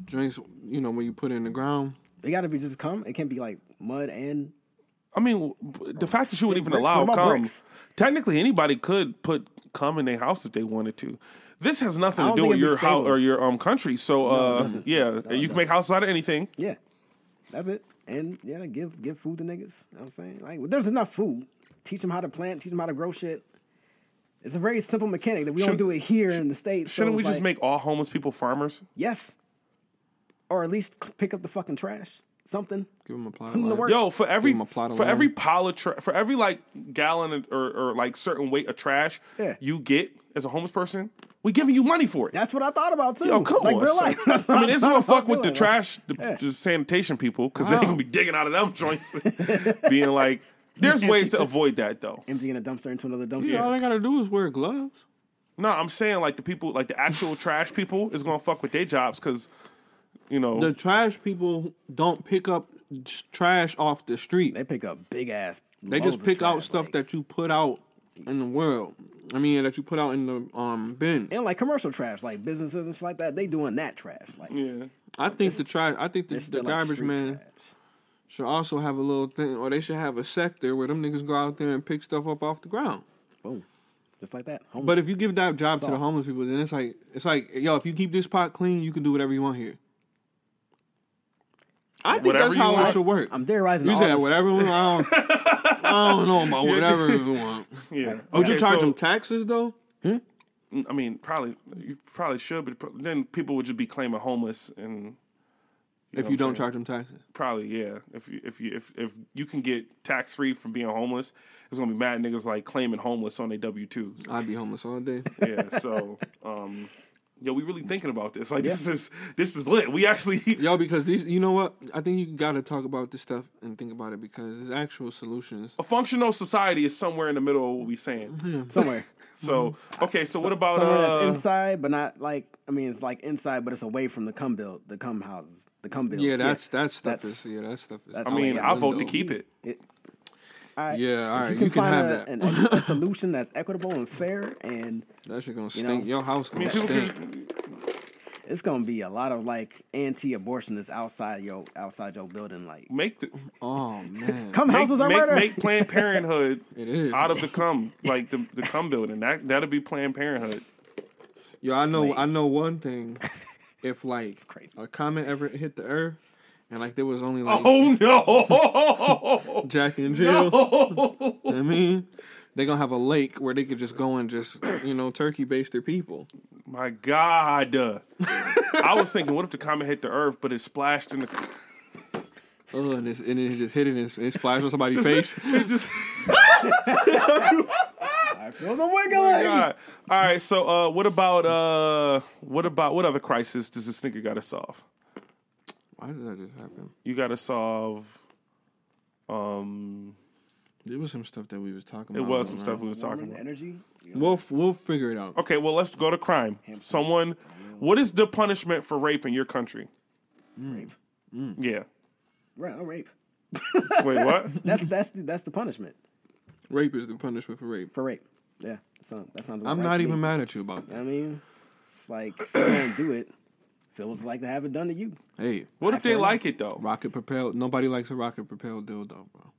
[SPEAKER 3] drinks. You know, when you put it in the ground.
[SPEAKER 2] it gotta be just cum. It can't be like mud and
[SPEAKER 1] I mean, w- the fact that you would even
[SPEAKER 2] bricks?
[SPEAKER 1] allow
[SPEAKER 2] What about
[SPEAKER 1] cum.
[SPEAKER 2] bricks?
[SPEAKER 1] Technically, anybody could put cum in their house if they wanted to. This has nothing to
[SPEAKER 2] I don't
[SPEAKER 1] do
[SPEAKER 2] think
[SPEAKER 1] with
[SPEAKER 2] it'd be
[SPEAKER 1] your house
[SPEAKER 2] stable.
[SPEAKER 1] or your um country. So
[SPEAKER 2] it
[SPEAKER 1] uh,
[SPEAKER 2] doesn't.
[SPEAKER 1] yeah, you can make houses out of anything.
[SPEAKER 2] Yeah, that's it. And yeah, give give food to niggas. You know what I'm saying like, well, there's enough food. Teach them how to plant. Teach them how to grow shit. It's a very simple mechanic that we
[SPEAKER 1] Shouldn't-
[SPEAKER 2] don't do it here in the states. so
[SPEAKER 1] Shouldn't we
[SPEAKER 2] it's
[SPEAKER 1] just
[SPEAKER 2] like,
[SPEAKER 1] make all homeless people farmers?
[SPEAKER 2] yes, or at least c- pick up the fucking trash? Something.
[SPEAKER 3] Give him a plot.
[SPEAKER 2] Put 'em to
[SPEAKER 3] line.
[SPEAKER 2] work.
[SPEAKER 1] Yo, for every
[SPEAKER 3] them a plot of
[SPEAKER 1] for
[SPEAKER 3] land.
[SPEAKER 1] every pile of tra- for every like gallon or, or like certain weight of trash
[SPEAKER 2] Yeah.
[SPEAKER 1] you get as a homeless person, we giving you money for it.
[SPEAKER 2] That's what I thought about too.
[SPEAKER 1] Yo, come
[SPEAKER 2] like
[SPEAKER 1] on.
[SPEAKER 2] real
[SPEAKER 1] son.
[SPEAKER 2] life. That's what
[SPEAKER 1] I mean, it's
[SPEAKER 2] thought
[SPEAKER 1] gonna
[SPEAKER 2] about
[SPEAKER 1] fuck with the
[SPEAKER 2] doing.
[SPEAKER 1] trash, the, the sanitation people, because they gonna be digging out of them joints, being like, "There's ways to avoid that, though."
[SPEAKER 2] Emptying a dumpster into another dumpster.
[SPEAKER 3] All they gotta do is wear gloves.
[SPEAKER 1] No, I'm saying like the people, like the actual trash people, is gonna fuck with their jobs because, you know,
[SPEAKER 3] The trash people don't pick up s- trash off the street.
[SPEAKER 2] They pick up big ass.
[SPEAKER 3] They just pick out stuff that you put out in the world. I mean, that you put out in the um bin.
[SPEAKER 2] and like commercial trash, like businesses and shit like that. They doing that trash. Like
[SPEAKER 1] yeah,
[SPEAKER 3] I think the trash. I think the,
[SPEAKER 2] it's
[SPEAKER 3] the
[SPEAKER 2] still like
[SPEAKER 3] garbage
[SPEAKER 2] street
[SPEAKER 3] man
[SPEAKER 2] trash.
[SPEAKER 3] should also have a little thing, or they should have a sector where them niggas go out there and pick stuff up off the ground.
[SPEAKER 2] Boom, just like that. Homeless.
[SPEAKER 3] But if you give that job to the
[SPEAKER 2] Soft.
[SPEAKER 3] homeless people, then it's like it's like yo, if you keep this pot clean, you can do whatever you want here. I think
[SPEAKER 1] Whatever
[SPEAKER 3] that's
[SPEAKER 1] you
[SPEAKER 3] how
[SPEAKER 1] want.
[SPEAKER 3] it should work.
[SPEAKER 2] I'm theorizing.
[SPEAKER 3] you
[SPEAKER 2] all
[SPEAKER 3] said
[SPEAKER 2] this-
[SPEAKER 3] whatever. we want. I don't, I don't know about whatever you want.
[SPEAKER 1] yeah.
[SPEAKER 3] Would you
[SPEAKER 1] Okay,
[SPEAKER 3] charge
[SPEAKER 1] so-
[SPEAKER 3] them taxes though?
[SPEAKER 1] I mean, probably you probably should, but pro- then people would just be claiming homeless and
[SPEAKER 3] if
[SPEAKER 1] what
[SPEAKER 3] you
[SPEAKER 1] I'm
[SPEAKER 3] don't
[SPEAKER 1] saying?
[SPEAKER 3] charge them taxes.
[SPEAKER 1] probably yeah. If you if you if if you can get tax free from being homeless, it's gonna be mad niggas like claiming homeless on their W twos.
[SPEAKER 3] I'd be homeless all day.
[SPEAKER 1] yeah. So, um, yo, we really thinking about this. Like, this is this is lit. We actually,
[SPEAKER 3] Yo, because these, you know what? I think you gotta talk about this stuff and think about it because there's actual solutions.
[SPEAKER 1] a functional society is somewhere in the middle of what we saying.
[SPEAKER 2] Somewhere,
[SPEAKER 1] So, okay, so what about
[SPEAKER 2] Mm-hmm. somewhere that's
[SPEAKER 1] uh?
[SPEAKER 2] inside, but not like. I mean, it's like inside, but it's away from the cum build, the cum houses, the cum builds.
[SPEAKER 3] Yeah, that's that stuff
[SPEAKER 2] That's-
[SPEAKER 3] is. Yeah, that stuff is.
[SPEAKER 2] that's
[SPEAKER 1] I
[SPEAKER 2] all we
[SPEAKER 1] mean,
[SPEAKER 2] got.
[SPEAKER 1] I vote to
[SPEAKER 3] window.
[SPEAKER 1] keep it.
[SPEAKER 2] It, all right.
[SPEAKER 3] Yeah, all
[SPEAKER 2] If
[SPEAKER 3] right,
[SPEAKER 2] You can,
[SPEAKER 3] you can
[SPEAKER 2] find
[SPEAKER 3] have
[SPEAKER 2] a,
[SPEAKER 3] that.
[SPEAKER 2] an, a solution that's equitable and fair, and
[SPEAKER 3] That shit gonna stink. Your house
[SPEAKER 1] I
[SPEAKER 3] gonna
[SPEAKER 1] mean, people
[SPEAKER 3] stink.
[SPEAKER 1] can-
[SPEAKER 2] it's gonna be a lot of like anti-abortionists outside your outside your building. Like,
[SPEAKER 1] make the
[SPEAKER 3] Oh man,
[SPEAKER 2] cum
[SPEAKER 1] make,
[SPEAKER 2] houses are
[SPEAKER 1] make,
[SPEAKER 2] murder.
[SPEAKER 1] make Planned Parenthood
[SPEAKER 3] it is.
[SPEAKER 1] out of the cum, like the the cum building. That that'll be Planned Parenthood.
[SPEAKER 3] Yo, I know.
[SPEAKER 2] Wait.
[SPEAKER 3] I know one thing. If like
[SPEAKER 2] crazy.
[SPEAKER 3] a comet ever hit the earth, and like there was only like
[SPEAKER 1] Oh no!
[SPEAKER 3] Jack and Jill, I mean, they gonna have a lake where they could just go and just you know turkey baste their people.
[SPEAKER 1] My God. I was thinking, what if the comet hit the earth, but it splashed in the.
[SPEAKER 3] Oh, and, it's, and it just hit it and it splashed on somebody's face.
[SPEAKER 1] It just.
[SPEAKER 2] I feel them wiggling.
[SPEAKER 1] God. All right. So, uh, what about uh, what about what other crisis does this nigga got to solve?
[SPEAKER 3] Why did that just happen?
[SPEAKER 1] You got to solve. Um,
[SPEAKER 3] There was some stuff that we was talking
[SPEAKER 1] it
[SPEAKER 3] about.
[SPEAKER 1] was some
[SPEAKER 3] man.
[SPEAKER 1] stuff we was talking
[SPEAKER 2] Warming
[SPEAKER 1] about.
[SPEAKER 2] energy.
[SPEAKER 3] We'll f- we'll figure it out.
[SPEAKER 1] Okay. Well, let's go to crime. Someone, what is the punishment for rape in your country? Hmm.
[SPEAKER 2] Rape.
[SPEAKER 1] Yeah.
[SPEAKER 2] Right, no rape.
[SPEAKER 1] Wait, what?
[SPEAKER 2] That's that's the, that's the punishment
[SPEAKER 3] Rape is the punishment for rape.
[SPEAKER 2] for rape. Yeah, that sounds that sounds. about
[SPEAKER 3] I'm
[SPEAKER 2] right
[SPEAKER 3] not
[SPEAKER 2] to
[SPEAKER 3] even
[SPEAKER 2] Me.
[SPEAKER 3] mad at you about that.
[SPEAKER 2] I mean, it's like if you don't do it. Feels like to have it done to you.
[SPEAKER 3] Hey,
[SPEAKER 1] What if they like it though?
[SPEAKER 3] rocket propelled. Nobody likes a rocket propelled dildo, bro.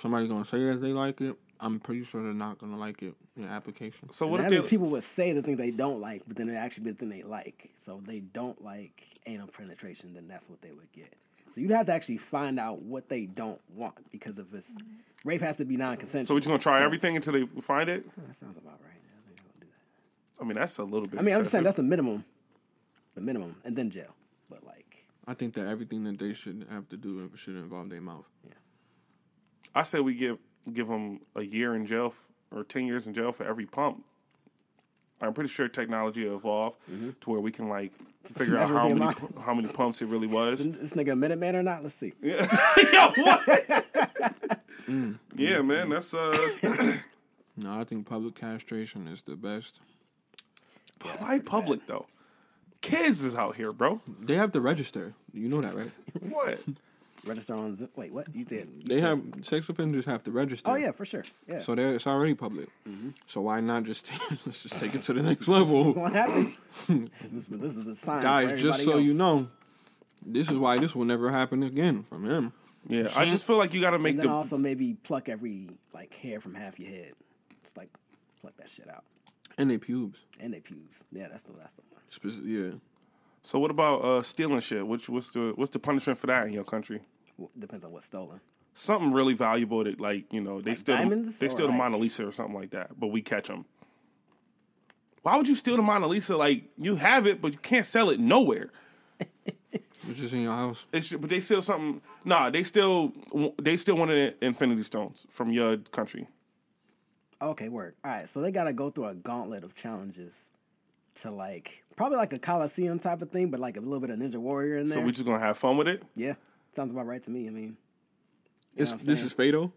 [SPEAKER 3] Somebody's gonna say that they like it. I'm pretty sure they're not gonna like it in the application.
[SPEAKER 1] So
[SPEAKER 2] What
[SPEAKER 1] what
[SPEAKER 2] that
[SPEAKER 1] if
[SPEAKER 2] means
[SPEAKER 1] they?
[SPEAKER 2] people would say the thing they don't like, but then it actually be the thing they like. So if they don't like anal penetration, then that's what they would get. So you'd have to actually find out what they don't want because if it's rape has to be non-consensual.
[SPEAKER 1] So we're just gonna try everything until they find it.
[SPEAKER 2] That sounds about right. I think I'll do that.
[SPEAKER 1] I mean, that's a little bit.
[SPEAKER 2] I mean, I'm just saying
[SPEAKER 1] excessive.
[SPEAKER 2] that's the minimum, the minimum, and then jail. But like,
[SPEAKER 3] I think that everything that they should have to do should involve their mouth.
[SPEAKER 1] I say we give give them a year in jail f- or ten years in jail for every pump. I'm pretty sure technology will evolve
[SPEAKER 2] Mm-hmm.
[SPEAKER 1] to where we can like figure out
[SPEAKER 2] measure
[SPEAKER 1] how
[SPEAKER 2] the
[SPEAKER 1] many
[SPEAKER 2] amount.
[SPEAKER 1] how many pumps it really was.
[SPEAKER 2] is this nigga a minute man or not? Let's see.
[SPEAKER 1] Yeah, Yo, what?
[SPEAKER 2] Mm,
[SPEAKER 1] yeah, man, that's uh.
[SPEAKER 3] No, I think public castration is the best.
[SPEAKER 1] why public though? Kids is out here, bro.
[SPEAKER 3] They have to register. You know that, right?
[SPEAKER 1] What?
[SPEAKER 2] Register on. Zip. Wait, what? You did? You
[SPEAKER 3] They
[SPEAKER 2] said-
[SPEAKER 3] have sex offenders have to register.
[SPEAKER 2] Oh yeah, for sure. Yeah.
[SPEAKER 3] So they're, it's already public. So why not just let's just take it to the next level,
[SPEAKER 2] what happened? this, is, this is the sign. for
[SPEAKER 3] guys? Just
[SPEAKER 2] everybody
[SPEAKER 3] so you
[SPEAKER 2] else.
[SPEAKER 3] know, this is why this will never happen again from him.
[SPEAKER 1] Yeah, I just feel like you got to make
[SPEAKER 2] And then
[SPEAKER 1] the
[SPEAKER 2] also maybe pluck every like hair from half your head. Just like pluck that shit out.
[SPEAKER 3] And they pubes.
[SPEAKER 2] And they pubes. Yeah, that's the last one.
[SPEAKER 3] Spec- Yeah.
[SPEAKER 1] So what about uh, stealing shit? Which what's the what's the punishment for that in your country?
[SPEAKER 2] Well, depends on what's stolen.
[SPEAKER 1] Something really valuable that like you know they steal
[SPEAKER 2] diamonds
[SPEAKER 1] they
[SPEAKER 2] or
[SPEAKER 1] steal the
[SPEAKER 2] like-
[SPEAKER 1] Mona Lisa or something like that, but we catch them. Why would you steal the Mona Lisa? Like you have it, but you can't sell it nowhere.
[SPEAKER 3] Which is in your house.
[SPEAKER 1] It's but they steal something. Nah, they still they still one of the Infinity Stones from your country.
[SPEAKER 2] Okay, work. All right, so they gotta go through a gauntlet of challenges to like probably like a coliseum type of thing, but like a little bit of Ninja Warrior in there.
[SPEAKER 1] So we just gonna have fun with it.
[SPEAKER 2] yeah, sounds about right to me. I mean,
[SPEAKER 3] It's,
[SPEAKER 2] what I'm
[SPEAKER 3] this is Fado.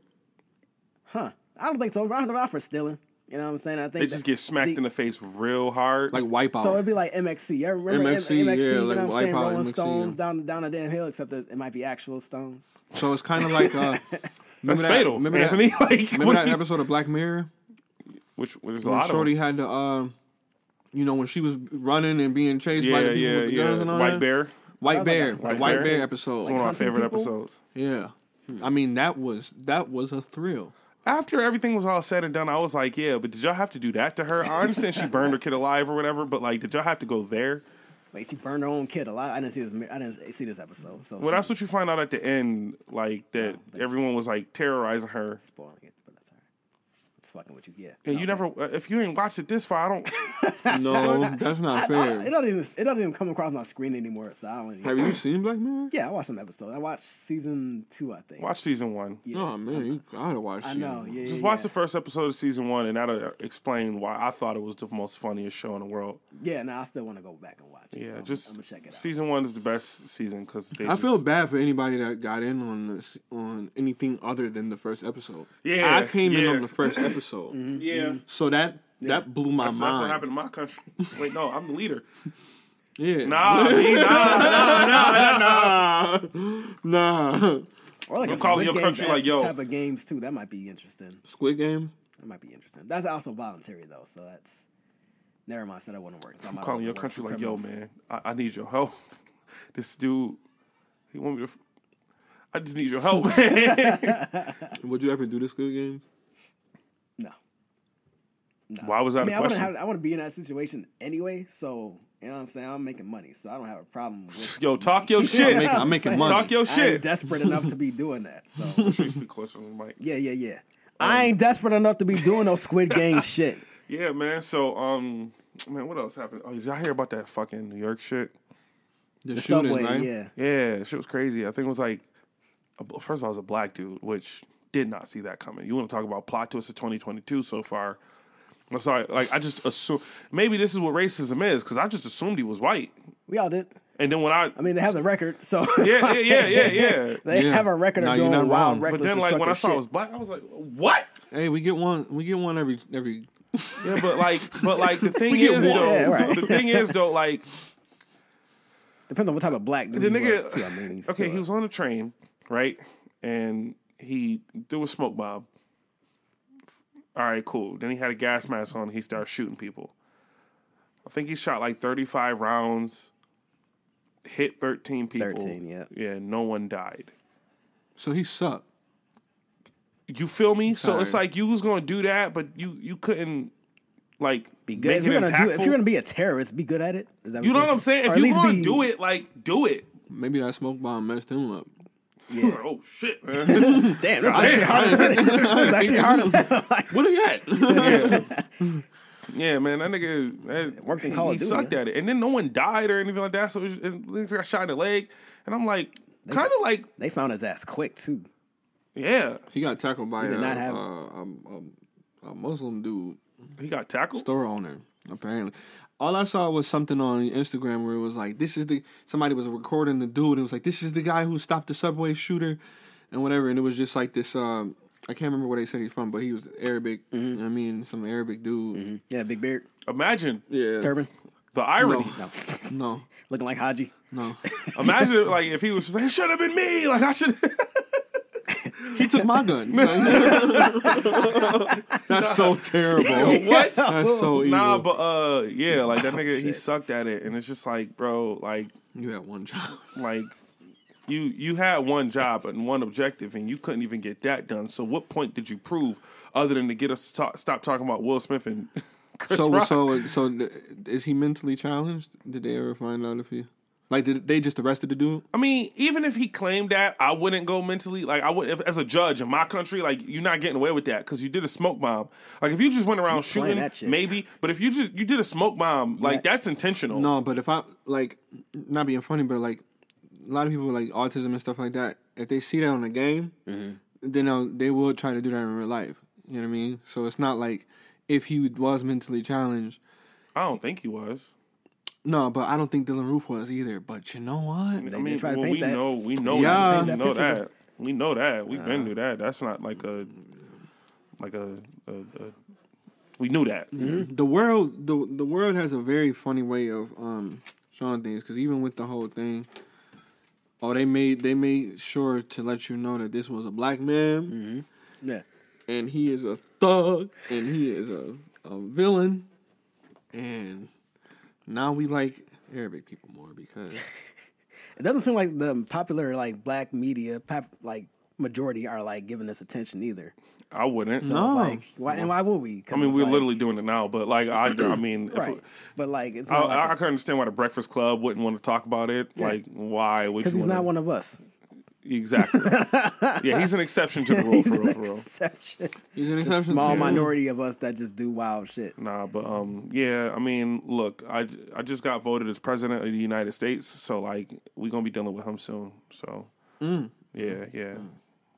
[SPEAKER 2] huh? I don't think so. Round it out for stealing. You know what I'm saying? I think
[SPEAKER 1] They just
[SPEAKER 2] that-
[SPEAKER 1] get smacked
[SPEAKER 2] the-
[SPEAKER 1] in the face real hard.
[SPEAKER 3] Like Wipeout.
[SPEAKER 2] So it'd be like MXC. Yeah, remember M-
[SPEAKER 3] MXC,
[SPEAKER 2] MXC?
[SPEAKER 3] yeah,
[SPEAKER 2] you know
[SPEAKER 3] like
[SPEAKER 2] what I'm saying?
[SPEAKER 3] Wipeout,
[SPEAKER 2] Rolling
[SPEAKER 3] MXC,
[SPEAKER 2] Stones
[SPEAKER 3] yeah.
[SPEAKER 2] down down a damn hill, except that it might be actual stones.
[SPEAKER 3] So it's kind of like uh,
[SPEAKER 1] That's
[SPEAKER 3] remember that-
[SPEAKER 1] fatal,
[SPEAKER 3] Remember
[SPEAKER 1] Anthony.
[SPEAKER 3] that?
[SPEAKER 1] like
[SPEAKER 3] Remember
[SPEAKER 1] what
[SPEAKER 3] that
[SPEAKER 1] you-
[SPEAKER 3] episode of Black Mirror?
[SPEAKER 1] which there's a
[SPEAKER 3] When
[SPEAKER 1] lot of
[SPEAKER 3] Shorty
[SPEAKER 1] them.
[SPEAKER 3] had to, uh, you know, when she was running and being chased
[SPEAKER 1] yeah
[SPEAKER 3] by the people
[SPEAKER 1] yeah
[SPEAKER 3] with the guns and
[SPEAKER 1] yeah.
[SPEAKER 3] all
[SPEAKER 1] White
[SPEAKER 3] that.
[SPEAKER 1] Bear.
[SPEAKER 3] White
[SPEAKER 2] That was like
[SPEAKER 3] Bear,
[SPEAKER 2] a-
[SPEAKER 3] the
[SPEAKER 1] White
[SPEAKER 3] White
[SPEAKER 1] Bear.
[SPEAKER 3] Bear
[SPEAKER 1] It's
[SPEAKER 3] episode.
[SPEAKER 1] one of my
[SPEAKER 2] hunting
[SPEAKER 1] favorite
[SPEAKER 2] people?
[SPEAKER 1] episodes.
[SPEAKER 3] yeah, I mean that was that was a thrill.
[SPEAKER 1] after everything was all said and done, I was like, yeah, but did y'all have to do that to her? I understand she burned her kid alive or whatever, but like, did y'all have to go there?
[SPEAKER 2] Wait, she burned her own kid alive. I didn't see this. I didn't see this episode. So
[SPEAKER 1] Well,
[SPEAKER 2] she-
[SPEAKER 1] that's what you find out at the end, like that
[SPEAKER 2] that's-
[SPEAKER 1] everyone was like terrorizing her.
[SPEAKER 2] spoiling it, but that's alright. It's fucking what you get.
[SPEAKER 1] Yeah, you never. uh, If you ain't watched it this far, I don't.
[SPEAKER 3] No, that's not
[SPEAKER 2] it
[SPEAKER 3] fair.
[SPEAKER 2] don't even it doesn't even come across my screen anymore. So I don't even,
[SPEAKER 3] Have you seen Black Mirror?
[SPEAKER 2] yeah, I watched some episodes. I watched season two, I think.
[SPEAKER 1] watch season one.
[SPEAKER 2] Yeah,
[SPEAKER 3] Oh man, you gotta watch.
[SPEAKER 2] I
[SPEAKER 3] it.
[SPEAKER 2] know. Yeah,
[SPEAKER 1] Just
[SPEAKER 2] yeah,
[SPEAKER 1] watch
[SPEAKER 2] yeah.
[SPEAKER 1] the first episode of season one, and that'll explain why I thought it was the most funniest show in the world.
[SPEAKER 2] Yeah, no, I still want to go back and watch it.
[SPEAKER 1] Yeah,
[SPEAKER 2] so
[SPEAKER 1] just
[SPEAKER 2] I'm gonna check it out.
[SPEAKER 1] season one is the best season because they.
[SPEAKER 3] I
[SPEAKER 1] just-
[SPEAKER 3] feel bad for anybody that got in on this on anything other than the first episode.
[SPEAKER 1] Yeah,
[SPEAKER 3] I came in
[SPEAKER 1] yeah.
[SPEAKER 3] on the first episode,
[SPEAKER 2] Mm-hmm.
[SPEAKER 1] Yeah,
[SPEAKER 3] so that that blew my
[SPEAKER 1] that's,
[SPEAKER 3] mind.
[SPEAKER 1] that's what happened in my country. Wait, no, I'm the leader.
[SPEAKER 3] Yeah,
[SPEAKER 1] Nah, me, nah, nah, nah.
[SPEAKER 3] nah, nah.
[SPEAKER 2] Or like
[SPEAKER 1] I'm calling
[SPEAKER 2] a Squid
[SPEAKER 1] your
[SPEAKER 2] Game
[SPEAKER 1] country like,
[SPEAKER 2] esque
[SPEAKER 1] yo.
[SPEAKER 2] type of games too. That might be interesting.
[SPEAKER 3] Squid Games.
[SPEAKER 2] That might be interesting. That's also voluntary though, so that's never mind. So that wouldn't work. I'm
[SPEAKER 1] calling your country like, yo, man, I, I need your help. This dude, he want me to. f- I just need your help, man.
[SPEAKER 3] Would you ever do the Squid Games?
[SPEAKER 2] No,
[SPEAKER 1] Why was
[SPEAKER 2] I
[SPEAKER 1] that
[SPEAKER 2] mean
[SPEAKER 1] a
[SPEAKER 2] I wouldn't
[SPEAKER 1] question?
[SPEAKER 2] have. I want to be in that situation anyway. So you know what I'm saying. I'm making money, so I don't have a problem with
[SPEAKER 1] Yo, talk your shit.
[SPEAKER 3] making- I'm making money.
[SPEAKER 1] Talk your
[SPEAKER 2] I ain't
[SPEAKER 1] shit.
[SPEAKER 2] desperate enough to be doing that. So
[SPEAKER 1] Sure, you speak closer to the mic.
[SPEAKER 2] yeah, yeah, yeah.
[SPEAKER 1] Um,
[SPEAKER 2] I ain't desperate enough to be doing no Squid Game shit.
[SPEAKER 1] Yeah, man. So, um, man, what else happened? Oh, did y'all hear about that fucking New York shit?
[SPEAKER 3] The,
[SPEAKER 2] The
[SPEAKER 3] shooting,
[SPEAKER 2] subway,
[SPEAKER 3] right?
[SPEAKER 2] yeah.
[SPEAKER 1] Yeah, shit was crazy. I think it was like, a bl- first of all, it was a black dude, which did not see that coming. You want to talk about plot twists of 2022 so far? I'm sorry. Like, I just assume maybe this is what racism is because I just assumed he was white.
[SPEAKER 2] We all did.
[SPEAKER 1] And then when I,
[SPEAKER 2] I mean, they have the record, so
[SPEAKER 1] yeah, yeah, yeah, yeah.
[SPEAKER 2] they
[SPEAKER 3] Yeah.
[SPEAKER 2] have a record of
[SPEAKER 3] Nah, you're
[SPEAKER 2] doing
[SPEAKER 3] not
[SPEAKER 2] wild,
[SPEAKER 3] wrong. But
[SPEAKER 1] but
[SPEAKER 2] reckless,
[SPEAKER 1] then like when I saw
[SPEAKER 2] shit.
[SPEAKER 1] it was black, I was like, what?
[SPEAKER 3] Hey, we get one. We get one every every.
[SPEAKER 1] Yeah, but like, but like the thing
[SPEAKER 3] get
[SPEAKER 1] is
[SPEAKER 3] one.
[SPEAKER 1] though,
[SPEAKER 2] Yeah, right.
[SPEAKER 1] the thing is though, like
[SPEAKER 2] depends on what type of black dude
[SPEAKER 1] the
[SPEAKER 2] he
[SPEAKER 1] nigga.
[SPEAKER 2] was. Too. I mean, he's
[SPEAKER 1] okay,
[SPEAKER 2] still-
[SPEAKER 1] he was on the train, right? And he threw a smoke bomb. All right, cool. Then he had a gas mask on. He started shooting people. I think he shot like thirty-five rounds, hit thirteen people.
[SPEAKER 2] 13, yeah.
[SPEAKER 1] yeah. No one died.
[SPEAKER 3] So he sucked.
[SPEAKER 1] You feel me? So it's
[SPEAKER 3] Sorry.
[SPEAKER 1] like you was gonna do that, but you you couldn't like be
[SPEAKER 2] good. If you're gonna do, if you're gonna be a terrorist, be good at it. Is that
[SPEAKER 1] you know what I'm saying? If you're gonna do it, like do it.
[SPEAKER 3] Maybe that smoke bomb messed him up.
[SPEAKER 1] oh shit, man.
[SPEAKER 2] damn, that's actually hard as That's actually hard as hell. Like,
[SPEAKER 1] what are you at? yeah. Yeah, man, that nigga is- that,
[SPEAKER 2] Worked in
[SPEAKER 1] he-
[SPEAKER 2] Call of
[SPEAKER 1] He
[SPEAKER 2] Duty,
[SPEAKER 1] sucked
[SPEAKER 2] yeah.
[SPEAKER 1] at it, and then no one died or anything like that. So it was, and niggas got shot in the leg, and I'm like, kind of like,
[SPEAKER 2] they found his ass quick too.
[SPEAKER 1] yeah,
[SPEAKER 3] He got tackled by a,
[SPEAKER 2] did not have-
[SPEAKER 3] a, a, a, a Muslim dude,
[SPEAKER 1] he got tackled.
[SPEAKER 3] store owner, apparently. All I saw was something on Instagram where it was like, "This is the somebody was recording the dude. And it was like, "This is the guy who stopped the subway shooter," and whatever. And it was just like this. Um, I can't remember where they said he's from, but he was Arabic.
[SPEAKER 1] Mm-hmm.
[SPEAKER 3] I mean, some Arabic dude.
[SPEAKER 2] Yeah, big beard,
[SPEAKER 1] Imagine
[SPEAKER 3] Yeah.
[SPEAKER 2] turban,
[SPEAKER 1] the irony.
[SPEAKER 3] No. No.
[SPEAKER 2] looking like Haji.
[SPEAKER 3] No.
[SPEAKER 1] Imagine like if he was just like, it should have been me. Like I should.
[SPEAKER 3] He took my gun. Like- That's so terrible.
[SPEAKER 1] What?
[SPEAKER 3] That's so evil.
[SPEAKER 1] Nah, but uh, yeah, like that nigga, he
[SPEAKER 2] shit.
[SPEAKER 1] sucked at it, and it's just like, bro, like,
[SPEAKER 3] you had one job.
[SPEAKER 1] like you you had one job and one objective, and you couldn't even get that done. So, what point did you prove other than to get us to talk, stop talking about Will Smith and Chris
[SPEAKER 3] So
[SPEAKER 1] Rock?
[SPEAKER 3] so so th- is he mentally challenged? Did they ever find out if he like did they just arrested the dude?
[SPEAKER 1] I mean, even if he claimed that, I wouldn't go mentally. Like, I would, if, as a judge in my country, like, you're not getting away with that because you did a smoke bomb. Like, if you just went around
[SPEAKER 2] playing
[SPEAKER 1] shooting,
[SPEAKER 2] that shit.
[SPEAKER 1] maybe, but if you just, you did a smoke bomb, like, that's intentional.
[SPEAKER 3] No, but if I like not being funny, but like a lot of people with, like autism and stuff like that, if they see that on a game,
[SPEAKER 1] Mm-hmm.
[SPEAKER 3] then they'll- they will try to do that in real life. You know what I mean? So it's not like if he was mentally challenged.
[SPEAKER 1] I don't think he was.
[SPEAKER 3] No, but I don't think Dylan Roof was either. But you know what?
[SPEAKER 1] I
[SPEAKER 2] did
[SPEAKER 1] mean,
[SPEAKER 2] try to
[SPEAKER 1] well,
[SPEAKER 2] paint
[SPEAKER 1] we
[SPEAKER 2] that.
[SPEAKER 1] know, we know,
[SPEAKER 3] Yeah.
[SPEAKER 1] we
[SPEAKER 3] Paint
[SPEAKER 2] that
[SPEAKER 1] know
[SPEAKER 2] picture.
[SPEAKER 1] that. We know that. We've been through that. That's not like a, like a, a, a we knew that.
[SPEAKER 2] Mm-hmm.
[SPEAKER 3] the world the the world has a very funny way of um showing things because even with the whole thing oh they made they made sure to let you know that this was a black man
[SPEAKER 2] Mm-hmm. Yeah.
[SPEAKER 3] and he is a thug and he is a, a villain and now we like arabic people more because
[SPEAKER 2] It doesn't seem like the popular like black media pop like majority are like giving this attention either.
[SPEAKER 1] I wouldn't.
[SPEAKER 2] So
[SPEAKER 3] No.
[SPEAKER 2] it's like why and why would we? 'Cause
[SPEAKER 1] Oh. I mean,
[SPEAKER 2] it's
[SPEAKER 1] we're
[SPEAKER 2] like-
[SPEAKER 1] literally doing it now, but like, I, I mean, if-
[SPEAKER 2] right. But like it's
[SPEAKER 1] I,
[SPEAKER 2] not
[SPEAKER 1] I, I can understand why the Breakfast Club wouldn't want to talk about it. Like, why would you?
[SPEAKER 2] because he's
[SPEAKER 1] wanna-
[SPEAKER 2] not one of us.
[SPEAKER 1] Exactly. yeah, he's an exception to the rule for real, for real.
[SPEAKER 2] Exception.
[SPEAKER 3] he's an
[SPEAKER 2] The
[SPEAKER 3] exception
[SPEAKER 2] small
[SPEAKER 3] to-
[SPEAKER 2] minority of us that just do wild shit.
[SPEAKER 1] Nah, but um, yeah. I mean, look, I, j- I just got voted as president of the United States, so like we gonna be dealing with him soon. So yeah, yeah.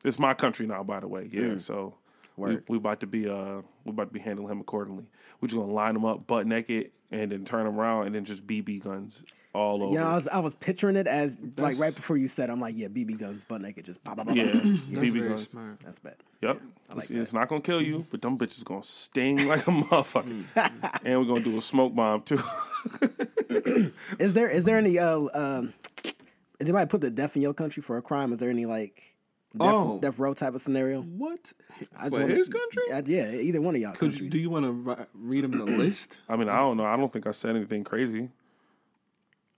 [SPEAKER 1] It's my country now, by the way. Yeah, so we,
[SPEAKER 2] Word.
[SPEAKER 1] we about to be uh we about to be handling him accordingly. We just gonna line him up butt naked and then turn him around and then just BB guns all over.
[SPEAKER 2] You know, I was I was picturing it as like right
[SPEAKER 3] That's-
[SPEAKER 2] before you said, I'm like, yeah, BB guns, butt naked, just pop, pop, pop.
[SPEAKER 1] yeah,
[SPEAKER 2] pop.
[SPEAKER 3] That's
[SPEAKER 1] BB
[SPEAKER 3] very
[SPEAKER 1] guns.
[SPEAKER 3] smart.
[SPEAKER 2] That's bad.
[SPEAKER 1] Yep.
[SPEAKER 2] like
[SPEAKER 1] it's, it's not gonna kill you, but them bitches gonna sting like a motherfucker. and we're gonna do a smoke bomb too.
[SPEAKER 2] Is there is there any uh um? Did anybody put the death in your country for a crime? Is there any like death,
[SPEAKER 3] Oh.
[SPEAKER 2] death row type of scenario?
[SPEAKER 3] what
[SPEAKER 2] I just
[SPEAKER 3] for
[SPEAKER 2] wanna-
[SPEAKER 3] his country
[SPEAKER 2] I- yeah, either one of y'all
[SPEAKER 3] could you,
[SPEAKER 2] countries.
[SPEAKER 3] do you want to ri- read him the list
[SPEAKER 1] I mean, I don't know. I don't think I said anything crazy.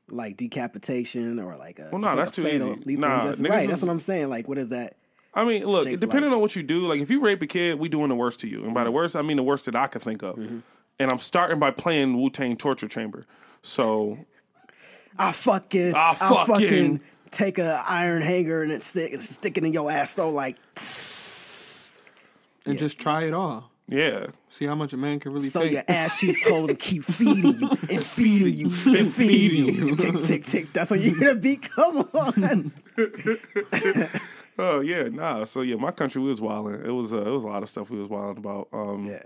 [SPEAKER 2] like decapitation or like a.
[SPEAKER 1] Well, nah,
[SPEAKER 2] it's like
[SPEAKER 1] that's
[SPEAKER 2] a
[SPEAKER 1] too
[SPEAKER 2] fatal
[SPEAKER 1] easy.
[SPEAKER 2] lethal
[SPEAKER 1] Nah,
[SPEAKER 2] injustice.
[SPEAKER 1] niggas
[SPEAKER 2] right,
[SPEAKER 1] was-
[SPEAKER 2] that's what I'm saying. Like, what is that?
[SPEAKER 1] I mean, look,
[SPEAKER 2] Shaped
[SPEAKER 1] depending
[SPEAKER 2] like- Mm-hmm.
[SPEAKER 1] on what you do, like if you rape a kid, we doing the worst to you. And by the worst, I mean the worst that I could think of. And I'm starting by playing Wu Tang Torture Chamber. So
[SPEAKER 2] I fucking,
[SPEAKER 1] I
[SPEAKER 2] I fucking,
[SPEAKER 1] fucking-
[SPEAKER 2] take a iron hanger and it stick, stick it in your ass. So like,
[SPEAKER 3] and just try it all
[SPEAKER 1] yeah,
[SPEAKER 3] see how much a man can really
[SPEAKER 2] so
[SPEAKER 3] take
[SPEAKER 2] your ass cheeks closed and keep feeding you and feeding you and feeding you. tick tick tick. That's what you hear the beat. Come on.
[SPEAKER 1] oh yeah, nah. So yeah, my country we was wilding. It was uh, it was a lot of stuff we was wilding about. Um,
[SPEAKER 2] Yeah.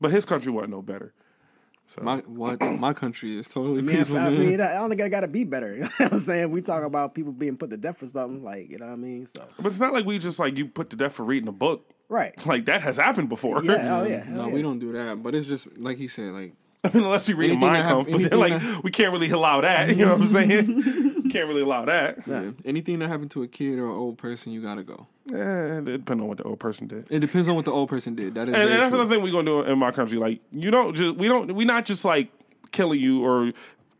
[SPEAKER 1] but his country wasn't no better.
[SPEAKER 3] my what my country is totally
[SPEAKER 2] Man,
[SPEAKER 3] peaceful,
[SPEAKER 2] I
[SPEAKER 3] man.
[SPEAKER 2] mean, I don't think I gotta be better. You know what I'm saying? We talk about people being put to death for something, like, you know what I mean? So
[SPEAKER 1] But it's not like we just like you put to death for reading a book.
[SPEAKER 2] Right.
[SPEAKER 1] Like that has happened before.
[SPEAKER 2] Yeah, oh yeah. hell
[SPEAKER 3] no,
[SPEAKER 2] yeah.
[SPEAKER 3] we don't do that. But it's just like he said, like
[SPEAKER 1] I mean, unless you read
[SPEAKER 3] Anything
[SPEAKER 1] Mein
[SPEAKER 3] that hap-
[SPEAKER 1] Kampf, but then,
[SPEAKER 3] anything
[SPEAKER 1] like,
[SPEAKER 3] that-
[SPEAKER 1] we can't really allow that. You know what I'm saying? can't really allow that. Eh,
[SPEAKER 3] yeah, anything that happened to a kid or an old person, you gotta go.
[SPEAKER 1] Eh, it depends on what the old person did.
[SPEAKER 3] It depends on what the old person did. That
[SPEAKER 1] And,
[SPEAKER 3] is very
[SPEAKER 1] and that's
[SPEAKER 3] true.
[SPEAKER 1] another thing we're gonna do in my country. Like, you don't just we don't we not just like killing you or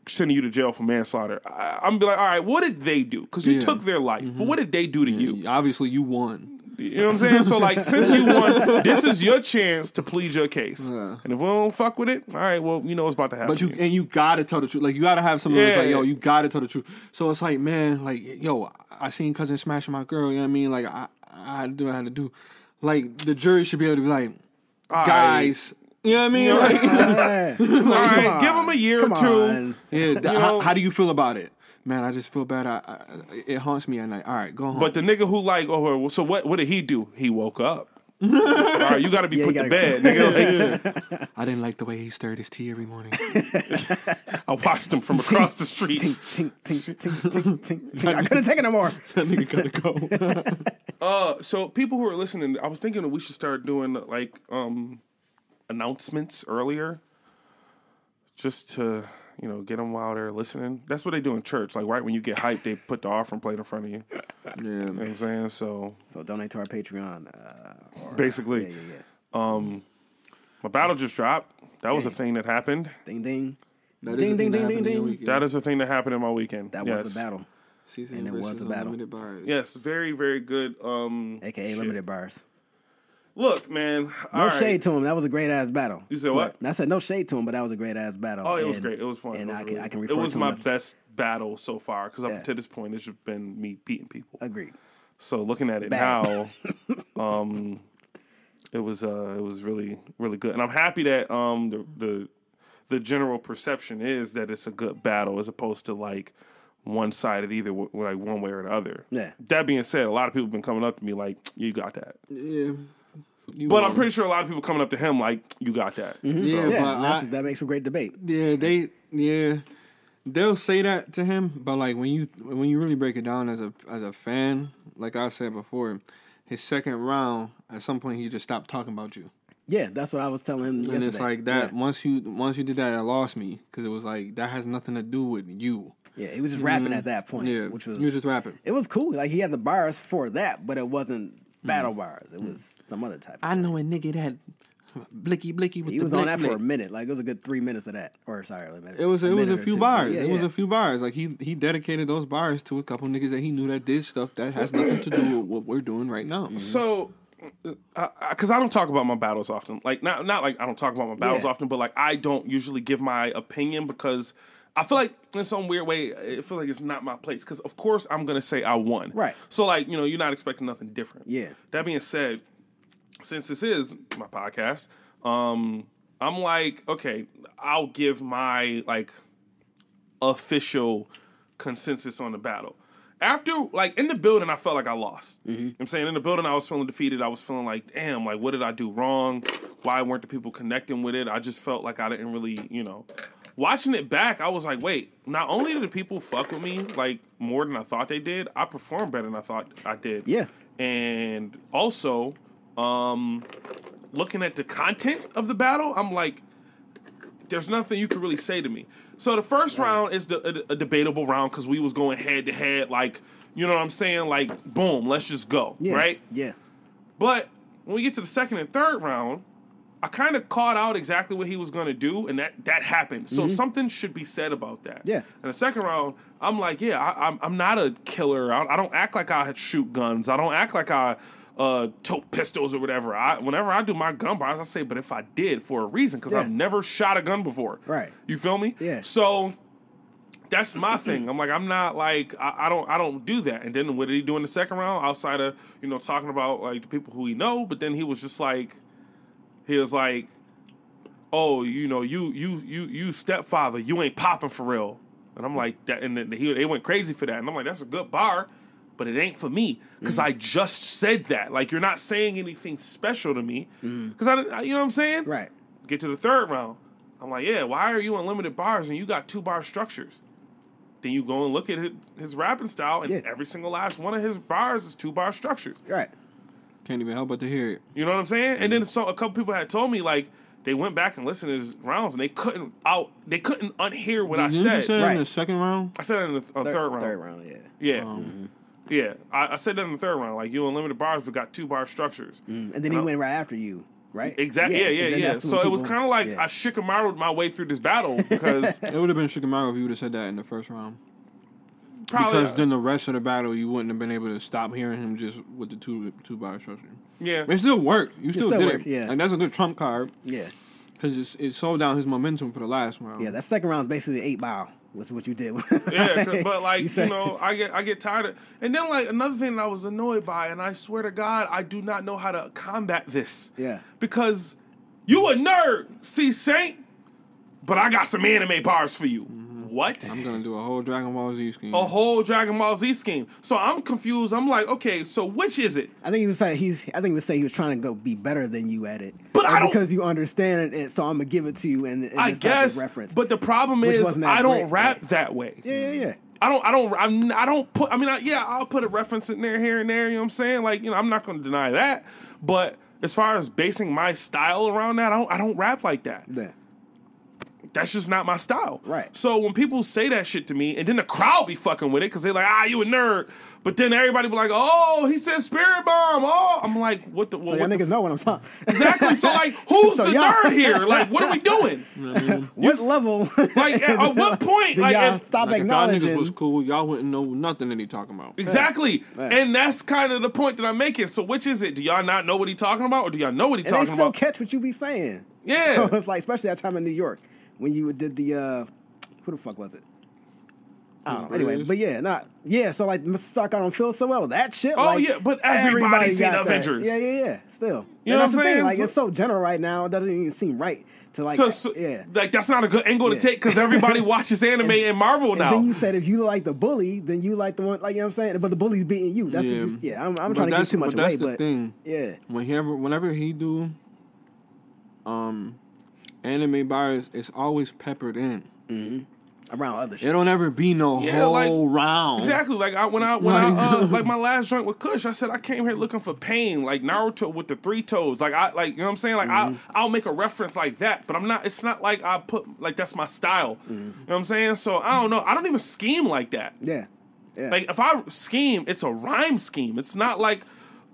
[SPEAKER 1] sending you to jail for manslaughter. I, I'm gonna be like, all right, what did they do? Because you
[SPEAKER 3] Yeah.
[SPEAKER 1] took their life.
[SPEAKER 2] Mm-hmm.
[SPEAKER 1] But what did they do to you?
[SPEAKER 3] Obviously, you won.
[SPEAKER 1] You know what I'm saying? So like, since you won, this is your chance to plead your case. And if we don't fuck with it, all right, well, you know what's about to happen.
[SPEAKER 3] But you
[SPEAKER 1] to
[SPEAKER 3] and you gotta tell the truth. Like you gotta have someone that's
[SPEAKER 1] Yeah,
[SPEAKER 3] like, yo,
[SPEAKER 1] yeah.
[SPEAKER 3] you gotta tell the truth. So it's like, man, like, yo, I seen cousin smashing my girl. You know what I mean? Like, I, I had to do what I had to do. Like the jury should be able to be like,
[SPEAKER 1] All right.
[SPEAKER 3] guys, you know what I mean? Like,
[SPEAKER 2] Yeah.
[SPEAKER 1] All right,
[SPEAKER 2] Come
[SPEAKER 1] give them a
[SPEAKER 2] on.
[SPEAKER 1] year or
[SPEAKER 2] Come
[SPEAKER 1] two.
[SPEAKER 2] on.
[SPEAKER 3] yeah, th-
[SPEAKER 1] know-
[SPEAKER 3] how, how do you feel about it? Man, I just feel bad. I, I, it haunts me at night. All right, go home.
[SPEAKER 1] But the nigga who like, oh, well, so what? What did he do? He woke up. All right, you got to be
[SPEAKER 2] Yeah,
[SPEAKER 1] put
[SPEAKER 2] you
[SPEAKER 1] to
[SPEAKER 2] gotta
[SPEAKER 1] bed, nigga. Like,
[SPEAKER 3] I didn't like the way he stirred his tea every morning.
[SPEAKER 1] I watched him from across the street.
[SPEAKER 2] Tink, tink, tink, tink, tink, tink, tink. I couldn't take it no more.
[SPEAKER 3] that nigga gotta go.
[SPEAKER 1] Uh, so people who are listening, I was thinking that we should start doing like um announcements earlier. just to you know get them while they're listening. That's what they do in church. Like right when you get hyped, they put the offering plate in front of you. You know
[SPEAKER 3] Yeah.
[SPEAKER 1] what I'm saying? So
[SPEAKER 2] So donate to our Patreon. Uh, or-
[SPEAKER 1] Basically.
[SPEAKER 2] yeah, yeah, yeah.
[SPEAKER 1] my battle just dropped. That was a
[SPEAKER 2] Dang.
[SPEAKER 1] thing that happened.
[SPEAKER 2] Ding ding.
[SPEAKER 3] That
[SPEAKER 2] Ding, ding,
[SPEAKER 3] is the thing that
[SPEAKER 2] ding,
[SPEAKER 3] happened
[SPEAKER 2] ding,
[SPEAKER 3] in your
[SPEAKER 2] ding.
[SPEAKER 3] weekend.
[SPEAKER 1] That is a thing that happened in my weekend.
[SPEAKER 2] That
[SPEAKER 1] yes.
[SPEAKER 2] was a battle,
[SPEAKER 3] Season
[SPEAKER 2] and it was
[SPEAKER 3] versus
[SPEAKER 2] a battle.
[SPEAKER 3] Unlimited Bars.
[SPEAKER 1] Yes, very very good. Um,
[SPEAKER 2] aka limited bars.
[SPEAKER 1] look, man.
[SPEAKER 2] No shade to him. That was a great ass battle.
[SPEAKER 1] You said
[SPEAKER 2] But-
[SPEAKER 1] what?
[SPEAKER 2] I said no shade to him, but that was a great ass battle.
[SPEAKER 1] Oh, it was
[SPEAKER 2] And-
[SPEAKER 1] great. It was fun.
[SPEAKER 2] And
[SPEAKER 1] it was
[SPEAKER 2] I can
[SPEAKER 1] really
[SPEAKER 2] I can
[SPEAKER 1] good.
[SPEAKER 2] refer
[SPEAKER 1] It was
[SPEAKER 2] to
[SPEAKER 1] my
[SPEAKER 2] him as-
[SPEAKER 1] best battle so far because
[SPEAKER 2] Yeah.
[SPEAKER 1] up to this point, it's just been me beating people.
[SPEAKER 2] Agreed.
[SPEAKER 1] So looking at it
[SPEAKER 2] Bad.
[SPEAKER 1] now, um, it was uh, it was really really good, and I'm happy that um the the the general perception is that it's a good battle as opposed to like one sided either w- like one way or the other.
[SPEAKER 2] Yeah.
[SPEAKER 1] That being said, a lot of people have been coming up to me like you got that,
[SPEAKER 3] Yeah. You
[SPEAKER 1] but I'm
[SPEAKER 3] won.
[SPEAKER 1] pretty sure a lot of people coming up to him like you got that.
[SPEAKER 3] Yeah,
[SPEAKER 1] So,
[SPEAKER 2] Mm. Mm-hmm. Yeah,
[SPEAKER 3] but
[SPEAKER 2] that's-
[SPEAKER 3] I-
[SPEAKER 2] that makes for great debate.
[SPEAKER 3] Yeah, they yeah. They'll say that to him, but like when you when you really break it down as a as a fan, like I said before, his second round, at some point he just stopped talking about you.
[SPEAKER 2] Yeah, that's what I was telling him.
[SPEAKER 3] And it's like that once you once you did that, it lost me because it was like that has nothing to do with you.
[SPEAKER 2] Yeah, he was just rapping at that point,
[SPEAKER 3] Yeah,
[SPEAKER 2] which was
[SPEAKER 3] you just rapping.
[SPEAKER 2] it was cool. Like he had the bars for that, but it wasn't battle bars. It was some other type.
[SPEAKER 3] Mm-hmm. I know a nigga that blicky blicky with
[SPEAKER 2] he
[SPEAKER 3] the
[SPEAKER 2] was on
[SPEAKER 3] black
[SPEAKER 2] that for a
[SPEAKER 3] blick.
[SPEAKER 2] minute. Like it was a good three minutes of that, or sorry, like, maybe
[SPEAKER 3] It was it was a
[SPEAKER 2] minute or
[SPEAKER 3] few
[SPEAKER 2] two.
[SPEAKER 3] bars.
[SPEAKER 2] Yeah,
[SPEAKER 3] it was
[SPEAKER 2] yeah.
[SPEAKER 3] a few bars. Like he he dedicated those bars to a couple niggas that he knew that did stuff that has nothing to do with what we're doing right now.
[SPEAKER 2] Mm-hmm.
[SPEAKER 1] So, because I, 'cause I don't talk about my battles often. Like not not like I don't talk about my battles
[SPEAKER 2] Yeah.
[SPEAKER 1] often, but like I don't usually give my opinion because I feel like in some weird way I feel like it's not my place. Because of course I'm gonna say I won.
[SPEAKER 2] Right.
[SPEAKER 1] So like you know you're not expecting nothing different.
[SPEAKER 2] Yeah.
[SPEAKER 1] That being said, since this is my podcast, um, I'm like okay, I'll give my like official consensus on the battle. After, like, in the building, I felt like I lost. You know what I'm saying in the building, I was feeling defeated. I was feeling like, damn, like, what did I do wrong? Why weren't the people connecting with it? I just felt like I didn't really, you know. Watching it back, I was like, wait, not only did the people fuck with me, like, more than I thought they did, I performed better than I thought I did.
[SPEAKER 2] Yeah.
[SPEAKER 1] And also, um, looking at the content of the battle, I'm like, there's nothing you can really say to me. So the first round is the, a, a debatable round because we was going head to head, like you know what I'm saying, like boom, let's just go,
[SPEAKER 2] Yeah,
[SPEAKER 1] right?
[SPEAKER 2] Yeah,
[SPEAKER 1] But when we get to the second and third round, I kind of called out exactly what he was going to do, and that that happened. So something should be said about that.
[SPEAKER 2] Mm-hmm. Yeah.
[SPEAKER 1] In the second round, I'm like, yeah, I, I'm I'm not a killer. I, I don't act like I shoot guns. I don't act like I uh tote pistols or whatever. I whenever I do my gun bars, I say, but if I did for a reason, because I've
[SPEAKER 2] Yeah.
[SPEAKER 1] never shot a gun before.
[SPEAKER 2] Right.
[SPEAKER 1] You feel me?
[SPEAKER 2] Yeah.
[SPEAKER 1] So that's my thing. I'm like, I'm not like I, I don't I don't do that. And then what did he do in the second round? Outside of you know talking about like the people who he know, but then he was just like, he was like, oh, you know, you you you you stepfather, you ain't popping for real. And I'm like that, and then he they went crazy for that. And I'm like, that's a good bar, but it ain't for me because I just said that. Like you're not saying anything special to me because I, didn't- you know what I'm saying,
[SPEAKER 2] right.
[SPEAKER 1] Get to the third round. I'm like, yeah, why are you unlimited bars and you got two bar structures? Then you go and look at his, his rapping style, and
[SPEAKER 2] Yeah.
[SPEAKER 1] every single last one of his bars is two bar structures.
[SPEAKER 2] Right.
[SPEAKER 3] Can't even help but to hear it.
[SPEAKER 1] You know what I'm saying? And then so a couple people had told me like they went back and listened to his rounds and they couldn't out they couldn't unhear what I
[SPEAKER 3] Didn't you
[SPEAKER 1] said.
[SPEAKER 3] say that in the
[SPEAKER 2] right.
[SPEAKER 3] second round?
[SPEAKER 1] I said that in the th- uh, third round. Mm-hmm.
[SPEAKER 2] Third round. Yeah.
[SPEAKER 1] Yeah. Yeah, I, I said that in the third round. Like you unlimited bars, but got two bar structures.
[SPEAKER 2] And then he went right after you, right?
[SPEAKER 1] Exactly. Yeah, yeah,
[SPEAKER 2] Mm.
[SPEAKER 1] yeah.
[SPEAKER 2] and then that's when
[SPEAKER 1] So it
[SPEAKER 2] people-
[SPEAKER 1] was kind of like
[SPEAKER 2] yeah.
[SPEAKER 1] I shikamarred my way through this battle because
[SPEAKER 3] It would have been Shikamaru if you would have said that in the first round.
[SPEAKER 1] probably
[SPEAKER 3] because then the rest of the battle, you wouldn't have been able to stop hearing him just with the two two bar structure.
[SPEAKER 1] yeah.
[SPEAKER 3] But it still worked. You still,
[SPEAKER 2] still
[SPEAKER 3] did
[SPEAKER 2] worked,
[SPEAKER 3] it.
[SPEAKER 2] yeah.
[SPEAKER 3] Like that's a good trump card
[SPEAKER 2] yeah,
[SPEAKER 3] because it it slowed down his momentum for the last round.
[SPEAKER 2] yeah. That second round is basically eight mile. Was what you did.
[SPEAKER 1] Yeah, 'cause- but like you,
[SPEAKER 2] said-
[SPEAKER 1] know, I get I get tired of. And then like another thing that I was annoyed by, and I swear to God, I do not know how to combat this.
[SPEAKER 2] Yeah.
[SPEAKER 1] because you a nerd, see Saint, but I got some anime bars for you. What?
[SPEAKER 3] I'm gonna do a whole Dragon Ball Z scheme.
[SPEAKER 1] A whole Dragon Ball Z scheme. So I'm confused. I'm like, okay, so which is it?
[SPEAKER 2] I think he was saying he's. I think he was saying he was trying to go be better than you at it,
[SPEAKER 1] But
[SPEAKER 2] And
[SPEAKER 1] I don't-
[SPEAKER 2] because you understand it, so I'm gonna give it to you and
[SPEAKER 1] I guess.
[SPEAKER 2] reference.
[SPEAKER 1] But the problem
[SPEAKER 2] Which
[SPEAKER 1] is,
[SPEAKER 2] wasn't that
[SPEAKER 1] I don't
[SPEAKER 2] great.
[SPEAKER 1] rap that way.
[SPEAKER 2] yeah, yeah, yeah.
[SPEAKER 1] I don't, I don't, I'm, I don't put. I mean, I, yeah, I'll put a reference in there, here and there. You know what I'm saying? Like, you know, I'm not going to deny that. But as far as basing my style around that, I don't, I don't rap like that.
[SPEAKER 2] yeah.
[SPEAKER 1] That's just not my style.
[SPEAKER 2] Right.
[SPEAKER 1] So when people say that shit to me, and then the crowd be fucking with it because they're like, ah, you a nerd. But then everybody be like, oh, he said spirit bomb. Oh, I'm like, what the?
[SPEAKER 2] So
[SPEAKER 1] what
[SPEAKER 2] y'all
[SPEAKER 1] the
[SPEAKER 2] niggas
[SPEAKER 1] f-
[SPEAKER 2] know what I'm talking.
[SPEAKER 1] exactly. So like, who's
[SPEAKER 2] So
[SPEAKER 1] the
[SPEAKER 2] y'all-
[SPEAKER 1] nerd here? Like, what are we doing?
[SPEAKER 2] what level?
[SPEAKER 1] Like, at, at what point?
[SPEAKER 2] do
[SPEAKER 1] Like,
[SPEAKER 2] y'all
[SPEAKER 1] at-
[SPEAKER 2] stop
[SPEAKER 3] Like if y'all niggas
[SPEAKER 2] acknowledging.
[SPEAKER 3] was cool, y'all wouldn't know nothing that he talking about.
[SPEAKER 1] Exactly.
[SPEAKER 2] Right.
[SPEAKER 1] And that's kind of the point that I'm making. So which is it? Do y'all not know what he talking about or do y'all know what he
[SPEAKER 2] and they
[SPEAKER 1] talking
[SPEAKER 2] still
[SPEAKER 1] about?
[SPEAKER 2] catch what you be saying.
[SPEAKER 1] Yeah.
[SPEAKER 2] So it's like, especially that time in New York when you did the uh, who the fuck was it?
[SPEAKER 1] Oh,
[SPEAKER 2] I don't know. Anyway,
[SPEAKER 3] Avengers?
[SPEAKER 2] but yeah, not yeah. So like, Mr. Stark, I don't feel so well. That shit.
[SPEAKER 1] Oh,
[SPEAKER 2] like,
[SPEAKER 1] yeah, but everybody seen
[SPEAKER 2] got that.
[SPEAKER 1] Avengers.
[SPEAKER 2] Yeah, yeah, yeah. Still,
[SPEAKER 1] You know
[SPEAKER 2] And that's
[SPEAKER 1] what I'm
[SPEAKER 2] the
[SPEAKER 1] saying?
[SPEAKER 2] Thing. Like,
[SPEAKER 1] So-
[SPEAKER 2] it's so general right now. It doesn't even seem right to like,
[SPEAKER 1] To s-
[SPEAKER 2] yeah.
[SPEAKER 1] Like that's not a good angle to
[SPEAKER 2] Yeah.
[SPEAKER 1] take because everybody watches anime and, Marvel
[SPEAKER 2] And
[SPEAKER 1] now.
[SPEAKER 2] then you said if you like the bully, then you like the one, like you know what I'm saying. But the bully's beating you. That's
[SPEAKER 3] Yeah.
[SPEAKER 2] what you. Yeah, I'm, I'm trying
[SPEAKER 3] But
[SPEAKER 2] to give
[SPEAKER 3] that's-
[SPEAKER 2] too much
[SPEAKER 3] but that's
[SPEAKER 2] away,
[SPEAKER 3] the
[SPEAKER 2] but
[SPEAKER 3] thing.
[SPEAKER 2] yeah,
[SPEAKER 3] Whenever, whenever he do, um, anime bars, it's always peppered in.
[SPEAKER 2] around other shit.
[SPEAKER 3] It don't ever be no
[SPEAKER 1] Yeah,
[SPEAKER 3] whole
[SPEAKER 1] like-
[SPEAKER 2] oh.
[SPEAKER 3] round.
[SPEAKER 1] Exactly. Like I when I when
[SPEAKER 3] Like-
[SPEAKER 1] I uh, like my last joint with Kush, I said I came here looking for pain, like Naruto with the three toes. Like I like you know what I'm saying. Like
[SPEAKER 2] Mm-hmm.
[SPEAKER 1] I I'll make a reference like that, but I'm not. It's not like I put like that's my style.
[SPEAKER 2] Mm-hmm.
[SPEAKER 1] You know what I'm saying. So I don't know. I don't even scheme like that.
[SPEAKER 2] Yeah, yeah.
[SPEAKER 1] Like if I scheme, it's a rhyme scheme. It's not like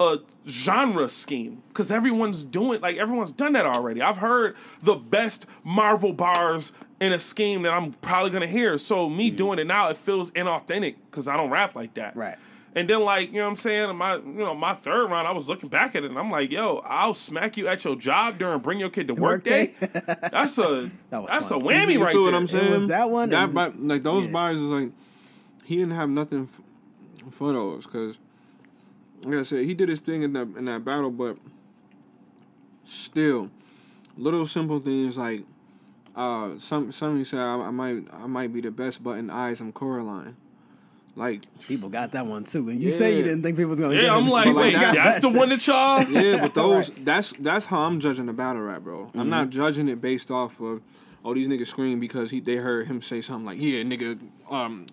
[SPEAKER 1] a genre scheme because everyone's doing like everyone's done that already. I've heard the best Marvel bars in a scheme that I'm probably gonna hear. So me doing it now, it feels inauthentic because I don't rap like that.
[SPEAKER 2] Mm. Right.
[SPEAKER 1] And then like you know what I'm saying, my you know my third round, I was looking back at it and I'm like, yo, I'll smack you at your job during bring your kid to work,
[SPEAKER 2] Work
[SPEAKER 1] day.
[SPEAKER 2] day?
[SPEAKER 1] That's a
[SPEAKER 2] That was
[SPEAKER 1] that's
[SPEAKER 2] fun.
[SPEAKER 1] a whammy
[SPEAKER 3] You
[SPEAKER 1] right
[SPEAKER 3] feel
[SPEAKER 1] there.
[SPEAKER 3] what I'm saying?
[SPEAKER 2] was that one
[SPEAKER 3] That
[SPEAKER 2] and-
[SPEAKER 3] bi- like those
[SPEAKER 2] yeah.
[SPEAKER 3] bars is like he didn't have nothing f- for those because, like I said, he did his thing in that in that battle, but still, little simple things like uh some somebody said I, I might I might be the best, but in eyes I'm Coraline. Like
[SPEAKER 2] people got that one too, and you say you
[SPEAKER 3] Yeah.
[SPEAKER 2] didn't think people was gonna. get
[SPEAKER 1] Yeah, I'm
[SPEAKER 2] it.
[SPEAKER 1] like,
[SPEAKER 3] But like
[SPEAKER 1] wait,
[SPEAKER 3] that-
[SPEAKER 1] that's the one that y'all.
[SPEAKER 3] yeah, but those that's that's how I'm judging the battle rap, bro. I'm not
[SPEAKER 1] Mm-hmm.
[SPEAKER 3] judging it based off of oh these niggas scream because he they heard him say something like yeah nigga um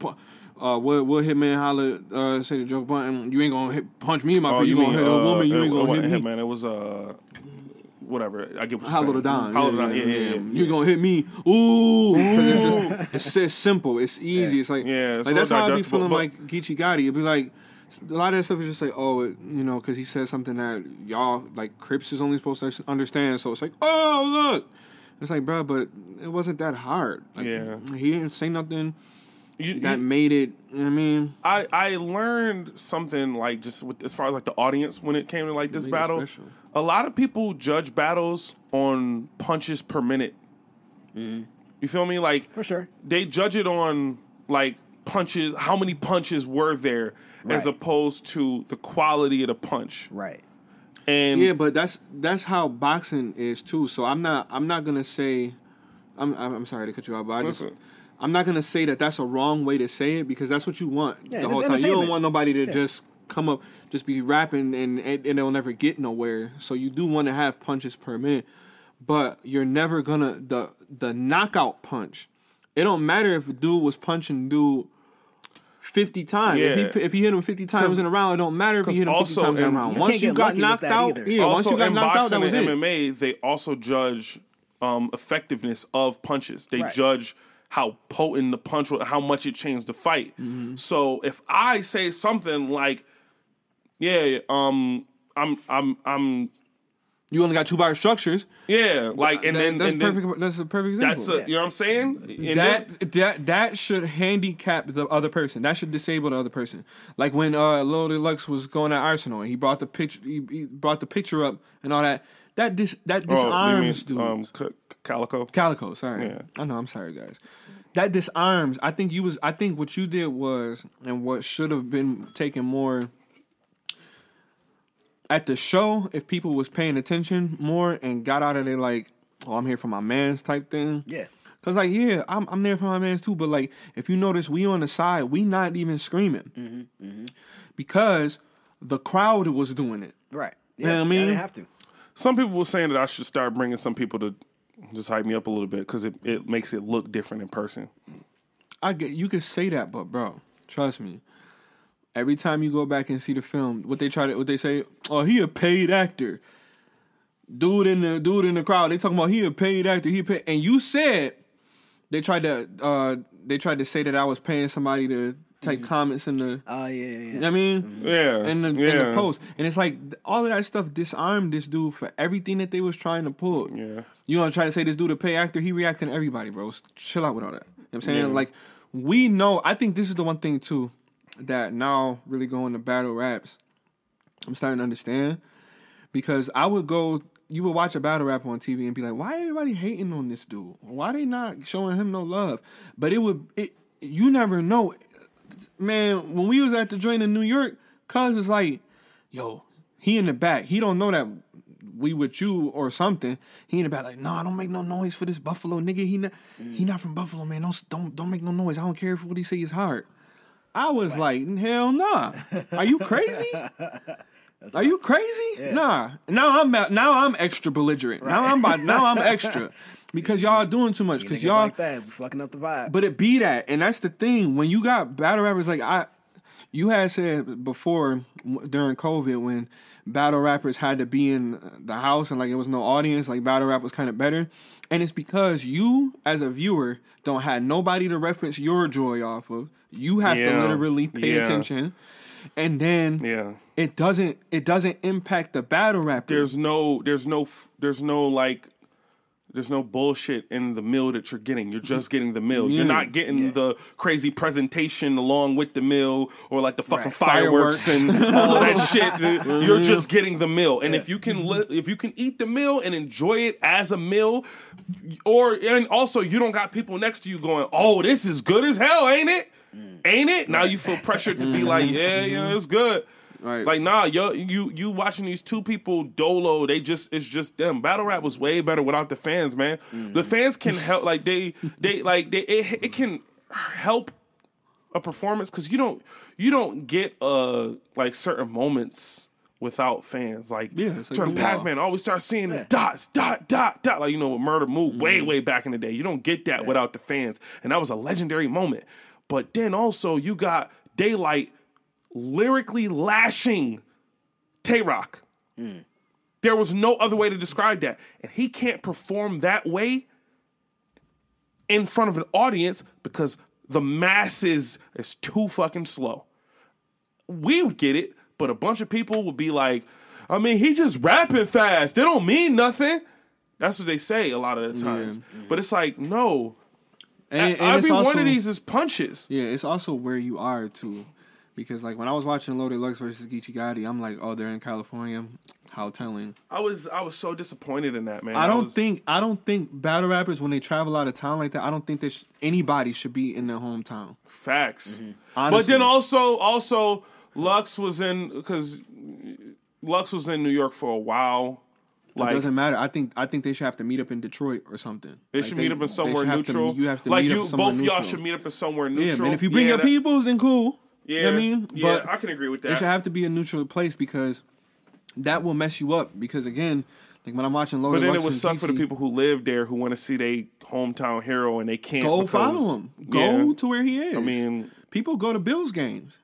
[SPEAKER 3] pu- uh what what hitman holler uh say the joke button you ain't gonna hit, punch me in my
[SPEAKER 1] Oh,
[SPEAKER 3] face you, gonna
[SPEAKER 1] mean,
[SPEAKER 3] hit a
[SPEAKER 1] uh,
[SPEAKER 3] woman you
[SPEAKER 1] it-
[SPEAKER 3] ain't
[SPEAKER 1] it
[SPEAKER 3] gonna hit
[SPEAKER 1] wasn't
[SPEAKER 3] me.
[SPEAKER 1] man. It was uh, whatever. I get what you're
[SPEAKER 3] Hollow
[SPEAKER 1] saying.
[SPEAKER 3] the Don.
[SPEAKER 1] Hollow the Don. Yeah, yeah, yeah.
[SPEAKER 3] You gonna hit me? Ooh, 'Cause it's just it's, it's simple. It's easy. It's like
[SPEAKER 1] Yeah, it's
[SPEAKER 3] like
[SPEAKER 1] so
[SPEAKER 3] that's how I be
[SPEAKER 1] digestible,
[SPEAKER 3] feeling
[SPEAKER 1] but-
[SPEAKER 3] like Geechee Gotti. It'd be like a lot of that stuff is just like oh it, you know because he said something that y'all like Crips is only supposed to understand. So it's like oh look, it's like bruh, but it wasn't that hard. Like,
[SPEAKER 1] Yeah.
[SPEAKER 3] he didn't say nothing
[SPEAKER 1] You-
[SPEAKER 3] that
[SPEAKER 1] you-
[SPEAKER 3] made it. you know what I mean,
[SPEAKER 1] I I learned something like just with, as far as like the audience when it came to like this
[SPEAKER 3] Made it
[SPEAKER 1] battle.
[SPEAKER 3] special.
[SPEAKER 1] A lot of people judge battles on punches per minute.
[SPEAKER 3] Mm-hmm.
[SPEAKER 1] You feel me? Like
[SPEAKER 2] For sure.
[SPEAKER 1] they judge it on like punches. How many punches were there, as
[SPEAKER 2] Right.
[SPEAKER 1] opposed to the quality of the punch.
[SPEAKER 2] right.
[SPEAKER 1] And
[SPEAKER 3] yeah, but that's that's how boxing is too. So I'm not I'm not gonna say, I'm I'm, I'm sorry to cut you off, but I just
[SPEAKER 1] Listen.
[SPEAKER 3] I'm not gonna say that that's a wrong way to say it because that's what you want
[SPEAKER 2] Yeah, it's
[SPEAKER 3] the whole time. You don't
[SPEAKER 2] entertainment.
[SPEAKER 3] want nobody to just come up, just be rapping and, and and they'll never get nowhere. So you do want to have punches per minute, but you're never gonna the the knockout punch. It don't matter if dude was punching dude. 50 times. If, he,
[SPEAKER 1] Yeah.
[SPEAKER 3] if he hit him 50 times in a round, it don't matter if he
[SPEAKER 1] 'cause
[SPEAKER 3] hit him 50
[SPEAKER 1] also
[SPEAKER 3] times in a
[SPEAKER 1] in-
[SPEAKER 3] round.
[SPEAKER 1] You
[SPEAKER 3] Once
[SPEAKER 2] can't
[SPEAKER 3] you
[SPEAKER 2] get
[SPEAKER 3] got
[SPEAKER 2] lucky with
[SPEAKER 3] knocked
[SPEAKER 2] that
[SPEAKER 3] out,
[SPEAKER 2] either.
[SPEAKER 3] yeah, once you
[SPEAKER 1] also
[SPEAKER 3] got
[SPEAKER 1] in
[SPEAKER 3] knocked out,
[SPEAKER 1] boxing
[SPEAKER 3] that was
[SPEAKER 1] and
[SPEAKER 3] it.
[SPEAKER 1] MMA, they also judge um, effectiveness of punches. They
[SPEAKER 2] Right.
[SPEAKER 1] judge how potent the punch was, how much it changed the fight.
[SPEAKER 3] Mm-hmm.
[SPEAKER 1] So if I say something like, "Yeah, um, I'm, I'm, I'm,
[SPEAKER 3] You only got two bar structures.
[SPEAKER 1] yeah," like, and
[SPEAKER 3] That-
[SPEAKER 1] then
[SPEAKER 3] that's
[SPEAKER 1] and then
[SPEAKER 3] perfect. that's a perfect example.
[SPEAKER 1] that's a, you know what I'm saying? And
[SPEAKER 3] that
[SPEAKER 1] then-
[SPEAKER 3] that that should handicap the other person. That should disable the other person. Like when uh Lil Deluxe was going at Arsenal and he brought the picture he, he brought the picture up and all that. That dis that
[SPEAKER 1] Oh, you
[SPEAKER 3] disarms
[SPEAKER 1] mean,
[SPEAKER 3] dudes.
[SPEAKER 1] um, C- Calico.
[SPEAKER 3] Calico, sorry.
[SPEAKER 1] Yeah.
[SPEAKER 3] I know, I'm sorry guys. That disarms. I think you was I think what you did was and what should have been taken more at the show, if people was paying attention more and got out of there like, oh, I'm here for my man's type thing.
[SPEAKER 2] Yeah.
[SPEAKER 3] Cause like yeah, I'm I'm there for my man's too. But like if you notice, we on the side, we not even screaming because the crowd was doing it.
[SPEAKER 2] Right.
[SPEAKER 3] know
[SPEAKER 2] Yeah.
[SPEAKER 3] what I
[SPEAKER 2] I
[SPEAKER 3] mean?
[SPEAKER 2] mean, didn't have to.
[SPEAKER 1] Some people were saying that I should start bringing some people to just hype me up a little bit because it, it makes it look different in person.
[SPEAKER 3] I get you could say that, but bro, trust me. Every time you go back and see the film, what they try to what they say, oh he a paid actor. dude in the dude in the crowd. They talking about he a paid actor. He a paid, and you said they tried to uh they tried to say that I was paying somebody to type comments in the.
[SPEAKER 2] Oh yeah, yeah,
[SPEAKER 3] You
[SPEAKER 2] yeah.
[SPEAKER 3] know what I mean,
[SPEAKER 1] Yeah.
[SPEAKER 3] in the,
[SPEAKER 1] yeah.
[SPEAKER 3] in the post, and it's like th- all of that stuff disarmed this dude for everything that they was trying to pull.
[SPEAKER 1] Yeah.
[SPEAKER 3] You want to try to say this dude a pay actor? He reacting to everybody, bro. S- Chill out with all that. You know what I'm saying? Like, we know. I think this is the one thing, too, that now really going to battle raps, I'm starting to understand. Because I would go, you would watch a battle rap on TV and be like, why everybody hating on this dude? Why they not showing him no love? But it would, it you never know. Man, when we was at the joint in New York, Cuz was like, yo, he in the back. He don't know that we with you or something. He in the back like, no, I don't make no noise for this Buffalo nigga. He not,
[SPEAKER 2] Mm.
[SPEAKER 3] he not from Buffalo, man. Don't don't don't make no noise. I don't care if what he say is hard. I was like, hell nah. Are you crazy? Are you crazy? Nah. Now I'm at- now I'm extra belligerent. Now I'm by, now I'm extra because y'all are doing too much. Because
[SPEAKER 2] Niggas
[SPEAKER 3] y'all
[SPEAKER 2] like that, fucking up the vibe.
[SPEAKER 3] but it be that, and that's the thing. When you got battle rappers like I, you had said before w- during COVID when battle rappers had to be in the house and like it was no audience, like battle rap was kind of better, and it's because you as a viewer don't have nobody to reference your joy off of. You have
[SPEAKER 1] Yeah.
[SPEAKER 3] to literally pay
[SPEAKER 1] Yeah.
[SPEAKER 3] attention, and then
[SPEAKER 1] Yeah.
[SPEAKER 3] it doesn't it doesn't impact the battle rapper.
[SPEAKER 1] There's no there's no f- there's no like there's no bullshit in the meal that you're getting. You're just getting the meal. You're
[SPEAKER 3] Yeah.
[SPEAKER 1] not getting the crazy presentation along with the meal or like the fucking
[SPEAKER 2] Right.
[SPEAKER 1] fireworks,
[SPEAKER 3] Fireworks.
[SPEAKER 1] and all that shit. You're just getting the meal. And if you can li- if you can eat the meal and enjoy it as a meal or and also you don't got people next to you going, "Oh, this is good as hell, ain't it?" Ain't it? Now you feel pressured to be like, "Yeah, yeah, it's good."
[SPEAKER 3] Right.
[SPEAKER 1] Like nah, yo, you you watching these two people dolo. They just it's just them. Battle rap was way better without the fans, man. The fans can help. Like they they like they it, it can help a performance because you don't you don't get uh like certain moments without fans. Like
[SPEAKER 3] Yeah, it's like
[SPEAKER 1] turn
[SPEAKER 3] the
[SPEAKER 1] Pac
[SPEAKER 3] law.
[SPEAKER 1] Man, all we start seeing is dots, dot, dot, dot. Like you know, with Murder Move, way
[SPEAKER 3] Mm-hmm.
[SPEAKER 1] way back in the day, you don't get that without the fans, and that was a legendary moment. But then also you got Daylight lyrically lashing Tay Rock.
[SPEAKER 3] Mm.
[SPEAKER 1] There was no other way to describe that, and he can't perform that way in front of an audience because the masses is too fucking slow. We would get it, but a bunch of people would be like, I mean, he just rapping fast. They don't mean nothing. That's what they say a lot of the times. But it's like, no.
[SPEAKER 3] And- and it's
[SPEAKER 1] Every one
[SPEAKER 3] also-
[SPEAKER 1] of these is punches.
[SPEAKER 3] Yeah, it's also where you are too. Because like when I was watching Loaded Lux versus Geechee Gotti, I'm like, oh, they're in California. How telling.
[SPEAKER 1] I was I was so disappointed in that, man.
[SPEAKER 3] I don't
[SPEAKER 1] was-
[SPEAKER 3] think I don't think battle rappers when they travel out of town like that. I don't think that sh- anybody should be in their hometown.
[SPEAKER 1] Facts. But
[SPEAKER 3] Honestly.
[SPEAKER 1] then also, also Lux was in because Lux was in New York for a while.
[SPEAKER 3] It
[SPEAKER 1] Like
[SPEAKER 3] doesn't matter. I think I think they should have to meet up in Detroit or something.
[SPEAKER 1] they should meet up in somewhere
[SPEAKER 3] should have to-
[SPEAKER 1] neutral.
[SPEAKER 3] you have to
[SPEAKER 1] like
[SPEAKER 3] meet
[SPEAKER 1] you,
[SPEAKER 3] up somewhere
[SPEAKER 1] both y'all
[SPEAKER 3] neutral.
[SPEAKER 1] should meet up in somewhere
[SPEAKER 3] Yeah,
[SPEAKER 1] neutral.
[SPEAKER 3] man. If you bring your
[SPEAKER 1] that-
[SPEAKER 3] peoples, then cool.
[SPEAKER 1] yeah,
[SPEAKER 3] You know what I mean,
[SPEAKER 1] yeah,
[SPEAKER 3] but
[SPEAKER 1] I can agree with
[SPEAKER 3] it
[SPEAKER 1] that.
[SPEAKER 3] should have to be a neutral place because that will mess you up. Because again, like when I'm watching
[SPEAKER 1] but
[SPEAKER 3] Loaded
[SPEAKER 1] then
[SPEAKER 3] Lux
[SPEAKER 1] it would
[SPEAKER 3] versus
[SPEAKER 1] suck for the
[SPEAKER 3] Geechee,
[SPEAKER 1] people who live there who want to see their hometown hero and they can't
[SPEAKER 3] Go
[SPEAKER 1] because-
[SPEAKER 3] follow him. Go
[SPEAKER 1] Yeah.
[SPEAKER 3] to where he is.
[SPEAKER 1] I mean,
[SPEAKER 3] people go to Bills games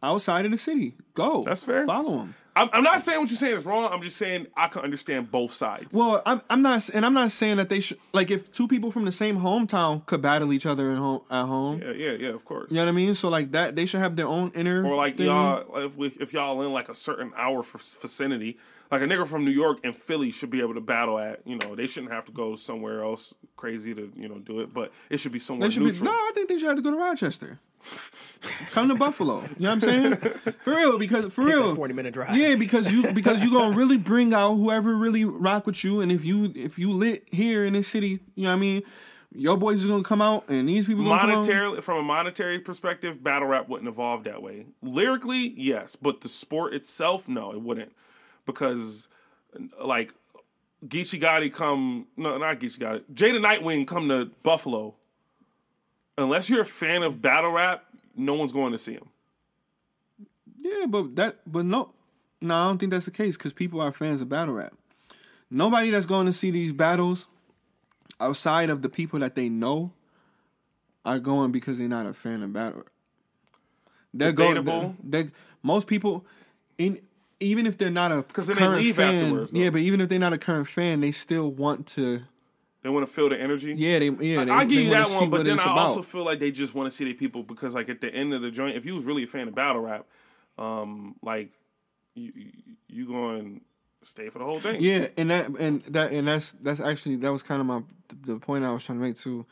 [SPEAKER 3] outside of the city. Go.
[SPEAKER 1] That's fair.
[SPEAKER 3] Follow him.
[SPEAKER 1] I'm, I'm not saying what you're saying is wrong. I'm just saying I can understand both sides.
[SPEAKER 3] Well, I'm, I'm not, and I'm not saying that they should. Like, if two people from the same hometown could battle each other at home, at home,
[SPEAKER 1] yeah, yeah, yeah. Of course.
[SPEAKER 3] you know what I mean. So like that, they should have their own inner.
[SPEAKER 1] Or like
[SPEAKER 3] thing.
[SPEAKER 1] y'all, if, we, if y'all in like a certain hour for vicinity, like a nigga from New York and Philly should be able to battle at. You know, they shouldn't have to go somewhere else crazy to you know do it, but it should be somewhere
[SPEAKER 3] They should be,
[SPEAKER 1] neutral.
[SPEAKER 3] no, I think they should have to go to Rochester. Come to Buffalo. You know what I'm saying? For real, because for
[SPEAKER 2] Take that
[SPEAKER 3] real,
[SPEAKER 2] 40 minute drive.
[SPEAKER 3] Yeah, because you because you gonna really bring out whoever really rock with you, and if you if you lit here in this city, you know what I mean. Your boys is gonna come out, and these people gonna come out.
[SPEAKER 1] Monetarily, from a monetary perspective, battle rap wouldn't evolve that way. Lyrically, yes, but the sport itself, no, it wouldn't, because like Geechee Gotti come, no, not Geechee Gotti, Jada Nightwing come to Buffalo. Unless you're a fan of battle rap, no one's going to see him.
[SPEAKER 3] Yeah, but that, but no, no, I don't think that's the case because people are fans of battle rap. Nobody that's going to see these battles outside of the people that they know are going because they're not a fan of battle. rap. They're going.
[SPEAKER 1] Debatable.
[SPEAKER 3] They, they- most people in even if they're not a
[SPEAKER 1] then they
[SPEAKER 3] current
[SPEAKER 1] leave
[SPEAKER 3] fan,
[SPEAKER 1] afterwards, though.
[SPEAKER 3] yeah, but even if they're not a current fan, they still want to.
[SPEAKER 1] They want to feel the energy.
[SPEAKER 3] Yeah, they yeah. They,
[SPEAKER 1] I give
[SPEAKER 3] they
[SPEAKER 1] you
[SPEAKER 3] wanna
[SPEAKER 1] that
[SPEAKER 3] see
[SPEAKER 1] one, but
[SPEAKER 3] what
[SPEAKER 1] then I
[SPEAKER 3] it's
[SPEAKER 1] also
[SPEAKER 3] about.
[SPEAKER 1] feel like they just want to see their people because, like, at the end of the joint, if you was really a fan of battle rap, um, like, you you- you going to stay for the whole thing.
[SPEAKER 3] yeah, and that and that and that's that's actually that was kind of my the point I was trying to make too.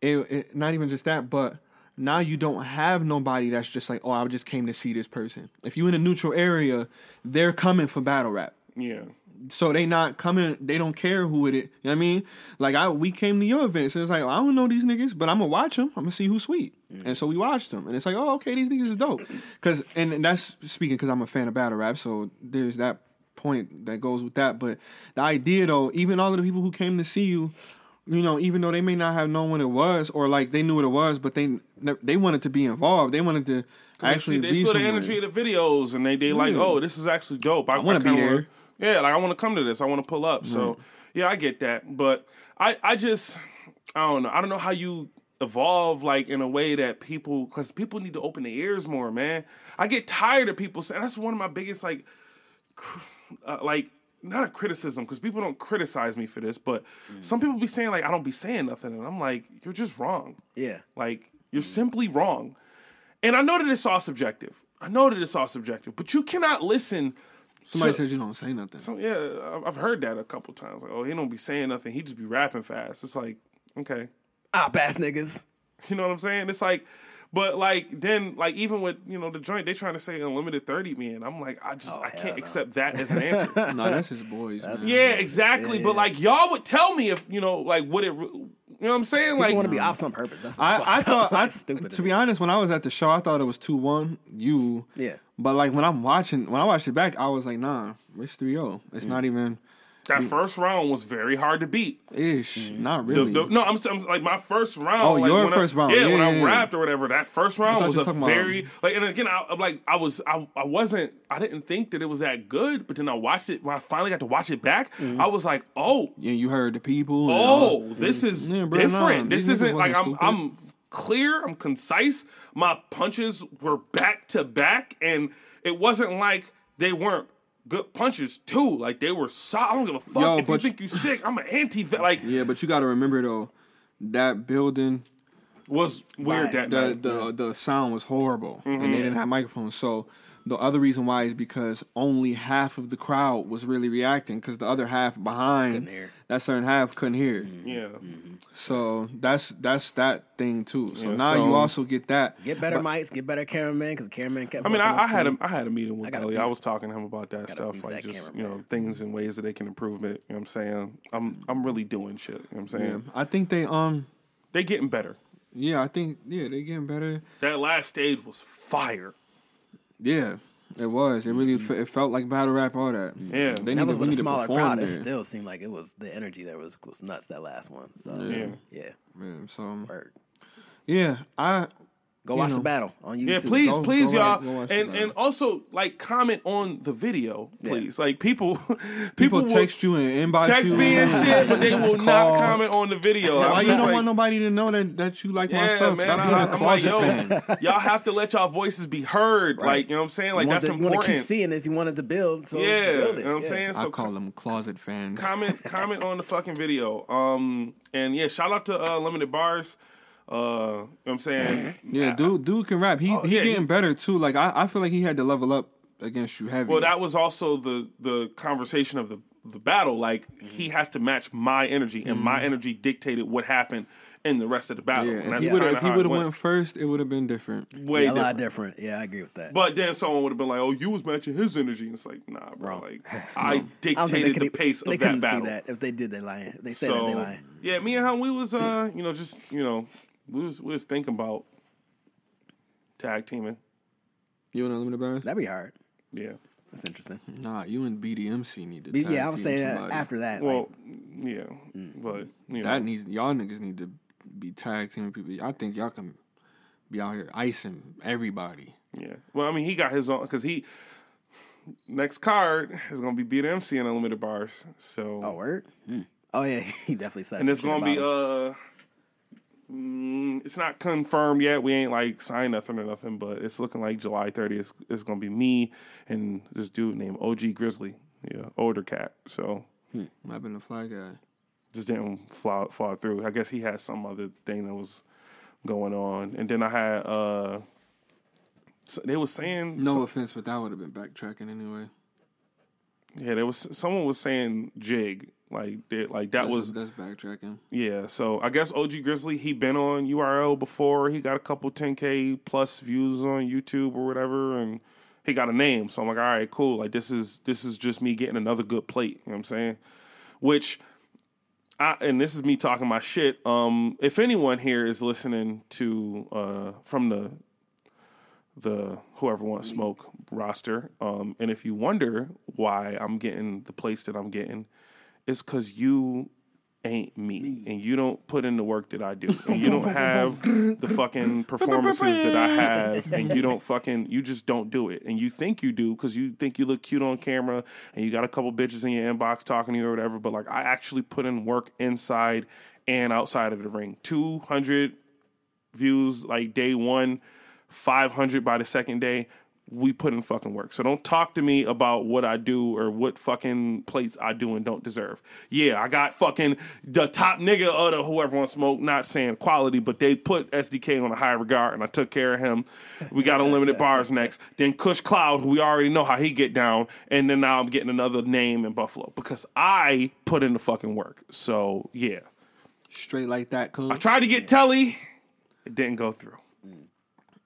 [SPEAKER 3] It, it not even just that, but now you don't have nobody that's just like, oh, I just came to see this person. If you in a neutral area, they're coming for battle rap.
[SPEAKER 1] yeah.
[SPEAKER 3] so they not coming. They don't care who it is. You know what I mean? Like I, we came to your event, so it's like I don't know these niggas, but I'm gonna watch them. I'm gonna see who's sweet. And so we watched them, and it's like, oh, okay, these niggas is dope. Cause and, and that's speaking because I'm a fan of battle rap, so there's that point that goes with that. But the idea though, even all of the people who came to see you, you know, even though they may not have known what it was, or like they knew what it was, but they they wanted to be involved. They wanted to actually
[SPEAKER 1] they, see, they feel
[SPEAKER 3] be
[SPEAKER 1] the
[SPEAKER 3] somewhere.
[SPEAKER 1] energy of the videos and they they like
[SPEAKER 3] Yeah.
[SPEAKER 1] oh this is actually dope i,
[SPEAKER 3] wanna
[SPEAKER 1] I
[SPEAKER 3] be
[SPEAKER 1] kinda wanna-
[SPEAKER 3] there.
[SPEAKER 1] yeah like i want to come to this i want to pull up so yeah i get that but i i just i don't know i don't know how you evolve like in a way that people because people need to open their ears more man i get tired of people saying that's one of my biggest like uh, like not a criticism because people don't criticize me for this but
[SPEAKER 3] Mm.
[SPEAKER 1] some people be saying like i don't be saying nothing and i'm like you're just wrong
[SPEAKER 2] Yeah.
[SPEAKER 1] like you're simply wrong. And I know that it's all subjective. I know that it's all subjective, but you cannot listen.
[SPEAKER 3] Somebody
[SPEAKER 1] to-
[SPEAKER 3] said you don't say nothing.
[SPEAKER 1] so, yeah, I- I've heard that a couple times. Like, oh, he don't be saying nothing. He just be rapping fast. It's like, okay,
[SPEAKER 2] Op ass niggas.
[SPEAKER 1] you know what I'm saying? It's like, but like then like even with you know the joint they trying to say unlimited thirty man. I'm like I just I
[SPEAKER 2] Oh, hell
[SPEAKER 1] can't
[SPEAKER 2] no.
[SPEAKER 1] accept that as an answer.
[SPEAKER 3] no, that's his boys. man.
[SPEAKER 1] yeah, exactly. But like y'all would tell me if you know like what it. re- You know what I'm saying?
[SPEAKER 2] They
[SPEAKER 1] Like
[SPEAKER 2] want to be ops on purpose. That's what's
[SPEAKER 3] I, I
[SPEAKER 2] fucked up.
[SPEAKER 3] thought I,
[SPEAKER 2] That's stupid.
[SPEAKER 3] to be honest, when I was at the show, I thought it was two one you.
[SPEAKER 2] Yeah.
[SPEAKER 3] But like when I'm watching, when I watched it back, I was like, nah, it's 3-0. It's not even
[SPEAKER 1] that first round was very hard to beat.
[SPEAKER 3] ish. Not
[SPEAKER 1] The-
[SPEAKER 3] really.
[SPEAKER 1] the- no, I'm, I'm like my first round.
[SPEAKER 3] Oh,
[SPEAKER 1] like,
[SPEAKER 3] your
[SPEAKER 1] when I-
[SPEAKER 3] first round.
[SPEAKER 1] Yeah,
[SPEAKER 3] Yeah,
[SPEAKER 1] when I
[SPEAKER 3] yeah, yeah.
[SPEAKER 1] rapped or whatever, that first round
[SPEAKER 3] thought
[SPEAKER 1] was
[SPEAKER 3] you
[SPEAKER 1] a
[SPEAKER 3] were talking about-
[SPEAKER 1] very like. And again, I, I'm like I was I, I wasn't I didn't think that it was that good, but then I watched it when I finally got to watch it back. I was like, oh,
[SPEAKER 3] Mm. yeah, you heard the people. and all-
[SPEAKER 1] oh, this is
[SPEAKER 3] Yeah, bro,
[SPEAKER 1] different.
[SPEAKER 3] nah,
[SPEAKER 1] this
[SPEAKER 3] these niggas
[SPEAKER 1] isn't like I'm
[SPEAKER 3] wasn't
[SPEAKER 1] I'm clear. I'm concise. My punches were back to back, and it wasn't like they weren't. Good punches too, like they were solid. I don't give a fuck
[SPEAKER 3] Yo,
[SPEAKER 1] if you
[SPEAKER 3] but-
[SPEAKER 1] think you sick. I'm an anti vet. Like
[SPEAKER 3] yeah, but you got to remember though, that building,
[SPEAKER 1] was weird
[SPEAKER 2] Right.
[SPEAKER 1] that
[SPEAKER 3] the
[SPEAKER 1] night.
[SPEAKER 3] the the sound was horrible, and they didn't have microphones. So the other reason why is because only half of the crowd was really reacting, because the other half behind
[SPEAKER 2] hear.
[SPEAKER 3] that certain half couldn't hear.
[SPEAKER 1] Yeah.
[SPEAKER 3] So that's that's that thing too. So
[SPEAKER 1] Yeah,
[SPEAKER 3] now
[SPEAKER 1] so-
[SPEAKER 3] you also get that.
[SPEAKER 2] Get better mics, get better cameraman, because cameraman kept.
[SPEAKER 1] I mean,
[SPEAKER 2] fucking
[SPEAKER 1] I, I
[SPEAKER 2] up
[SPEAKER 1] had
[SPEAKER 2] too.
[SPEAKER 1] a I had a meeting with
[SPEAKER 2] gotta
[SPEAKER 1] Kelly. I
[SPEAKER 2] beef-
[SPEAKER 1] was talking to him about that stuff,
[SPEAKER 2] beef
[SPEAKER 1] like
[SPEAKER 2] that
[SPEAKER 1] just
[SPEAKER 2] camera,
[SPEAKER 1] you know things and ways that they can improve it. You know what I'm saying? I'm I'm really doing shit. You know what I'm saying?
[SPEAKER 3] Yeah, I think they um
[SPEAKER 1] They getting better.
[SPEAKER 3] yeah I think yeah they getting better.
[SPEAKER 1] That last stage was fire.
[SPEAKER 3] Yeah, it was. It really fe- it felt like battle rap all that.
[SPEAKER 1] Mm-hmm. Yeah.
[SPEAKER 2] That
[SPEAKER 3] they need
[SPEAKER 2] was
[SPEAKER 3] to,
[SPEAKER 2] with a
[SPEAKER 3] we need to
[SPEAKER 2] smaller
[SPEAKER 3] perform
[SPEAKER 2] crowd. It
[SPEAKER 3] there.
[SPEAKER 2] still seemed like it was the energy that was was nuts. That last one. So yeah,
[SPEAKER 1] Yeah.
[SPEAKER 3] Man, so
[SPEAKER 2] word.
[SPEAKER 3] yeah, I
[SPEAKER 2] Go
[SPEAKER 3] You
[SPEAKER 2] watch the
[SPEAKER 3] know.
[SPEAKER 2] battle on YouTube.
[SPEAKER 1] Yeah, please,
[SPEAKER 3] go-
[SPEAKER 1] please,
[SPEAKER 3] go
[SPEAKER 1] y'all,
[SPEAKER 3] watch- go watch the
[SPEAKER 1] and
[SPEAKER 3] video.
[SPEAKER 1] and also like comment on the video, please. Like people, people,
[SPEAKER 3] people,
[SPEAKER 1] will
[SPEAKER 3] text you and inbox
[SPEAKER 1] text
[SPEAKER 3] you
[SPEAKER 1] me and shit, but they will
[SPEAKER 3] Call.
[SPEAKER 1] not comment on the video. I'm
[SPEAKER 3] Why you
[SPEAKER 1] just
[SPEAKER 3] don't
[SPEAKER 1] like-
[SPEAKER 3] want nobody to know that, that you like my
[SPEAKER 1] Yeah,
[SPEAKER 3] stuff?
[SPEAKER 1] man.
[SPEAKER 3] Stop
[SPEAKER 1] I,
[SPEAKER 3] being a
[SPEAKER 1] am like,
[SPEAKER 3] closet
[SPEAKER 1] yo,
[SPEAKER 3] fan.
[SPEAKER 1] y'all have to let y'all voices be heard. Like, you know what I'm saying? Like,
[SPEAKER 2] You want
[SPEAKER 1] that's
[SPEAKER 2] to- you want
[SPEAKER 1] important.
[SPEAKER 2] to keep seeing this. You wanted to build. So
[SPEAKER 1] Yeah,
[SPEAKER 2] build it.
[SPEAKER 1] you know what I'm
[SPEAKER 2] yeah.
[SPEAKER 1] saying.
[SPEAKER 3] I
[SPEAKER 1] So
[SPEAKER 3] call them closet fans.
[SPEAKER 1] comment comment on the fucking video. Um, and yeah, shout out to uh, Limited Bars. Uh, you know what I'm saying?
[SPEAKER 2] Mm-hmm.
[SPEAKER 1] Uh,
[SPEAKER 3] Yeah, dude, dude can rap. He he
[SPEAKER 1] Oh, yeah,
[SPEAKER 3] getting
[SPEAKER 1] he-
[SPEAKER 3] better too. Like I, I feel like he had to level up against you heavy.
[SPEAKER 1] Well, that was also the the conversation of the the battle. Like,
[SPEAKER 2] Mm-hmm.
[SPEAKER 1] he has to match my energy, and my energy dictated what happened in the rest of the battle.
[SPEAKER 3] Mm-hmm. yeah,
[SPEAKER 1] and Oh,
[SPEAKER 3] if
[SPEAKER 1] that's
[SPEAKER 3] he would
[SPEAKER 1] kinda
[SPEAKER 3] if he
[SPEAKER 1] how it
[SPEAKER 3] would have
[SPEAKER 1] went.
[SPEAKER 3] went first, it would have been different.
[SPEAKER 1] way
[SPEAKER 2] a lot
[SPEAKER 1] different.
[SPEAKER 2] different. Yeah, I agree with that.
[SPEAKER 1] But then someone would have been like, "Oh, you was matching his energy," and it's like, "Nah, bro. Like, I
[SPEAKER 2] I don't think
[SPEAKER 1] dictated
[SPEAKER 2] they
[SPEAKER 1] the
[SPEAKER 2] could- e
[SPEAKER 1] pace
[SPEAKER 2] they
[SPEAKER 1] of
[SPEAKER 2] couldn't
[SPEAKER 1] that battle."
[SPEAKER 2] see that if they did. They lying. They said that they
[SPEAKER 1] So
[SPEAKER 2] lying.
[SPEAKER 1] yeah, me and him, we was uh, you know, just you know, we was we was thinking about tag teaming.
[SPEAKER 3] You and Unlimited Barons?
[SPEAKER 2] That'd be hard.
[SPEAKER 1] Yeah.
[SPEAKER 2] That's interesting.
[SPEAKER 3] Nah, you and BDMC need to.
[SPEAKER 2] But
[SPEAKER 3] tag
[SPEAKER 2] yeah, I would
[SPEAKER 3] team
[SPEAKER 2] say that
[SPEAKER 3] somebody.
[SPEAKER 2] after that. like,
[SPEAKER 1] Well, yeah,
[SPEAKER 2] Mm.
[SPEAKER 1] but you know,
[SPEAKER 3] that needs y'all niggas need to be tag teaming people. I think y'all can be out here icing everybody.
[SPEAKER 1] yeah. Well, I mean, he got his own because he next card is gonna be beat MC and unlimited bars. So
[SPEAKER 2] oh word. Hmm. Oh yeah, he definitely said.
[SPEAKER 1] and it's gonna be uh, Mm, it's not confirmed yet. We ain't like signed nothing or nothing, but it's looking like July 30th is, is going to be me and this dude named OG Grizzly, yeah, older cat. So
[SPEAKER 3] Might have been the fly guy.
[SPEAKER 1] just didn't fly, fall through. I guess he had some other thing that was going on. And then I had uh so they were saying
[SPEAKER 3] No
[SPEAKER 1] so-
[SPEAKER 3] offense, but that would have been backtracking anyway.
[SPEAKER 1] yeah, there was someone was saying jig like they, like that
[SPEAKER 3] That's,
[SPEAKER 1] was
[SPEAKER 3] that's backtracking.
[SPEAKER 1] yeah. So I guess OG Grizzly he been on URL before. He got a couple 10k plus views on YouTube or whatever and he got a name. So I'm like, "All right, cool. Like this is this is just me getting another good plate." You know what I'm saying? Which I, and this is me talking my shit. Um, if anyone here is listening to uh, from the the whoever wants smoke roster, um, and if you wonder why I'm getting the place that I'm getting, it's because you ain't me, and you don't put in the work that I do, and you don't have the fucking performances that I have, and you don't fucking you just don't do it, and you think you do because you think you look cute on camera, and you got a couple bitches in your inbox talking to you or whatever, but like I actually put in work inside and outside of the ring, two hundred views like day one, 500 by the second day. We put in fucking work. So don't talk to me about what I do or what fucking plates I do and don't deserve. Yeah, I got fucking the top nigga of the whoever wants smoke, not saying quality, but they put SDK on a high regard and I took care of him. We got unlimited bars next. Then Kush Cloud, who we already know how he get down, and then now I'm getting another name in Buffalo because I put in the fucking work. So yeah.
[SPEAKER 3] Straight like that, cool.
[SPEAKER 1] I tried to get Telly, it didn't go through.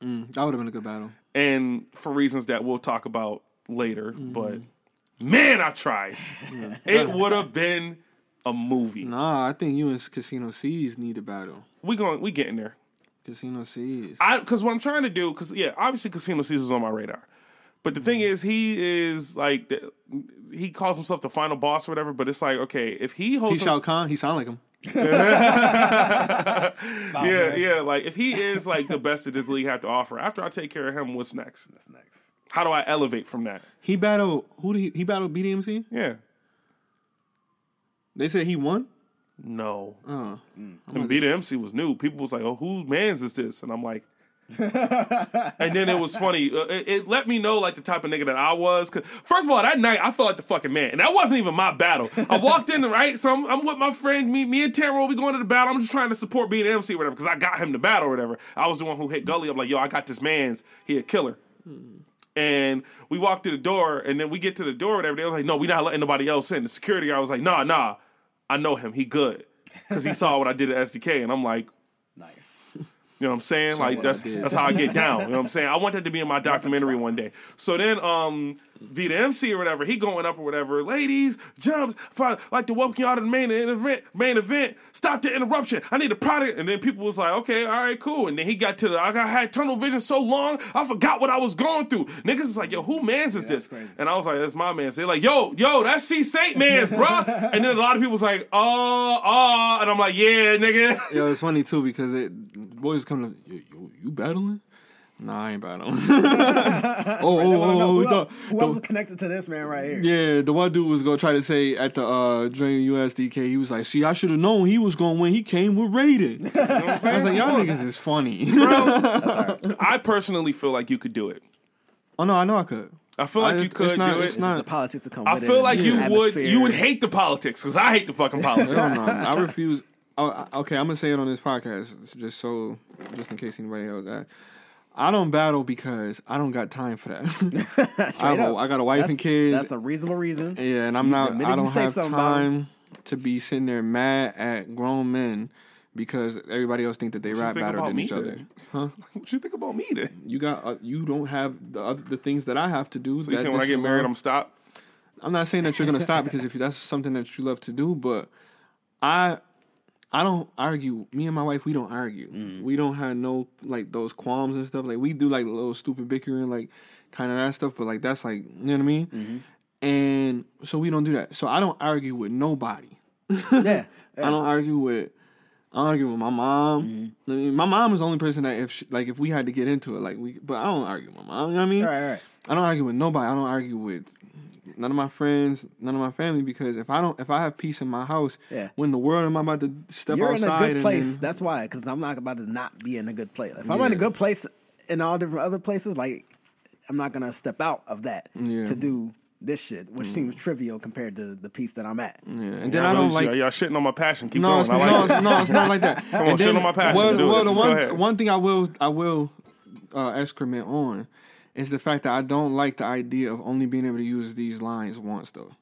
[SPEAKER 3] That would have been a good battle.
[SPEAKER 1] and for reasons that we'll talk about later. But man, I tried. It would have been a movie.
[SPEAKER 3] Nah, I think you and Casino C's need a battle.
[SPEAKER 1] We going, we getting there.
[SPEAKER 3] Casino C's.
[SPEAKER 1] I because what I'm trying to do, because yeah, obviously Casino Caesar's on my radar. But the thing is, he is like the- he calls himself the final boss or whatever. But it's like, okay, if he
[SPEAKER 3] He
[SPEAKER 1] holds,
[SPEAKER 3] Shao
[SPEAKER 1] himself,
[SPEAKER 3] Kahn. He sound like him.
[SPEAKER 1] yeah, yeah, like if he is like the best that this league have to offer. After I take care of him, what's next?
[SPEAKER 2] That's next.
[SPEAKER 1] How do I elevate from that?
[SPEAKER 3] He battled who? Did he, he battled BDMC.
[SPEAKER 1] Yeah,
[SPEAKER 3] They said he won.
[SPEAKER 1] no,
[SPEAKER 3] Oh,
[SPEAKER 1] And BDMC was new. People was like, "Oh, whose man's is this?" And I'm like, and then it was funny. Uh, It, it let me know like the type of nigga that I was. 'Cause first of all, that night I felt like the fucking man, and that wasn't even my battle. I walked in right, so I'm, I'm with my friend. Me, me and Tamara, we going to the battle. I'm just trying to support BDMC or whatever because I got him the battle or whatever. I was the one who hit Gully. I'm like, "Yo, I got this man's. He a killer." And we walked through the door, and then we get to the door, or whatever. They was like, "No, we not letting nobody else in." The security guy was like, "Nah, nah, I know him. He good." Because he saw what I did at SDK, and I'm like,
[SPEAKER 2] Nice.
[SPEAKER 1] you know what I'm saying?
[SPEAKER 3] what
[SPEAKER 1] Like
[SPEAKER 3] I
[SPEAKER 1] that's
[SPEAKER 3] did.
[SPEAKER 1] that's how I get down. You know what I'm saying? I want that to be in my documentary one day. So then um Vita MC or whatever, he going up or whatever, ladies, jumps, fi- like to welcome y'all to the main event, main event. Stop the interruption. I need a product. And then people was like, okay, all right, cool. And then he got to the I got- had tunnel vision so long, I forgot what I was going through. Niggas is like, yo, who man's is this?
[SPEAKER 2] crazy.
[SPEAKER 1] And I was like, that's my man's. They're like, yo, yo, that's C Saint man's, bruh. and then a lot of people was like, oh, oh, and I'm like, yeah, nigga.
[SPEAKER 3] yo, it's funny too because it boys come to yo, yo you battling? Nah, I ain't battling. oh, oh,
[SPEAKER 2] They wanna
[SPEAKER 3] oh,
[SPEAKER 2] know
[SPEAKER 3] oh,
[SPEAKER 2] who
[SPEAKER 3] the-
[SPEAKER 2] else, who else is connected to this man right here?
[SPEAKER 3] yeah, the one dude was gonna try to say at the uh Dream USDK, he was like, "See, I should have known he was gonna win. He came with
[SPEAKER 1] You
[SPEAKER 3] Raiden."
[SPEAKER 1] know what I'm saying?
[SPEAKER 3] I was like, "Y'all niggas is funny."
[SPEAKER 1] I personally feel like you could do it.
[SPEAKER 3] oh no, I know I could.
[SPEAKER 1] I feel like
[SPEAKER 3] I-
[SPEAKER 1] you
[SPEAKER 3] it's
[SPEAKER 1] could
[SPEAKER 3] not-
[SPEAKER 1] do
[SPEAKER 3] it's
[SPEAKER 1] it.
[SPEAKER 3] not-
[SPEAKER 2] Just the politics that come
[SPEAKER 1] I
[SPEAKER 2] with it
[SPEAKER 1] feel
[SPEAKER 2] and
[SPEAKER 1] like
[SPEAKER 2] the
[SPEAKER 1] you would
[SPEAKER 2] atmosphere.
[SPEAKER 1] you would hate the politics because I hate the fucking politics.
[SPEAKER 3] Hell no, I refuse. I, I- okay, I'm gonna say it on this podcast, it's just so, just in case anybody else asks. I don't battle because I don't got time for that. I, have
[SPEAKER 2] Straight
[SPEAKER 3] a,
[SPEAKER 2] up.
[SPEAKER 3] I got a wife
[SPEAKER 2] that's,
[SPEAKER 3] and kids.
[SPEAKER 2] That's a reasonable reason.
[SPEAKER 3] Yeah, and I'm
[SPEAKER 2] You-
[SPEAKER 3] not.
[SPEAKER 2] the minute
[SPEAKER 3] I
[SPEAKER 2] you
[SPEAKER 3] don't
[SPEAKER 2] say
[SPEAKER 3] have
[SPEAKER 2] something about it-
[SPEAKER 3] time to be sitting there mad at grown men because everybody else think that they rap
[SPEAKER 1] think
[SPEAKER 3] better
[SPEAKER 1] about
[SPEAKER 3] than
[SPEAKER 1] me
[SPEAKER 3] each other.
[SPEAKER 1] then? what you think about me then?
[SPEAKER 3] You got. Uh, you don't have the oth- the things that I have to do.
[SPEAKER 1] So you saying when I get married, I'm stop?
[SPEAKER 3] I'm not saying that you're gonna stop because if that's something that you love to do, but I. I don't argue. Me and my wife, we don't argue.
[SPEAKER 2] Mm.
[SPEAKER 3] We don't have no like those qualms and stuff. Like we do like little stupid bickering, like kind of that stuff. But like that's like you know what I mean.
[SPEAKER 2] Mm-hmm.
[SPEAKER 3] And so we don't do that. So I don't argue with nobody.
[SPEAKER 2] Yeah.
[SPEAKER 3] I don't argue with. I don't argue with my mom.
[SPEAKER 2] Mm-hmm.
[SPEAKER 3] I mean, my mom is the only person that if she, like if we had to get into it, like we. But I don't argue with my mom. You know what I mean,
[SPEAKER 2] Right, right.
[SPEAKER 3] I don't argue with nobody. I don't argue with none of my friends, none of my family, because if I don't, if I have peace in my house,
[SPEAKER 2] Yeah.
[SPEAKER 3] when the world am I about to step
[SPEAKER 2] You're in
[SPEAKER 3] outside?
[SPEAKER 2] a good
[SPEAKER 3] and
[SPEAKER 2] place.
[SPEAKER 3] then-
[SPEAKER 2] That's why, because I'm not about to not be in a good place. If I'm in a
[SPEAKER 3] Yeah.
[SPEAKER 2] good place in all different other places, like I'm not gonna step out of that
[SPEAKER 3] Yeah. Mm.
[SPEAKER 2] to do this shit, which seems trivial compared to the piece that I'm at.
[SPEAKER 3] yeah. and then I
[SPEAKER 1] So
[SPEAKER 3] don't
[SPEAKER 1] y'all-
[SPEAKER 3] like.
[SPEAKER 1] y'all shitting on my passion. Keep
[SPEAKER 3] No,
[SPEAKER 1] going.
[SPEAKER 3] it's,
[SPEAKER 1] I like
[SPEAKER 3] no,
[SPEAKER 1] it.
[SPEAKER 3] it's, no, it's not like that. Come
[SPEAKER 1] on, shit on my passion.
[SPEAKER 3] Well,
[SPEAKER 1] Do this.
[SPEAKER 3] well, the
[SPEAKER 1] Go ahead.
[SPEAKER 3] one, one thing I will, I will uh, excrement on is the fact that I don't like the idea of only being able to use these lines once, though.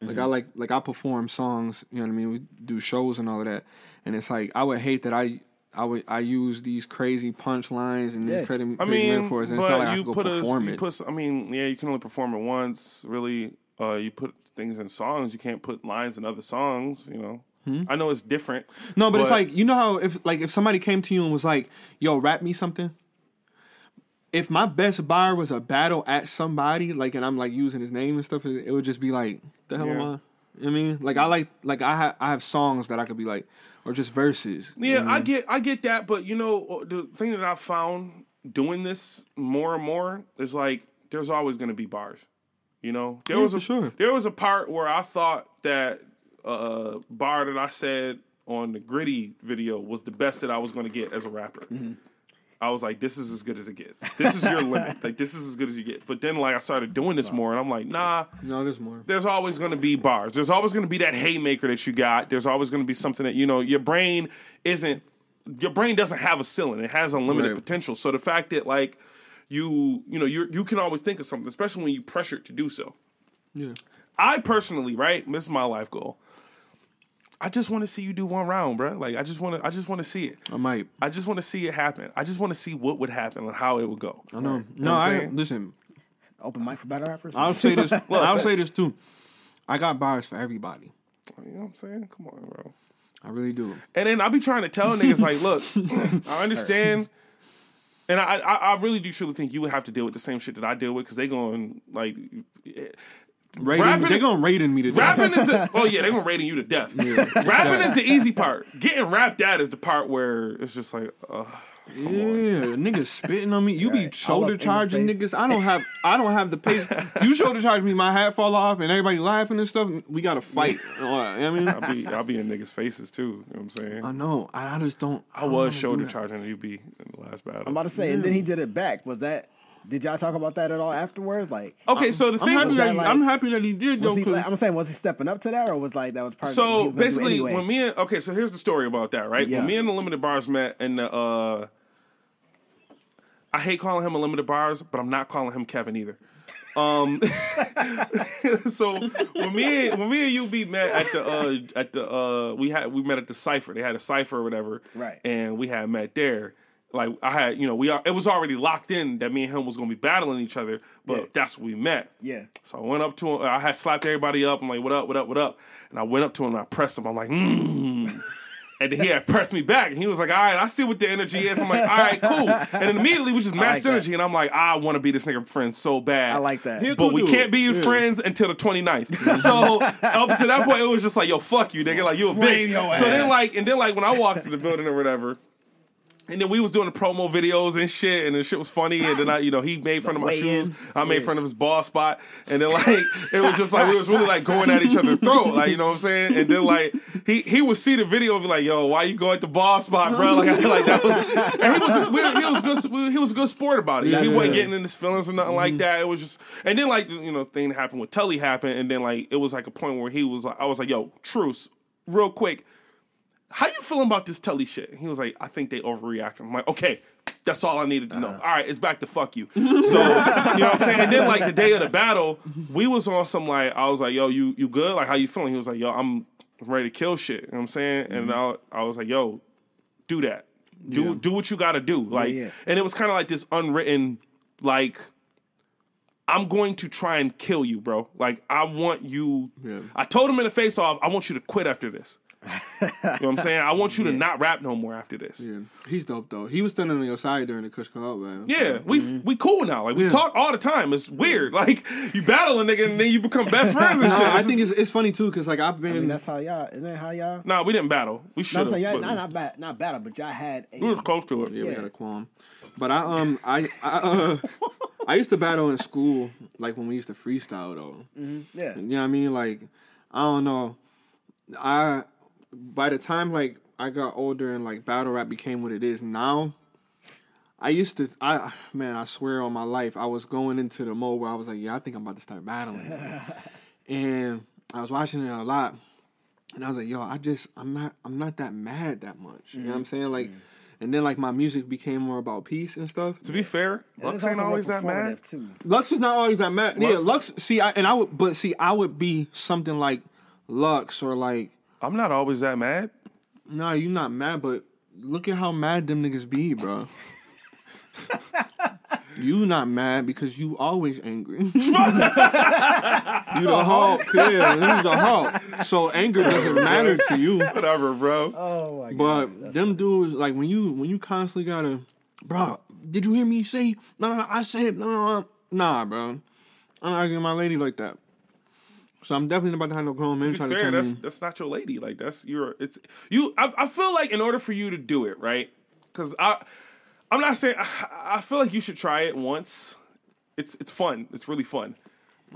[SPEAKER 3] Like
[SPEAKER 1] Mm-hmm.
[SPEAKER 3] I like, like I perform songs. You know what I mean? We do shows and all of that, and it's like I would hate that I. I would I use these crazy punch lines and
[SPEAKER 2] Yeah.
[SPEAKER 3] these crazy, crazy
[SPEAKER 1] I mean,
[SPEAKER 3] metaphors, and it's not
[SPEAKER 1] but
[SPEAKER 3] like I
[SPEAKER 1] you
[SPEAKER 3] can go
[SPEAKER 1] put a,
[SPEAKER 3] perform
[SPEAKER 1] you
[SPEAKER 3] it.
[SPEAKER 1] put. s- I mean, yeah, you can only perform it once. Really, uh, you put things in songs. You can't put lines in other songs. You know, I know it's different.
[SPEAKER 3] Hmm? No, but, it's
[SPEAKER 1] But-
[SPEAKER 3] like you know how if like if somebody came to you and was like, "Yo, rap me something." If my best buyer was a battle at somebody, like, and I'm like using his name and stuff, it it would just be like, "The hell am
[SPEAKER 1] Yeah.
[SPEAKER 3] I?" You know what I mean, like, I like, like, I have, I have songs that I could be like, or just verses.
[SPEAKER 1] Yeah, I
[SPEAKER 3] Mm-hmm.
[SPEAKER 1] get I get that, but you know uh, the thing that I found doing this more and more is like there's always going to be bars. You know, there was
[SPEAKER 3] for
[SPEAKER 1] a
[SPEAKER 3] sure.
[SPEAKER 1] there was a part where I thought that uh, bar that I said on the gritty video was the best that I was going to get as a rapper.
[SPEAKER 3] Mm-hmm.
[SPEAKER 1] I was like, this is as good as it gets. This is your limit. Like this is as good as you get. But then like I started doing this more, and I'm like, nah
[SPEAKER 3] No, there's more.
[SPEAKER 1] there's always going to be bars. There's always going to be that haymaker that you got. There's always going to be something that you know your brain isn't. Your brain doesn't have a ceiling. It has unlimited
[SPEAKER 3] Right.
[SPEAKER 1] potential. So the fact that like you you know you you can always think of something, especially when you pressured to do so.
[SPEAKER 3] Yeah,
[SPEAKER 1] I personally, right, this is my life goal. I just want to see you do one round, bro. Like I just want to I just want to see it.
[SPEAKER 3] I might.
[SPEAKER 1] I just want to see it happen. I just want to see what would happen and how it would go. I
[SPEAKER 3] No, no,
[SPEAKER 1] what I'm
[SPEAKER 3] I
[SPEAKER 1] saying?
[SPEAKER 3] listen.
[SPEAKER 2] Open mic for battle rappers.
[SPEAKER 3] I'll say this. I'll say this too. I got bars for everybody.
[SPEAKER 1] You know what I'm saying? Come on, bro.
[SPEAKER 3] I really do.
[SPEAKER 1] And then I be trying to tell niggas like, look, I understand, and I, I I really do truly think you would have to deal with the same shit that I deal with because they going like
[SPEAKER 3] Raiding,
[SPEAKER 1] Rapping-
[SPEAKER 3] they're gonna raiding me today.
[SPEAKER 1] rapping is the oh yeah they gonna rating you to death. rapping is the easy part. Getting rapped at is the part where it's just like, uh,
[SPEAKER 3] Yeah, niggas spitting on me. You be
[SPEAKER 2] Right. All up
[SPEAKER 3] shoulder
[SPEAKER 2] in
[SPEAKER 3] charging
[SPEAKER 2] your face.
[SPEAKER 3] niggas. I don't have I don't have the patience. you shoulder charge me, my hat fall off, and everybody laughing and stuff. We got to fight. You know what I mean,
[SPEAKER 1] I'll be I'll be in niggas faces too. You know what I'm saying?
[SPEAKER 3] I know. I, I just don't.
[SPEAKER 1] I was shoulder charging the UB in the last battle.
[SPEAKER 2] I'm about to say, and then he did it back. Was that? Did y'all talk about that at all afterwards? Like,
[SPEAKER 1] okay, so the
[SPEAKER 3] I'm
[SPEAKER 1] thing
[SPEAKER 3] happy
[SPEAKER 2] that,
[SPEAKER 3] that,
[SPEAKER 2] like-
[SPEAKER 3] I'm happy that he did though.
[SPEAKER 2] was he,
[SPEAKER 3] Oh, 'cause-
[SPEAKER 2] I'm saying, was he stepping up to that, or was like that was part of what he
[SPEAKER 1] So
[SPEAKER 2] was gonna do
[SPEAKER 1] basically,
[SPEAKER 2] anyway?
[SPEAKER 1] when me and okay, so here's the story about that, right?
[SPEAKER 2] Yeah.
[SPEAKER 1] When me and the limited bars met, and the, uh, I hate calling him a limited bars, but I'm not calling him Kevin either. Um, so when me and, when me and UB met at the uh, at the uh, we had we met at the cipher. They had a cipher or whatever,
[SPEAKER 2] Right.
[SPEAKER 1] And we had met there. Like I had, you know, we are, it was already locked in that me and him was going to be battling each other, but
[SPEAKER 2] Yeah.
[SPEAKER 1] that's where we met.
[SPEAKER 2] yeah,
[SPEAKER 1] So I went up to him. I had slapped everybody up. I'm like, what up, what up, what up? And I went up to him and I pressed him. I'm like, mmm. And then he had pressed me back. And he was like, all right, I see what the energy is. I'm like, all right, cool. And then immediately we just matched
[SPEAKER 2] that.
[SPEAKER 1] energy. And I'm like, I want to be this nigga friend so bad.
[SPEAKER 2] I like that.
[SPEAKER 3] Here
[SPEAKER 1] But
[SPEAKER 3] cool
[SPEAKER 1] we
[SPEAKER 3] dude.
[SPEAKER 1] can't be your
[SPEAKER 3] Yeah.
[SPEAKER 1] friends until the 29th. So up to that point, it was just like, yo, fuck you, nigga. Like, you a
[SPEAKER 2] Flame
[SPEAKER 1] bitch.
[SPEAKER 2] your
[SPEAKER 1] So then,
[SPEAKER 2] ass.
[SPEAKER 1] like, and then, like, when I walked in the building or whatever, and then we was doing the promo videos and shit, and the shit was funny. And then I, you know, he made fun of my
[SPEAKER 2] weigh-in.
[SPEAKER 1] shoes. I made fun of his ball spot. And then like it was just like we was really like going at each other's throat. Like, you know what I'm saying? And then like he he would see the video and be like, yo, why you go at the ball spot, bro? Like, like that was and he was we, he was good we- he was a good sport about it. He
[SPEAKER 2] That's
[SPEAKER 1] wasn't
[SPEAKER 2] good. Mm-hmm.
[SPEAKER 1] getting in his feelings or nothing like that. It was just and then like you know, thing that happened with Tully happened, and then like it was like a point where he was like I was like, yo, truce, real quick how you feeling about this Telly shit? He was like, I think they overreacted. I'm like, okay, that's all I needed to
[SPEAKER 2] Uh-huh.
[SPEAKER 1] know. All right, it's back to fuck you. So you know what I'm saying? And then like the day of the battle, we was on some like I was like, yo, you you good? Like how you feeling? He was like, yo, I'm ready to kill shit. You know what I'm saying? And I
[SPEAKER 2] Mm-hmm.
[SPEAKER 1] I was like, yo, do that. Do do what you gotta do. Like
[SPEAKER 2] yeah.
[SPEAKER 1] and it was kind of like this unwritten like I'm going to try and kill you, bro. Like I want you.
[SPEAKER 3] Yeah.
[SPEAKER 1] I told him in the face off, I want you to quit after this. You know what I'm saying? I want you to not rap no more after this. Yeah,
[SPEAKER 3] Yeah, he's dope though. He was standing on your side during the Kush Call man.
[SPEAKER 1] we we cool now. Like we talk all the time. It's weird. Like you battle a nigga and then you become best friends and shit.
[SPEAKER 3] I
[SPEAKER 1] It's
[SPEAKER 3] think
[SPEAKER 1] just-
[SPEAKER 3] it's it's funny too because like I've been.
[SPEAKER 2] And that's how y'all. Isn't that how y'all?
[SPEAKER 1] nah, we didn't battle. We
[SPEAKER 2] No, I'm
[SPEAKER 1] should
[SPEAKER 2] saying y'all
[SPEAKER 1] have.
[SPEAKER 2] not, not bad, not battle, but y'all had a
[SPEAKER 1] We was close to it.
[SPEAKER 3] yeah, we
[SPEAKER 2] Yeah.
[SPEAKER 3] got a qualm. But I um I I, uh, I used to battle in school like when we used to freestyle though.
[SPEAKER 2] Yeah.
[SPEAKER 3] You know what I mean? Like, I don't know. I by the time like I got older and like battle rap became what it is now, I used to I man, I swear on my life, I was going into the mode where I was like, Yeah, I think I'm about to start battling. and I was watching it a lot and I was like, yo, I just I'm not I'm not that mad that much. You know what I'm saying? Like and then like my music became more about peace and stuff.
[SPEAKER 1] To be fair,
[SPEAKER 2] And it's
[SPEAKER 1] Lux ain't
[SPEAKER 2] also more
[SPEAKER 1] always that mad.
[SPEAKER 2] performative, Too.
[SPEAKER 3] Lux is not always that mad. Yeah,
[SPEAKER 1] Lux-
[SPEAKER 3] Lux. See, I and I would, but see, I would be something like Lux or like,
[SPEAKER 1] I'm not always that mad.
[SPEAKER 3] nah, you not mad, but look at how mad them niggas be, bro. you not mad because you always angry. you the Hulk, yeah, you the Hulk. So anger doesn't matter to you.
[SPEAKER 1] Whatever, bro.
[SPEAKER 2] Oh my god.
[SPEAKER 3] But them dudes, like when you when you constantly gotta, bro, did you hear me say? Nah, I said nah, nah, bro. I'm not arguing with my lady like that. So I'm definitely about to have no grown men
[SPEAKER 1] To
[SPEAKER 3] trying
[SPEAKER 1] be
[SPEAKER 3] to
[SPEAKER 1] fair,
[SPEAKER 3] tell
[SPEAKER 1] that's
[SPEAKER 3] me.
[SPEAKER 1] that's not your lady. Like that's your it's you. I, I feel like in order for you to do it right, because I I'm not saying I, I feel like you should try it once. It's it's fun. It's really fun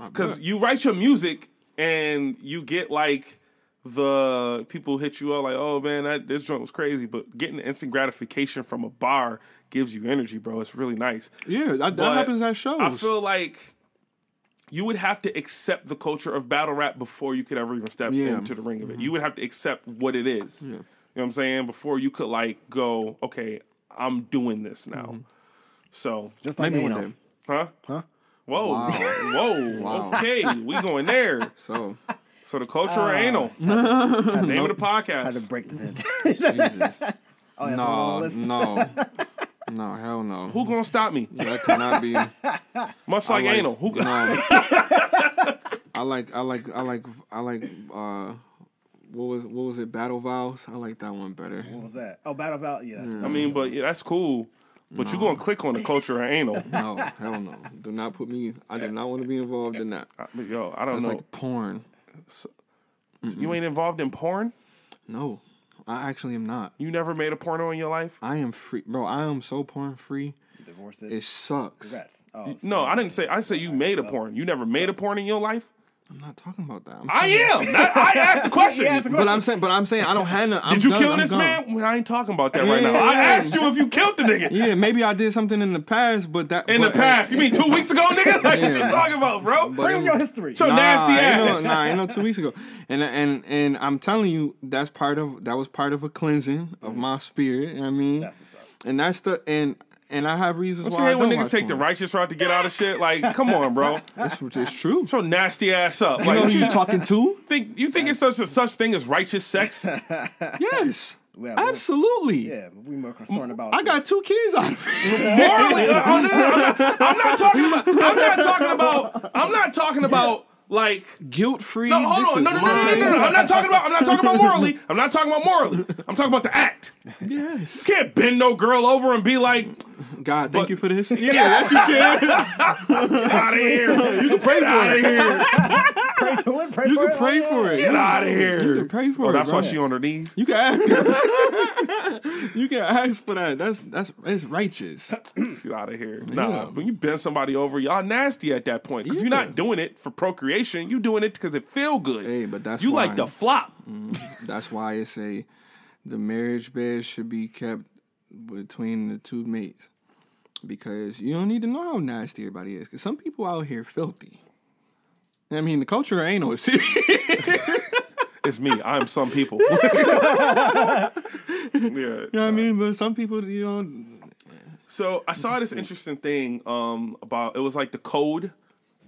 [SPEAKER 1] because you write your music and you get like the people hit you up like, oh man, that, this joint was crazy. But getting the instant gratification from a bar gives you energy, bro. It's really nice.
[SPEAKER 3] Yeah, that, that
[SPEAKER 1] But
[SPEAKER 3] happens at shows.
[SPEAKER 1] I feel like you would have to accept the culture of battle rap before you could ever even step
[SPEAKER 3] Yeah.
[SPEAKER 1] into the ring of it. You would have to accept what it is. You know what I'm saying? Before you could like go, okay, I'm doing this now. So,
[SPEAKER 2] Just like
[SPEAKER 3] Maybe
[SPEAKER 2] Maybe
[SPEAKER 3] one day.
[SPEAKER 1] huh?
[SPEAKER 2] Huh?
[SPEAKER 1] Whoa, whoa, okay, we going there.
[SPEAKER 3] So
[SPEAKER 1] So the culture of anal. Name of the
[SPEAKER 2] Had to
[SPEAKER 1] podcast.
[SPEAKER 2] break this in.
[SPEAKER 3] Jesus.
[SPEAKER 2] oh, that's
[SPEAKER 3] no,
[SPEAKER 2] list.
[SPEAKER 3] no, no, hell no.
[SPEAKER 1] Who gonna stop me?
[SPEAKER 3] that cannot be.
[SPEAKER 1] Much like, anal. Who?
[SPEAKER 3] no. I like I like I like I like uh what was what was it battle vows I like that one better
[SPEAKER 2] What was that? Oh, Battle Val. Yeah, that's,
[SPEAKER 1] I mean, but yeah, that's cool. But you gonna click on the culture of anal?
[SPEAKER 3] No, hell no. Do not put me. I do not want to be involved in that.
[SPEAKER 1] I mean, Yo, I don't
[SPEAKER 3] It's
[SPEAKER 1] know.
[SPEAKER 3] like porn.
[SPEAKER 1] You ain't involved in porn?
[SPEAKER 3] No, I actually am not.
[SPEAKER 1] You never made a porno in your life?
[SPEAKER 3] I am free, bro. I am so porn free.
[SPEAKER 2] divorce
[SPEAKER 3] It
[SPEAKER 2] it.
[SPEAKER 3] sucks.
[SPEAKER 2] Congrats. Oh,
[SPEAKER 1] No,
[SPEAKER 2] so-
[SPEAKER 1] I didn't say. I said you made a porn. You never made a porn in your life.
[SPEAKER 3] I'm not talking about that. I'm
[SPEAKER 1] I am. That- I asked the question.
[SPEAKER 2] Yeah, it's a
[SPEAKER 3] but
[SPEAKER 2] question.
[SPEAKER 3] I'm saying, but I'm saying, I don't have no. I'm
[SPEAKER 1] Did you
[SPEAKER 3] done,
[SPEAKER 1] kill
[SPEAKER 3] I'm
[SPEAKER 1] this
[SPEAKER 3] gone.
[SPEAKER 1] man? Well, I ain't talking about that right now. I asked you if you killed the nigga
[SPEAKER 3] Yeah, maybe I did something in the past, but that
[SPEAKER 1] in the
[SPEAKER 3] but-
[SPEAKER 1] past. You mean two weeks ago, nigga? Like what you
[SPEAKER 3] Yeah.
[SPEAKER 1] talking about, bro?
[SPEAKER 3] but
[SPEAKER 2] Bring
[SPEAKER 3] it-
[SPEAKER 2] up your history.
[SPEAKER 1] So- nasty
[SPEAKER 3] ain't
[SPEAKER 1] ass.
[SPEAKER 3] No, nah, ain't no two weeks ago. And and and I'm telling you, that's part of that was part of a cleansing
[SPEAKER 1] Mm.
[SPEAKER 3] of my spirit. you know what I mean,
[SPEAKER 2] That's what's up.
[SPEAKER 3] and that's the and and I have reasons
[SPEAKER 1] Don't you
[SPEAKER 3] why I
[SPEAKER 1] hate
[SPEAKER 3] don't
[SPEAKER 1] when niggas
[SPEAKER 3] watch
[SPEAKER 1] take the
[SPEAKER 3] porn.
[SPEAKER 1] righteous route to get out of shit? Like, come on, bro.
[SPEAKER 3] That's what- it's true.
[SPEAKER 1] Put your nasty ass up.
[SPEAKER 3] You
[SPEAKER 1] Like,
[SPEAKER 3] know
[SPEAKER 1] what
[SPEAKER 3] who
[SPEAKER 1] you
[SPEAKER 3] you talking to?
[SPEAKER 1] think? You think it's such a such thing as righteous sex?
[SPEAKER 3] Yes,
[SPEAKER 2] Yeah, we're-
[SPEAKER 3] absolutely.
[SPEAKER 2] Yeah, we more concerned about.
[SPEAKER 3] I got two kids out of it.
[SPEAKER 1] morally. uh, oh, no, no, no, I'm, not, I'm not talking about. I'm not talking about. I'm not talking about like.
[SPEAKER 3] Guilt free.
[SPEAKER 1] No, hold on. No, no, no, no, no, no, no. I'm not talking about. I'm not talking about morally. I'm not talking about morally. I'm talking about the act.
[SPEAKER 3] Yes.
[SPEAKER 1] Can't bend no girl over and be like,
[SPEAKER 3] God, thank you for this.
[SPEAKER 1] yeah, yes, you can. Get out of here. You can pray out of here.
[SPEAKER 2] pray to it. Pray
[SPEAKER 3] You
[SPEAKER 2] for
[SPEAKER 3] can
[SPEAKER 2] it.
[SPEAKER 3] pray
[SPEAKER 2] oh,
[SPEAKER 3] for
[SPEAKER 2] yeah.
[SPEAKER 3] it.
[SPEAKER 1] Get out of here.
[SPEAKER 3] You can pray for
[SPEAKER 1] Oh,
[SPEAKER 3] it.
[SPEAKER 1] that's why
[SPEAKER 3] bro.
[SPEAKER 1] she on her knees.
[SPEAKER 3] You can ask. you can ask for that. That's that's it's righteous.
[SPEAKER 1] Get out of here. Nah,
[SPEAKER 3] Yeah.
[SPEAKER 1] when you bend somebody over, y'all nasty at that point because you're
[SPEAKER 3] Yeah.
[SPEAKER 1] not doing it for procreation. You doing it because it feel good.
[SPEAKER 3] Hey, but that's
[SPEAKER 1] you
[SPEAKER 3] why,
[SPEAKER 1] like the flop.
[SPEAKER 3] That's why I say the marriage bed should be kept between the two mates because you don't need to know how nasty everybody is. Because some people out here filthy. I mean, the culture of anal is serious.
[SPEAKER 1] It's me. I'm some people. yeah.
[SPEAKER 3] You know what I mean? But some people, you know,
[SPEAKER 1] So I saw this interesting thing um, about it was like the code.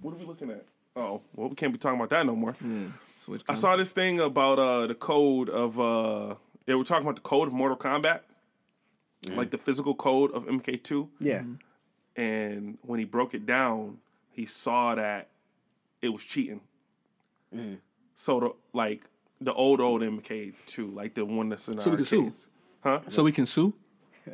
[SPEAKER 1] What are we looking at? Oh, well, we can't be talking about that no more.
[SPEAKER 3] Hmm. switch
[SPEAKER 1] I saw this thing about uh, the code of. Uh, they were talking about the code of Mortal Kombat, like the physical code of MK2.
[SPEAKER 2] Yeah.
[SPEAKER 1] And when he broke it down, he saw that it was cheating.
[SPEAKER 3] Mm.
[SPEAKER 1] So the like the old old MK2, like the one that's in our
[SPEAKER 3] we can sue.
[SPEAKER 1] arcades. Huh?
[SPEAKER 3] so we can sue.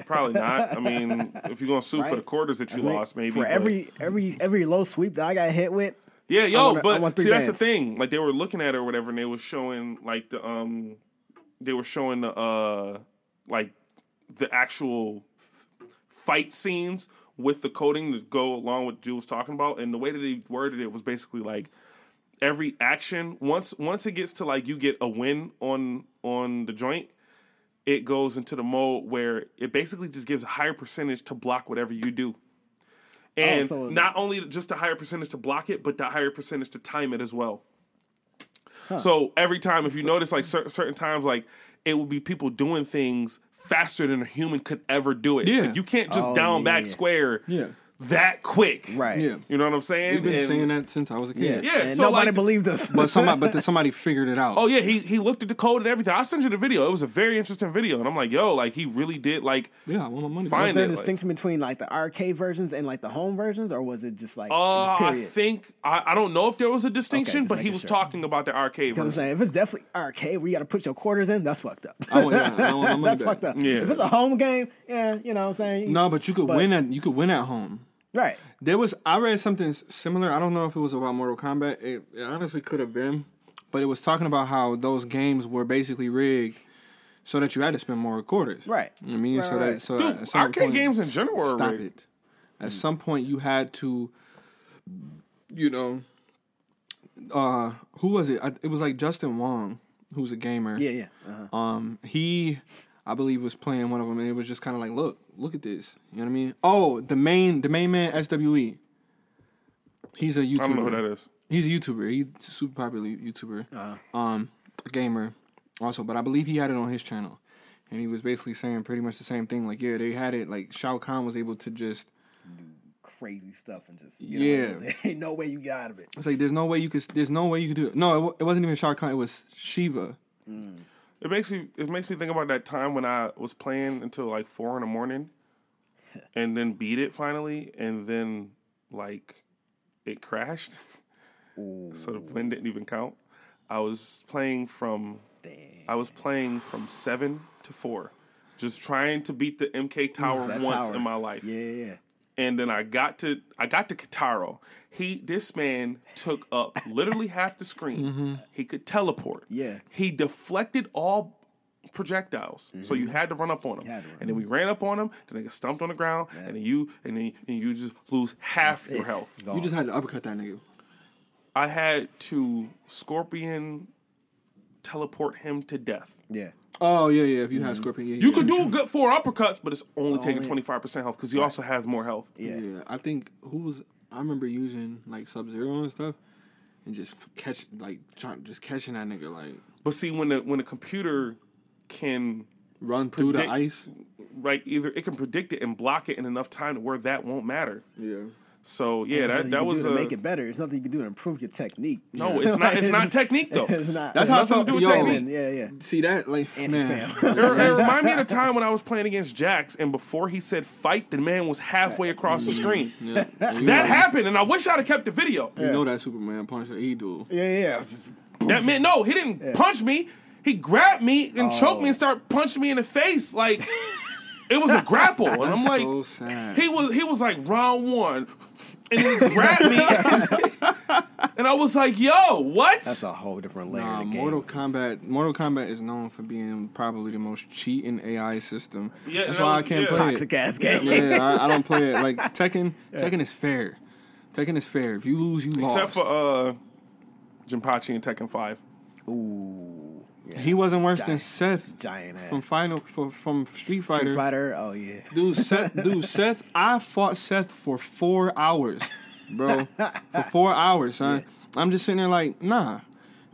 [SPEAKER 1] Probably not. I mean, if you're gonna sue for the quarters that you lost, maybe
[SPEAKER 2] for
[SPEAKER 1] but-
[SPEAKER 2] every every every low sweep that I got hit with.
[SPEAKER 1] Yeah, yo,
[SPEAKER 2] want a- I
[SPEAKER 1] but
[SPEAKER 2] want
[SPEAKER 1] see,
[SPEAKER 2] three
[SPEAKER 1] that's the
[SPEAKER 2] bands.
[SPEAKER 1] thing. Like they were looking at it or whatever, and they were showing like the um, they were showing the uh, like the actual f- fight scenes with the coding to go along with what Jules was talking about, and the way that he worded it was basically like every action once once it gets to like you get a win on on the joint, it goes into the mode where it basically just gives a higher percentage to block whatever you do. And
[SPEAKER 2] Oh, so it's-
[SPEAKER 1] not only just a higher percentage to block it, but the higher percentage to time it as well. So every time, if you notice, like cer- certain times, like it will be people doing things faster than a human could ever do it.
[SPEAKER 3] Yeah.
[SPEAKER 1] Like, you can't just
[SPEAKER 2] Oh,
[SPEAKER 1] down
[SPEAKER 2] yeah,
[SPEAKER 1] back
[SPEAKER 2] yeah.
[SPEAKER 1] square
[SPEAKER 3] Yeah.
[SPEAKER 1] that quick.
[SPEAKER 2] Right.
[SPEAKER 3] Yeah.
[SPEAKER 1] You know what I'm saying?
[SPEAKER 3] We've been
[SPEAKER 1] And-
[SPEAKER 3] saying that since I was a
[SPEAKER 2] Yeah.
[SPEAKER 3] kid.
[SPEAKER 1] Yeah,
[SPEAKER 2] And
[SPEAKER 1] so,
[SPEAKER 2] nobody
[SPEAKER 1] like,
[SPEAKER 2] believed us.
[SPEAKER 3] But somebody, but then somebody figured it out.
[SPEAKER 1] Oh yeah, he he looked at the code and everything. I sent you the video. It was a very interesting video, and I'm like, yo, like he really did like. uh,
[SPEAKER 3] yeah, I want my money.
[SPEAKER 1] Fine.
[SPEAKER 3] back.
[SPEAKER 2] was there a
[SPEAKER 1] it, like-
[SPEAKER 2] distinction between like the arcade versions and like the home versions, or was it just like
[SPEAKER 1] Uh,
[SPEAKER 3] Oh,
[SPEAKER 2] just
[SPEAKER 1] I
[SPEAKER 2] period?
[SPEAKER 1] think I, I don't know if there was a distinction,
[SPEAKER 2] just
[SPEAKER 1] but he
[SPEAKER 2] making
[SPEAKER 1] was
[SPEAKER 2] sure.
[SPEAKER 1] talking about the arcade
[SPEAKER 2] You know what I'm
[SPEAKER 1] version.
[SPEAKER 2] saying if it's definitely arcade where you got to put your quarters in, that's fucked up.
[SPEAKER 3] I want, yeah, I want my money
[SPEAKER 2] that's
[SPEAKER 3] back.
[SPEAKER 2] fucked up.
[SPEAKER 1] Yeah.
[SPEAKER 2] If it's a home game, yeah, you know what I'm saying.
[SPEAKER 3] No, but you could
[SPEAKER 2] But-
[SPEAKER 3] win at you could win at home.
[SPEAKER 2] Right.
[SPEAKER 3] There was I read something s- similar. I don't know if it was about Mortal Kombat. It, it honestly could have been, but it was talking about how those games were basically rigged so that you had to spend more quarters.
[SPEAKER 2] Right.
[SPEAKER 3] You know what I mean,
[SPEAKER 2] Right,
[SPEAKER 3] so that
[SPEAKER 2] right.
[SPEAKER 3] so
[SPEAKER 1] Dude,
[SPEAKER 3] at some
[SPEAKER 1] arcade
[SPEAKER 3] point-
[SPEAKER 1] games in general are
[SPEAKER 3] Stop
[SPEAKER 1] rigged.
[SPEAKER 3] it. At some point, you had to, you know, uh, who was it? I, it was like Justin Wong, who's a gamer.
[SPEAKER 2] Yeah. Yeah. Uh-huh.
[SPEAKER 3] Um, he, I believe, was playing one of them, and it was just kind of like, look, look at this. You know what I mean? Oh, the main, the main man, SWE. He's a YouTuber.
[SPEAKER 1] I don't know who that is.
[SPEAKER 3] He's a YouTuber. He's a super popular YouTuber.
[SPEAKER 1] Uh.
[SPEAKER 3] Um, gamer, also, but I believe he had it on his channel, and he was basically saying pretty much the same thing. Like, yeah, they had it. Like, Shao Kahn was able to just.
[SPEAKER 2] Crazy stuff and just you know,
[SPEAKER 3] Yeah.
[SPEAKER 2] Ain't no way you get out of it.
[SPEAKER 3] It's like there's no way you could. There's no way you could do it. No, it, wa- it wasn't even Shao Kahn. It was Shiva.
[SPEAKER 1] It makes me it makes me think about that time when I was playing until like four in the morning, and then beat it finally, and then like it crashed, so the win didn't even count. I was playing from
[SPEAKER 2] Damn.
[SPEAKER 1] I was playing from seven to four, just trying to beat the MK Tower
[SPEAKER 2] that
[SPEAKER 1] once
[SPEAKER 2] tower.
[SPEAKER 1] in my life,
[SPEAKER 2] Yeah. Yeah. yeah.
[SPEAKER 1] and then I got to I got to Kataro. He this man took up literally half the screen. He could teleport.
[SPEAKER 2] Mm-hmm. Yeah.
[SPEAKER 1] He deflected all projectiles. So you had to run up on him.
[SPEAKER 2] Mm-hmm. had to run.
[SPEAKER 1] And then we ran up on him, then they got stumped on the ground, and then you and then and you just lose half your
[SPEAKER 2] It's
[SPEAKER 1] health.
[SPEAKER 2] gone.
[SPEAKER 3] You just had to uppercut that nigga.
[SPEAKER 1] I had to scorpion teleport him to death.
[SPEAKER 2] yeah.
[SPEAKER 3] Oh yeah, yeah. If you had Scorpion, yeah,
[SPEAKER 1] You
[SPEAKER 3] yeah.
[SPEAKER 1] could do good four uppercuts, but it's only taking
[SPEAKER 2] Only-
[SPEAKER 1] twenty five percent health because he also has more health.
[SPEAKER 2] Yeah.
[SPEAKER 3] Yeah, I think who was I remember using like Sub Zero and stuff, and just f- catch like trying just catching that nigga like
[SPEAKER 1] But see when the when the computer can
[SPEAKER 3] run through the
[SPEAKER 1] Predict-
[SPEAKER 3] ice.
[SPEAKER 1] right either it can predict it and block it in enough time to where that won't matter
[SPEAKER 3] Yeah,
[SPEAKER 1] so yeah
[SPEAKER 2] There's
[SPEAKER 1] that,
[SPEAKER 2] nothing you
[SPEAKER 1] that
[SPEAKER 2] can
[SPEAKER 1] was
[SPEAKER 2] do
[SPEAKER 1] a,
[SPEAKER 2] to make it better. There's nothing you can do to improve your technique.
[SPEAKER 1] no it's not it's not technique though
[SPEAKER 2] It's not.
[SPEAKER 3] That's
[SPEAKER 2] yeah.
[SPEAKER 3] how I
[SPEAKER 1] nothing
[SPEAKER 3] felt.
[SPEAKER 1] to do with
[SPEAKER 3] Yo,
[SPEAKER 1] technique.
[SPEAKER 2] Yeah. Yeah.
[SPEAKER 3] see that like man,
[SPEAKER 2] Anti-spam.
[SPEAKER 1] it, it reminded me of the time when I was playing against Jax, and before he said fight, the man was halfway across the screen.
[SPEAKER 3] yeah, and you
[SPEAKER 1] That
[SPEAKER 3] know-
[SPEAKER 1] happened, and I wish I'd have kept the video.
[SPEAKER 3] You know that Superman punch that he do.
[SPEAKER 2] Yeah. Yeah.
[SPEAKER 1] That meant no, he didn't punch me. He grabbed me and choked
[SPEAKER 2] Oh.
[SPEAKER 1] me and started punching me in the face. Like it was a grapple, and I'm like,
[SPEAKER 3] so sad.
[SPEAKER 1] He was he was like round one, and he grabbed me, and I was like, "Yo, what?"
[SPEAKER 2] That's a whole different layer.
[SPEAKER 3] Uh,
[SPEAKER 2] of the game.
[SPEAKER 3] Mortal Kombat. Mortal Kombat is known for being probably the most cheating AI system.
[SPEAKER 1] Yeah,
[SPEAKER 3] that's
[SPEAKER 1] that
[SPEAKER 3] why
[SPEAKER 1] was-
[SPEAKER 3] I can't
[SPEAKER 1] yeah.
[SPEAKER 3] play
[SPEAKER 2] Toxic ass game.
[SPEAKER 3] it. Yeah, I, I don't play it. Like Tekken, Tekken is fair. Tekken is fair. If you lose, you lost.
[SPEAKER 1] Except for uh, Jinpachi and Tekken Five.
[SPEAKER 2] Ooh.
[SPEAKER 1] uh,
[SPEAKER 2] Yeah.
[SPEAKER 3] he wasn't worse than
[SPEAKER 2] Giant.
[SPEAKER 3] Seth
[SPEAKER 2] Giant ass.
[SPEAKER 3] from Final for, from Street Fighter.
[SPEAKER 2] Street Fighter. Oh yeah.
[SPEAKER 3] Dude, Seth. Dude, Seth. I fought Seth for four hours, bro. For four hours, son. I'm just sitting there like, nah,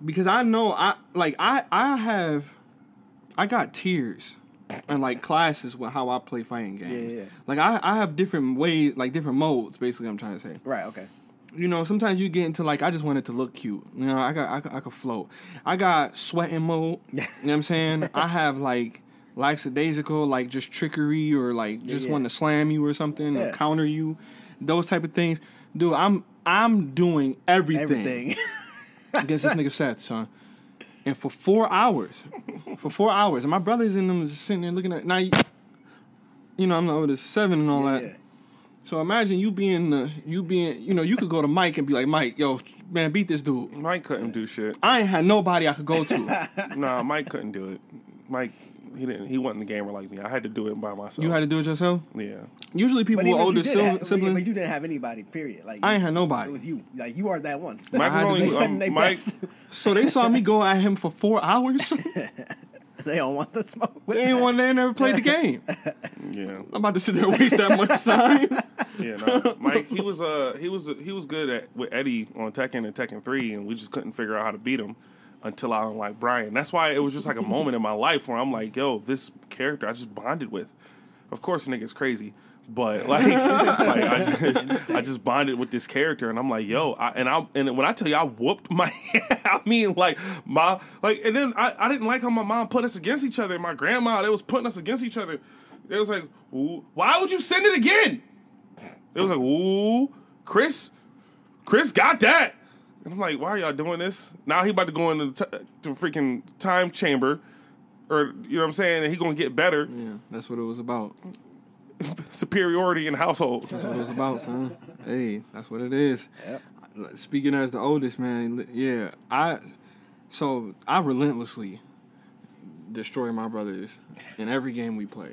[SPEAKER 3] because I know I like I I have, I got tears, and like classes with how I play fighting games.
[SPEAKER 2] Yeah, yeah.
[SPEAKER 3] Like I I have different ways, like different modes. Basically, I'm trying to say
[SPEAKER 2] Right. Okay.
[SPEAKER 3] you know, sometimes you get into like I just want it to look cute. You know, I got I, could- I could float. I got sweating mode. You know what I'm saying? I have like lackadaisical, like just trickery or like just
[SPEAKER 2] yeah.
[SPEAKER 3] want to slam you or something
[SPEAKER 2] Yeah.
[SPEAKER 3] or counter you, those type of things. Dude, I'm I'm doing everything,
[SPEAKER 2] Everything.
[SPEAKER 3] against this nigga Seth, son. And for four hours, for four hours, and my brothers in them is sitting there looking at now. You, you know, I'm the oldest, seven and all that.
[SPEAKER 2] yeah.
[SPEAKER 3] So imagine you being the you being you know you could go to Mike and be like Mike, yo man, beat this dude.
[SPEAKER 1] Mike couldn't do shit.
[SPEAKER 3] I ain't had nobody I could go to.
[SPEAKER 1] Nah, Mike couldn't do it. Mike, he didn't. He wasn't a gamer like me. I had to do it by myself.
[SPEAKER 3] You had to do it yourself.
[SPEAKER 1] yeah.
[SPEAKER 3] Usually people
[SPEAKER 2] But
[SPEAKER 3] with
[SPEAKER 2] even if
[SPEAKER 3] older
[SPEAKER 2] you did have,
[SPEAKER 3] sil-
[SPEAKER 2] but
[SPEAKER 3] siblings.
[SPEAKER 2] you didn't have anybody. Period. Like
[SPEAKER 3] I ain't
[SPEAKER 2] you-
[SPEAKER 3] had nobody.
[SPEAKER 2] It was you. Like you are that one.
[SPEAKER 1] Mike
[SPEAKER 3] had
[SPEAKER 1] was
[SPEAKER 3] to
[SPEAKER 1] only
[SPEAKER 2] they
[SPEAKER 3] do-
[SPEAKER 1] um,
[SPEAKER 2] sending they
[SPEAKER 1] Mike.
[SPEAKER 2] best.
[SPEAKER 3] So they saw me go at him for four hours.
[SPEAKER 2] they don't want the smoke. With
[SPEAKER 3] they ain't
[SPEAKER 2] that.
[SPEAKER 3] one that never played the game.
[SPEAKER 1] Yeah,
[SPEAKER 3] I'm about to sit there and waste that much time.
[SPEAKER 1] yeah. No. Mike. He was uh he was he was good at with Eddie on Tekken and Tekken Three, and we just couldn't figure out how to beat him until I unlocked Brian. That's why it was just like a moment in my life where I'm like, yo, this character I just bonded with. Of course, nigga's crazy. But like, like I just I just bonded with this character, and I'm like, yo, I, and I and when I tell you I whooped my, I mean like my like, and then I, I didn't like how my mom put us against each other, and my grandma they was putting us against each other. It was like, "Ooh, why would you send it again? It was like, ooh, Chris, Chris got that. And I'm like, why are y'all doing this? Now he about to go into the, t- the freaking time chamber, or you know what I'm saying? And he gonna get better.
[SPEAKER 3] yeah, that's what it was about.
[SPEAKER 1] Superiority in household.
[SPEAKER 3] That's what it was about, son. Hey, that's what it is. Speaking as the oldest man, li- yeah, I so I relentlessly destroy my brothers in every game we play.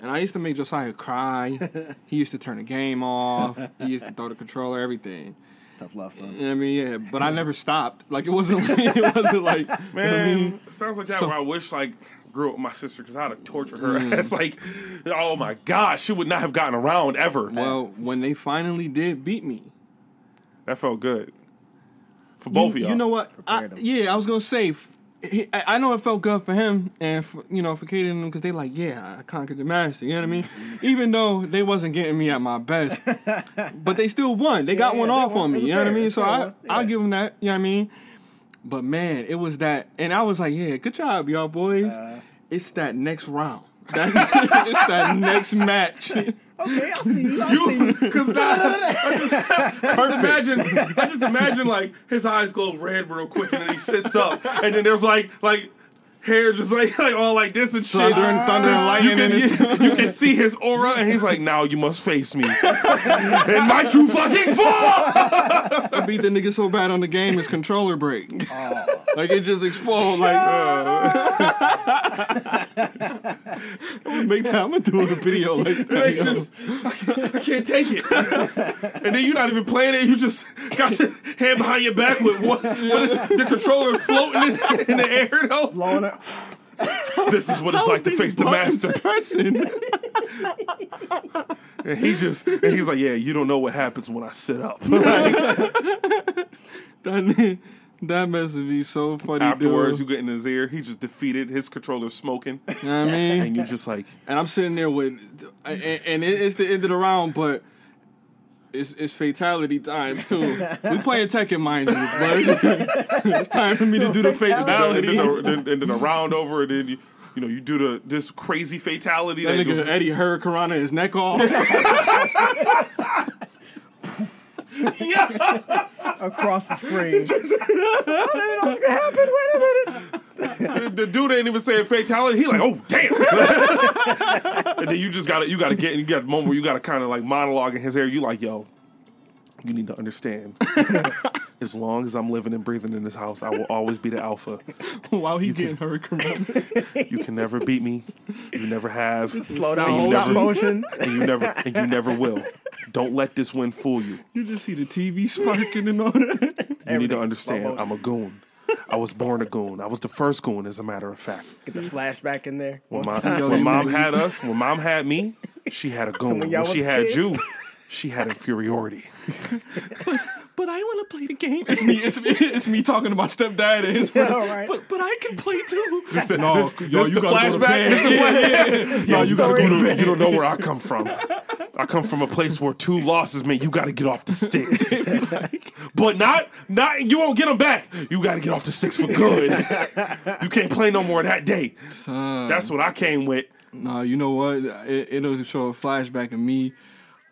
[SPEAKER 3] And I used to make Josiah cry. He used to turn the game off. He used to throw the controller, everything.
[SPEAKER 2] Tough love. Son.
[SPEAKER 3] You know what I mean, yeah, but I never stopped. Like it wasn't, it wasn't like
[SPEAKER 1] Man,
[SPEAKER 3] You know what I mean?
[SPEAKER 1] it's times like that
[SPEAKER 3] So- Mm.
[SPEAKER 1] where I wish like grew up with my sister because I'd have tortured her. it's like, oh my gosh, she would not have gotten around ever.
[SPEAKER 3] Well, when they finally did beat me,
[SPEAKER 1] That felt good for both of
[SPEAKER 3] you,
[SPEAKER 1] y'all.
[SPEAKER 3] you know what? I,
[SPEAKER 2] Prepared him.
[SPEAKER 3] yeah, I was gonna say. f- He, I I know it felt good for him and for, you know for Kaden and them because they like yeah I conquered the master you know what I mean even though they wasn't getting me at my best but they still won they got
[SPEAKER 2] Yeah,
[SPEAKER 3] one
[SPEAKER 2] they
[SPEAKER 3] off
[SPEAKER 2] won.
[SPEAKER 3] on me
[SPEAKER 2] It was
[SPEAKER 3] you know what I
[SPEAKER 2] fair.
[SPEAKER 3] mean
[SPEAKER 2] It's
[SPEAKER 3] so
[SPEAKER 2] fair
[SPEAKER 3] I
[SPEAKER 2] one.
[SPEAKER 3] I'll
[SPEAKER 2] Yeah.
[SPEAKER 3] give them that you know what I mean but man it was that and I was like yeah good job y'all boys
[SPEAKER 2] Uh,
[SPEAKER 3] it's that next round That- it's that next match
[SPEAKER 2] Okay, I'll see you. I'll see
[SPEAKER 1] You,
[SPEAKER 2] you.
[SPEAKER 1] because I just, I just imagine, I just imagine like his eyes glow red real quick, and then he sits up, and then there's like like hair just like like all like this and shit.
[SPEAKER 3] thunder and thunder and
[SPEAKER 1] you
[SPEAKER 3] lightning
[SPEAKER 1] can,
[SPEAKER 3] and it's-
[SPEAKER 1] you, can see his aura, and he's like, "Now you must face me in my true fucking form."
[SPEAKER 3] I beat the nigga so bad on the game, his controller break.
[SPEAKER 1] Oh.
[SPEAKER 3] Like it just explode. Like uh. I'm gonna make that. I'm gonna do a video like that.
[SPEAKER 1] They
[SPEAKER 3] yo.
[SPEAKER 1] just, I can't- I can't take it. And then you're not even playing it. You just got your hand behind your back with one, what is, the controller floating in, in the air. Though.
[SPEAKER 2] Blowing up.
[SPEAKER 1] This is what it's
[SPEAKER 3] How
[SPEAKER 1] like
[SPEAKER 3] is
[SPEAKER 1] to
[SPEAKER 3] these
[SPEAKER 1] face the
[SPEAKER 3] buttons
[SPEAKER 1] master.
[SPEAKER 3] Person.
[SPEAKER 1] And he just and he's like, yeah, you don't know what happens when I sit up. Like,
[SPEAKER 3] That, ni- that mess would be so funny.
[SPEAKER 1] afterwards, you
[SPEAKER 3] dude.
[SPEAKER 1] get in his ear. He just defeated his controller smoking,
[SPEAKER 3] you know what I mean.
[SPEAKER 1] and you just like,
[SPEAKER 3] And I'm sitting there with, and, and it- it's the end of the round, but it's, it's fatality time too. We playing Tekken, mind you, but it's time for me to do the
[SPEAKER 1] and then,
[SPEAKER 3] fatality.
[SPEAKER 1] the, then, and then the round over, and then you, you know you do the this crazy fatality
[SPEAKER 3] That
[SPEAKER 1] that,
[SPEAKER 3] nigga
[SPEAKER 1] just-
[SPEAKER 3] Eddie Hurricanrana his neck off.
[SPEAKER 1] yeah,
[SPEAKER 2] across the screen. I didn't know what's gonna happen. Wait a minute.
[SPEAKER 1] the, the dude ain't even saying fatality. He like, oh damn. and then you just gotta you gotta get you got a moment where you gotta kind of like monologue in his ear. You like, yo, you need to understand. as long as I'm living and breathing in this house, I will always be the alpha.
[SPEAKER 3] While he getting Hurricanrana.
[SPEAKER 1] You can never beat me. You never have.
[SPEAKER 2] Slow down.
[SPEAKER 1] You
[SPEAKER 2] Stop
[SPEAKER 1] never-
[SPEAKER 2] motion.
[SPEAKER 1] And you never and you never will. Don't let this win fool you.
[SPEAKER 3] You just see the TV sparking and all that.
[SPEAKER 1] You need to
[SPEAKER 2] Everything's slow
[SPEAKER 1] understand
[SPEAKER 2] motion.
[SPEAKER 1] I'm a goon. I was born a goon. I was the first goon, as a matter of fact.
[SPEAKER 2] Get the flashback in there.
[SPEAKER 1] When,
[SPEAKER 2] One
[SPEAKER 1] mom-
[SPEAKER 2] time.
[SPEAKER 1] when mom had us, when mom had me, she had a goon.
[SPEAKER 2] when
[SPEAKER 1] When,
[SPEAKER 2] y'all
[SPEAKER 1] she
[SPEAKER 2] was
[SPEAKER 1] had
[SPEAKER 2] kids.
[SPEAKER 1] you, she had inferiority.
[SPEAKER 3] But I want to play the game. It's me. It's me. It's me talking to my stepdad and his friends.
[SPEAKER 2] all right.
[SPEAKER 3] But but I can play too.
[SPEAKER 1] no, this,
[SPEAKER 3] yo,
[SPEAKER 1] this
[SPEAKER 3] you
[SPEAKER 1] the
[SPEAKER 3] gotta go to
[SPEAKER 1] flashback.
[SPEAKER 3] bed.
[SPEAKER 1] This the flashback.
[SPEAKER 2] Yo,
[SPEAKER 1] you gotta go
[SPEAKER 2] story.
[SPEAKER 1] to bed. You don't know where I come from. I come from a place where two losses mean you gotta get off the sticks. but not not you won't get them back. You gotta get off the sticks for good. you can't play no more that day. That's what I came with.
[SPEAKER 3] No, you know what? It, it'll show a flashback of me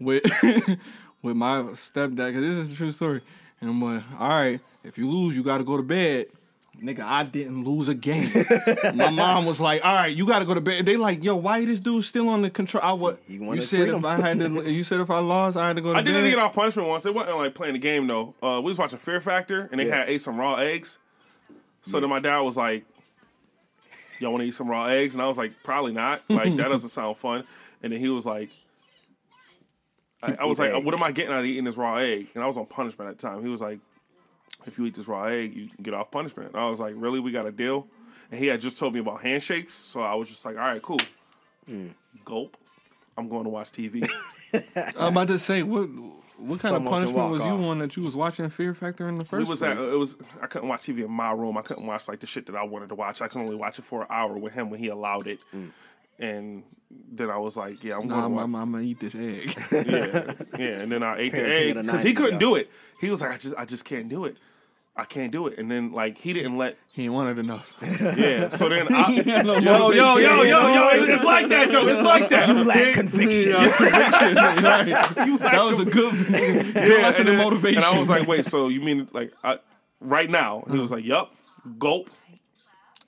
[SPEAKER 3] with with my stepdad. Cause this is a true story. And I'm like, all right, if you lose, you gotta go to bed. Nigga, I didn't lose a game. My mom was like, "All right, you gotta go to bed." They like, "Yo, why this dude still on the control?" I would.
[SPEAKER 2] He
[SPEAKER 3] You
[SPEAKER 2] wanted
[SPEAKER 3] said if
[SPEAKER 2] freedom.
[SPEAKER 3] I had to, you said if I lost, I had to go to
[SPEAKER 1] I
[SPEAKER 3] bed.
[SPEAKER 1] didn't get off punishment once. It wasn't like playing the game though. Uh, we was watching Fear Factor and they had ate some raw eggs. So then my dad was like, y'all want to eat some raw eggs? And I was like, probably not. Like that doesn't sound fun. And then he was like, I, I was
[SPEAKER 2] Eat
[SPEAKER 1] like,
[SPEAKER 2] eggs.
[SPEAKER 1] what am I getting out of eating this raw egg? And I was on punishment at the time. He was like, if you eat this raw egg, you can get off punishment. And I was like, really? We got a deal? And he had just told me about handshakes, so I was just like, all right, cool.
[SPEAKER 3] Mm.
[SPEAKER 1] Gulp. I'm going to watch TV.
[SPEAKER 3] I'm about to say what what kind
[SPEAKER 2] Someone should
[SPEAKER 3] of punishment
[SPEAKER 2] walk
[SPEAKER 3] was
[SPEAKER 2] off.
[SPEAKER 3] you on that you was watching Fear Factor in the
[SPEAKER 1] We
[SPEAKER 3] first
[SPEAKER 1] was
[SPEAKER 3] place?
[SPEAKER 1] at, uh, it was I couldn't watch TV in my room. I couldn't watch like the shit that I wanted to watch. I could only watch it for an hour with him when he allowed it.
[SPEAKER 3] Mm.
[SPEAKER 1] And then I was like, yeah, I'm
[SPEAKER 3] Nah,
[SPEAKER 1] going
[SPEAKER 3] I'm,
[SPEAKER 1] to watch.
[SPEAKER 3] I'm, I'm gonna eat this egg.
[SPEAKER 1] yeah, yeah. And then I ate the
[SPEAKER 2] parenting
[SPEAKER 1] egg
[SPEAKER 2] of the
[SPEAKER 1] because he
[SPEAKER 2] 90s,
[SPEAKER 1] couldn't
[SPEAKER 2] y'all.
[SPEAKER 1] do it. He was like, I just, I just can't do it. I can't do it. And then like he didn't let.
[SPEAKER 3] he ain't wanted enough.
[SPEAKER 1] Yeah. So then I.
[SPEAKER 3] had no
[SPEAKER 1] Yo, yo,
[SPEAKER 3] motivation.
[SPEAKER 1] yo, yo, yo! It's it's like that, though. It's like that.
[SPEAKER 2] You lack
[SPEAKER 1] Then-
[SPEAKER 2] conviction.
[SPEAKER 3] Yeah, conviction, right.
[SPEAKER 1] you lack
[SPEAKER 3] That was a
[SPEAKER 1] conviction.
[SPEAKER 3] good.
[SPEAKER 1] Yeah,
[SPEAKER 3] yeah,
[SPEAKER 1] and then-
[SPEAKER 3] motivation.
[SPEAKER 1] And I was like, wait, so you mean like I, right now?
[SPEAKER 2] Uh-huh.
[SPEAKER 1] He was like, yup, gulp.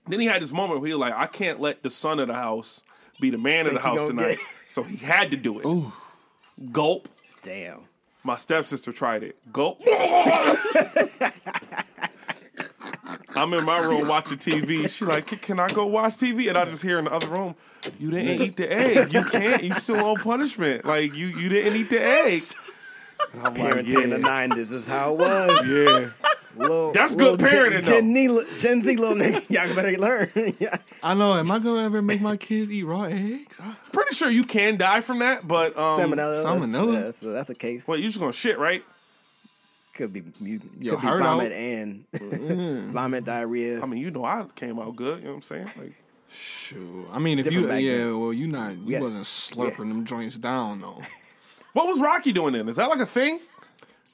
[SPEAKER 1] Then he had this moment where he was like, I can't let the son of the house be the man of the
[SPEAKER 2] Think you
[SPEAKER 1] house
[SPEAKER 2] gonna
[SPEAKER 1] tonight.
[SPEAKER 2] get-
[SPEAKER 1] So he had to do it.
[SPEAKER 3] Ooh.
[SPEAKER 1] Gulp.
[SPEAKER 2] Damn.
[SPEAKER 1] My stepsister tried it. Gulp. I'm in my room watching TV. She like, "Can- can I go watch TV? And I just hear in the other room, you didn't eat the egg. You can't. You still on punishment. Like you, you didn't eat the egg. And I'm like,
[SPEAKER 2] Parenting in the
[SPEAKER 1] "Yeah."
[SPEAKER 2] nineties is how it was.
[SPEAKER 1] Yeah.
[SPEAKER 2] Little-
[SPEAKER 1] That's good
[SPEAKER 2] little
[SPEAKER 1] parenting,
[SPEAKER 2] Gen, Gen, Z- Gen Z little nigga, y'all better learn. yeah.
[SPEAKER 3] I know. Am I gonna ever make my kids eat raw eggs? Ah, I-
[SPEAKER 1] Pretty sure you can die from that, but um
[SPEAKER 2] Salmonella.
[SPEAKER 3] salmonella?
[SPEAKER 2] That's, that's, that's a case.
[SPEAKER 1] wait, you just gonna shit, right?
[SPEAKER 2] could be you,
[SPEAKER 3] Yo,
[SPEAKER 2] could be
[SPEAKER 3] hard
[SPEAKER 2] vomit
[SPEAKER 3] out. Mm.
[SPEAKER 2] and vomit diarrhea.
[SPEAKER 1] I mean, you know I came out good, you know what I'm saying? Like
[SPEAKER 3] Shoot. I mean, if
[SPEAKER 2] different
[SPEAKER 3] you
[SPEAKER 2] back
[SPEAKER 3] yeah,
[SPEAKER 2] then.
[SPEAKER 3] well, you not you
[SPEAKER 2] Yeah.
[SPEAKER 3] wasn't slurping
[SPEAKER 2] Yeah.
[SPEAKER 3] them joints down though.
[SPEAKER 1] what was Rocky doing then? Is that like a thing?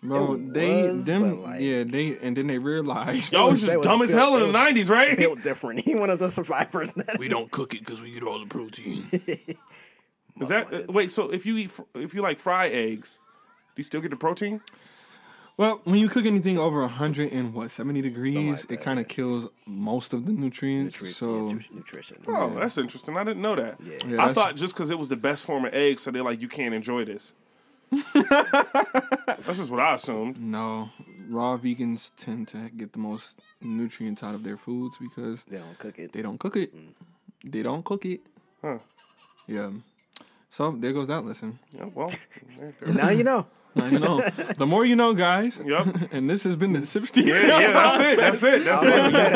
[SPEAKER 3] Bro,
[SPEAKER 2] It
[SPEAKER 3] they
[SPEAKER 2] was,
[SPEAKER 3] them
[SPEAKER 2] but, like-
[SPEAKER 3] yeah they and then they realized
[SPEAKER 1] Y'all was
[SPEAKER 2] They
[SPEAKER 1] just
[SPEAKER 2] was
[SPEAKER 1] dumb as
[SPEAKER 2] built-
[SPEAKER 1] hell
[SPEAKER 2] they
[SPEAKER 1] in the
[SPEAKER 2] was
[SPEAKER 1] nineties, right?
[SPEAKER 2] Built different. He one of the survivors. That
[SPEAKER 3] we don't cook it because we get all the protein.
[SPEAKER 1] Is that uh, wait? So if you eat fr- if you like fry eggs, do you still get the protein?
[SPEAKER 3] well, when you cook anything over hundred and what seventy degrees,
[SPEAKER 2] like that,
[SPEAKER 3] it kind of kills most of the nutrients. so
[SPEAKER 2] Nutri- nutrition.
[SPEAKER 1] Oh, that's interesting. I didn't know that.
[SPEAKER 3] Yeah,
[SPEAKER 1] I
[SPEAKER 3] that's-
[SPEAKER 1] thought just because it was the best form of egg, so they're like, you can't enjoy this. that's just what I assumed.
[SPEAKER 3] no, raw vegans tend to get the most nutrients out of their foods because
[SPEAKER 2] They don't cook it.
[SPEAKER 3] they don't cook it. They don't cook it. Yeah. So there goes that lesson.
[SPEAKER 1] Yeah, well, there- there-
[SPEAKER 2] Now you know.
[SPEAKER 3] Now you know. the more you know, guys.
[SPEAKER 1] Yep.
[SPEAKER 3] and this has been the Sip Steve.
[SPEAKER 1] Yeah, yeah, that's it. That's it.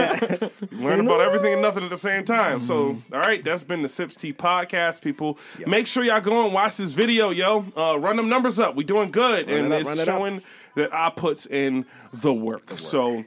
[SPEAKER 1] That's it. Learn about everything and nothing at the same time. So,
[SPEAKER 2] Mm-hmm.
[SPEAKER 1] all right, that's been the Sips Tea podcast, people. Make sure y'all go and watch this video, yo. Uh, run them numbers up. We doing good, and
[SPEAKER 2] it up,
[SPEAKER 1] it's
[SPEAKER 2] run it up.
[SPEAKER 1] showing that I puts in the work. So.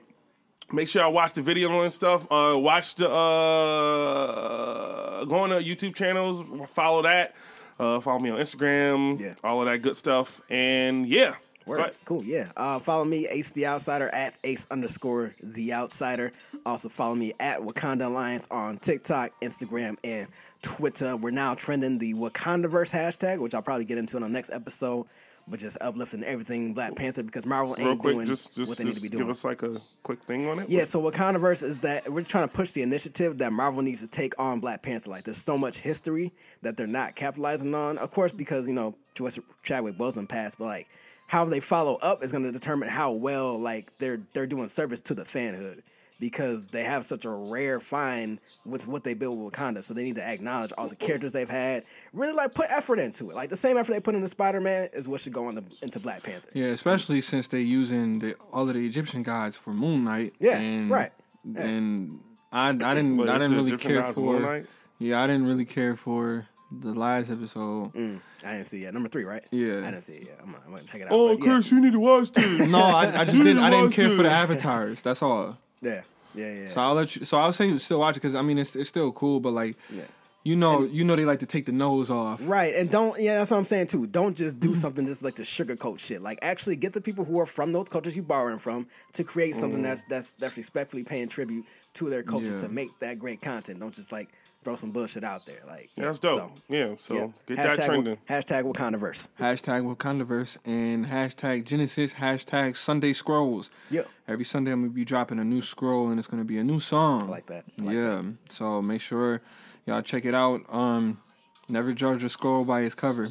[SPEAKER 1] Make sure y'all watch the video and stuff. Uh, watch the uh, go on the YouTube channels. Follow that. Uh, follow me on Instagram.
[SPEAKER 2] Yeah.
[SPEAKER 1] All of that good stuff. And yeah,
[SPEAKER 2] Word.
[SPEAKER 1] Right.
[SPEAKER 2] Cool. Yeah. Uh, follow me, Ace the Outsider, at Ace underscore the Outsider. Also follow me at Wakanda Alliance on TikTok, Instagram, and Twitter. We're now trending the Wakandaverse hashtag, which I'll probably get into in the next episode. But just uplifting everything Black Panther because Marvel
[SPEAKER 1] real
[SPEAKER 2] ain't
[SPEAKER 1] quick,
[SPEAKER 2] doing
[SPEAKER 1] just just,
[SPEAKER 2] what they
[SPEAKER 1] just
[SPEAKER 2] need to be
[SPEAKER 1] give
[SPEAKER 2] doing.
[SPEAKER 1] us like a quick thing on it.
[SPEAKER 2] Yeah, so Wakandaverse is that we're trying to push the initiative that Marvel needs to take on Black Panther. Like, there's so much history that they're not capitalizing on. Of course, because you know Joyce Chadwick Boseman passed, but like how they follow up is going to determine how well like they're they're doing service to the fanhood because they have such a rare find with what they built with Wakanda. So they need to acknowledge all the characters they've had. Really, like put effort into it. Like the same effort they put into Spider Man is what should go into, into Black Panther.
[SPEAKER 3] Yeah, especially since they using the all of the Egyptian gods for Moon Knight.
[SPEAKER 2] Yeah,
[SPEAKER 3] and,
[SPEAKER 2] right.
[SPEAKER 3] And I, I didn't
[SPEAKER 1] Wait,
[SPEAKER 3] I
[SPEAKER 1] it's
[SPEAKER 3] didn't
[SPEAKER 1] the
[SPEAKER 3] really
[SPEAKER 1] Egyptian
[SPEAKER 3] care
[SPEAKER 1] gods Moon
[SPEAKER 3] for
[SPEAKER 1] Knight?
[SPEAKER 3] yeah I didn't really care for the last episode.
[SPEAKER 1] Mm.
[SPEAKER 2] I didn't see it. yet. Number three, right?
[SPEAKER 3] Yeah.
[SPEAKER 2] I didn't see it. Yet. I'm, gonna- I'm gonna check it out.
[SPEAKER 1] Oh,
[SPEAKER 2] but yeah.
[SPEAKER 1] Chris, you need to watch this.
[SPEAKER 3] No, I, I just didn't I didn't
[SPEAKER 1] watch
[SPEAKER 3] care for the
[SPEAKER 1] it.
[SPEAKER 3] avatars. That's all.
[SPEAKER 2] Yeah, yeah, yeah.
[SPEAKER 3] So I'll let you. So I'll say you still watch it because I mean it's it's still cool, but like
[SPEAKER 2] Yeah.
[SPEAKER 3] you know you know they like to take the nose off.
[SPEAKER 2] right, and don't yeah, that's what I'm saying too. Don't just do something that's like the sugarcoat shit. Like actually get the people who are from those cultures you borrowing from to create something
[SPEAKER 1] Mm.
[SPEAKER 2] that's that's that's respectfully paying tribute to their cultures
[SPEAKER 3] Yeah.
[SPEAKER 2] to make that great content. Don't just like throw some bullshit out there. Like
[SPEAKER 1] Yeah, that's dope. yeah, so get that
[SPEAKER 2] Hashtag
[SPEAKER 1] trending.
[SPEAKER 2] Wa- Hashtag Wakandaverse.
[SPEAKER 3] Hashtag Wakandaverse and hashtag Genesis hashtag Sunday Scrolls.
[SPEAKER 2] Yeah.
[SPEAKER 3] Every Sunday I'm gonna be dropping a new scroll and it's gonna be a new song. I
[SPEAKER 2] like that. I like
[SPEAKER 3] yeah. So make sure y'all check it out. Um, never judge a scroll by its cover.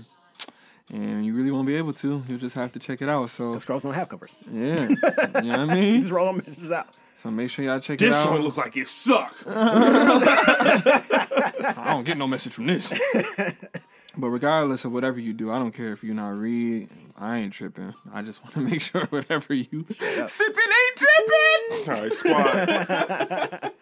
[SPEAKER 3] And you really won't be able to. You'll just have to check it out. So
[SPEAKER 2] The scrolls don't have covers.
[SPEAKER 3] yeah, you know what I mean.
[SPEAKER 2] Just roll them bitches out.
[SPEAKER 3] So make sure y'all check it
[SPEAKER 1] This
[SPEAKER 3] out.
[SPEAKER 1] joint look like it suck.
[SPEAKER 3] I don't get no message from this. but regardless of whatever you do, I don't care if you not read. I ain't tripping. I just want to make sure whatever you sipping ain't tripping.
[SPEAKER 1] All right, squad.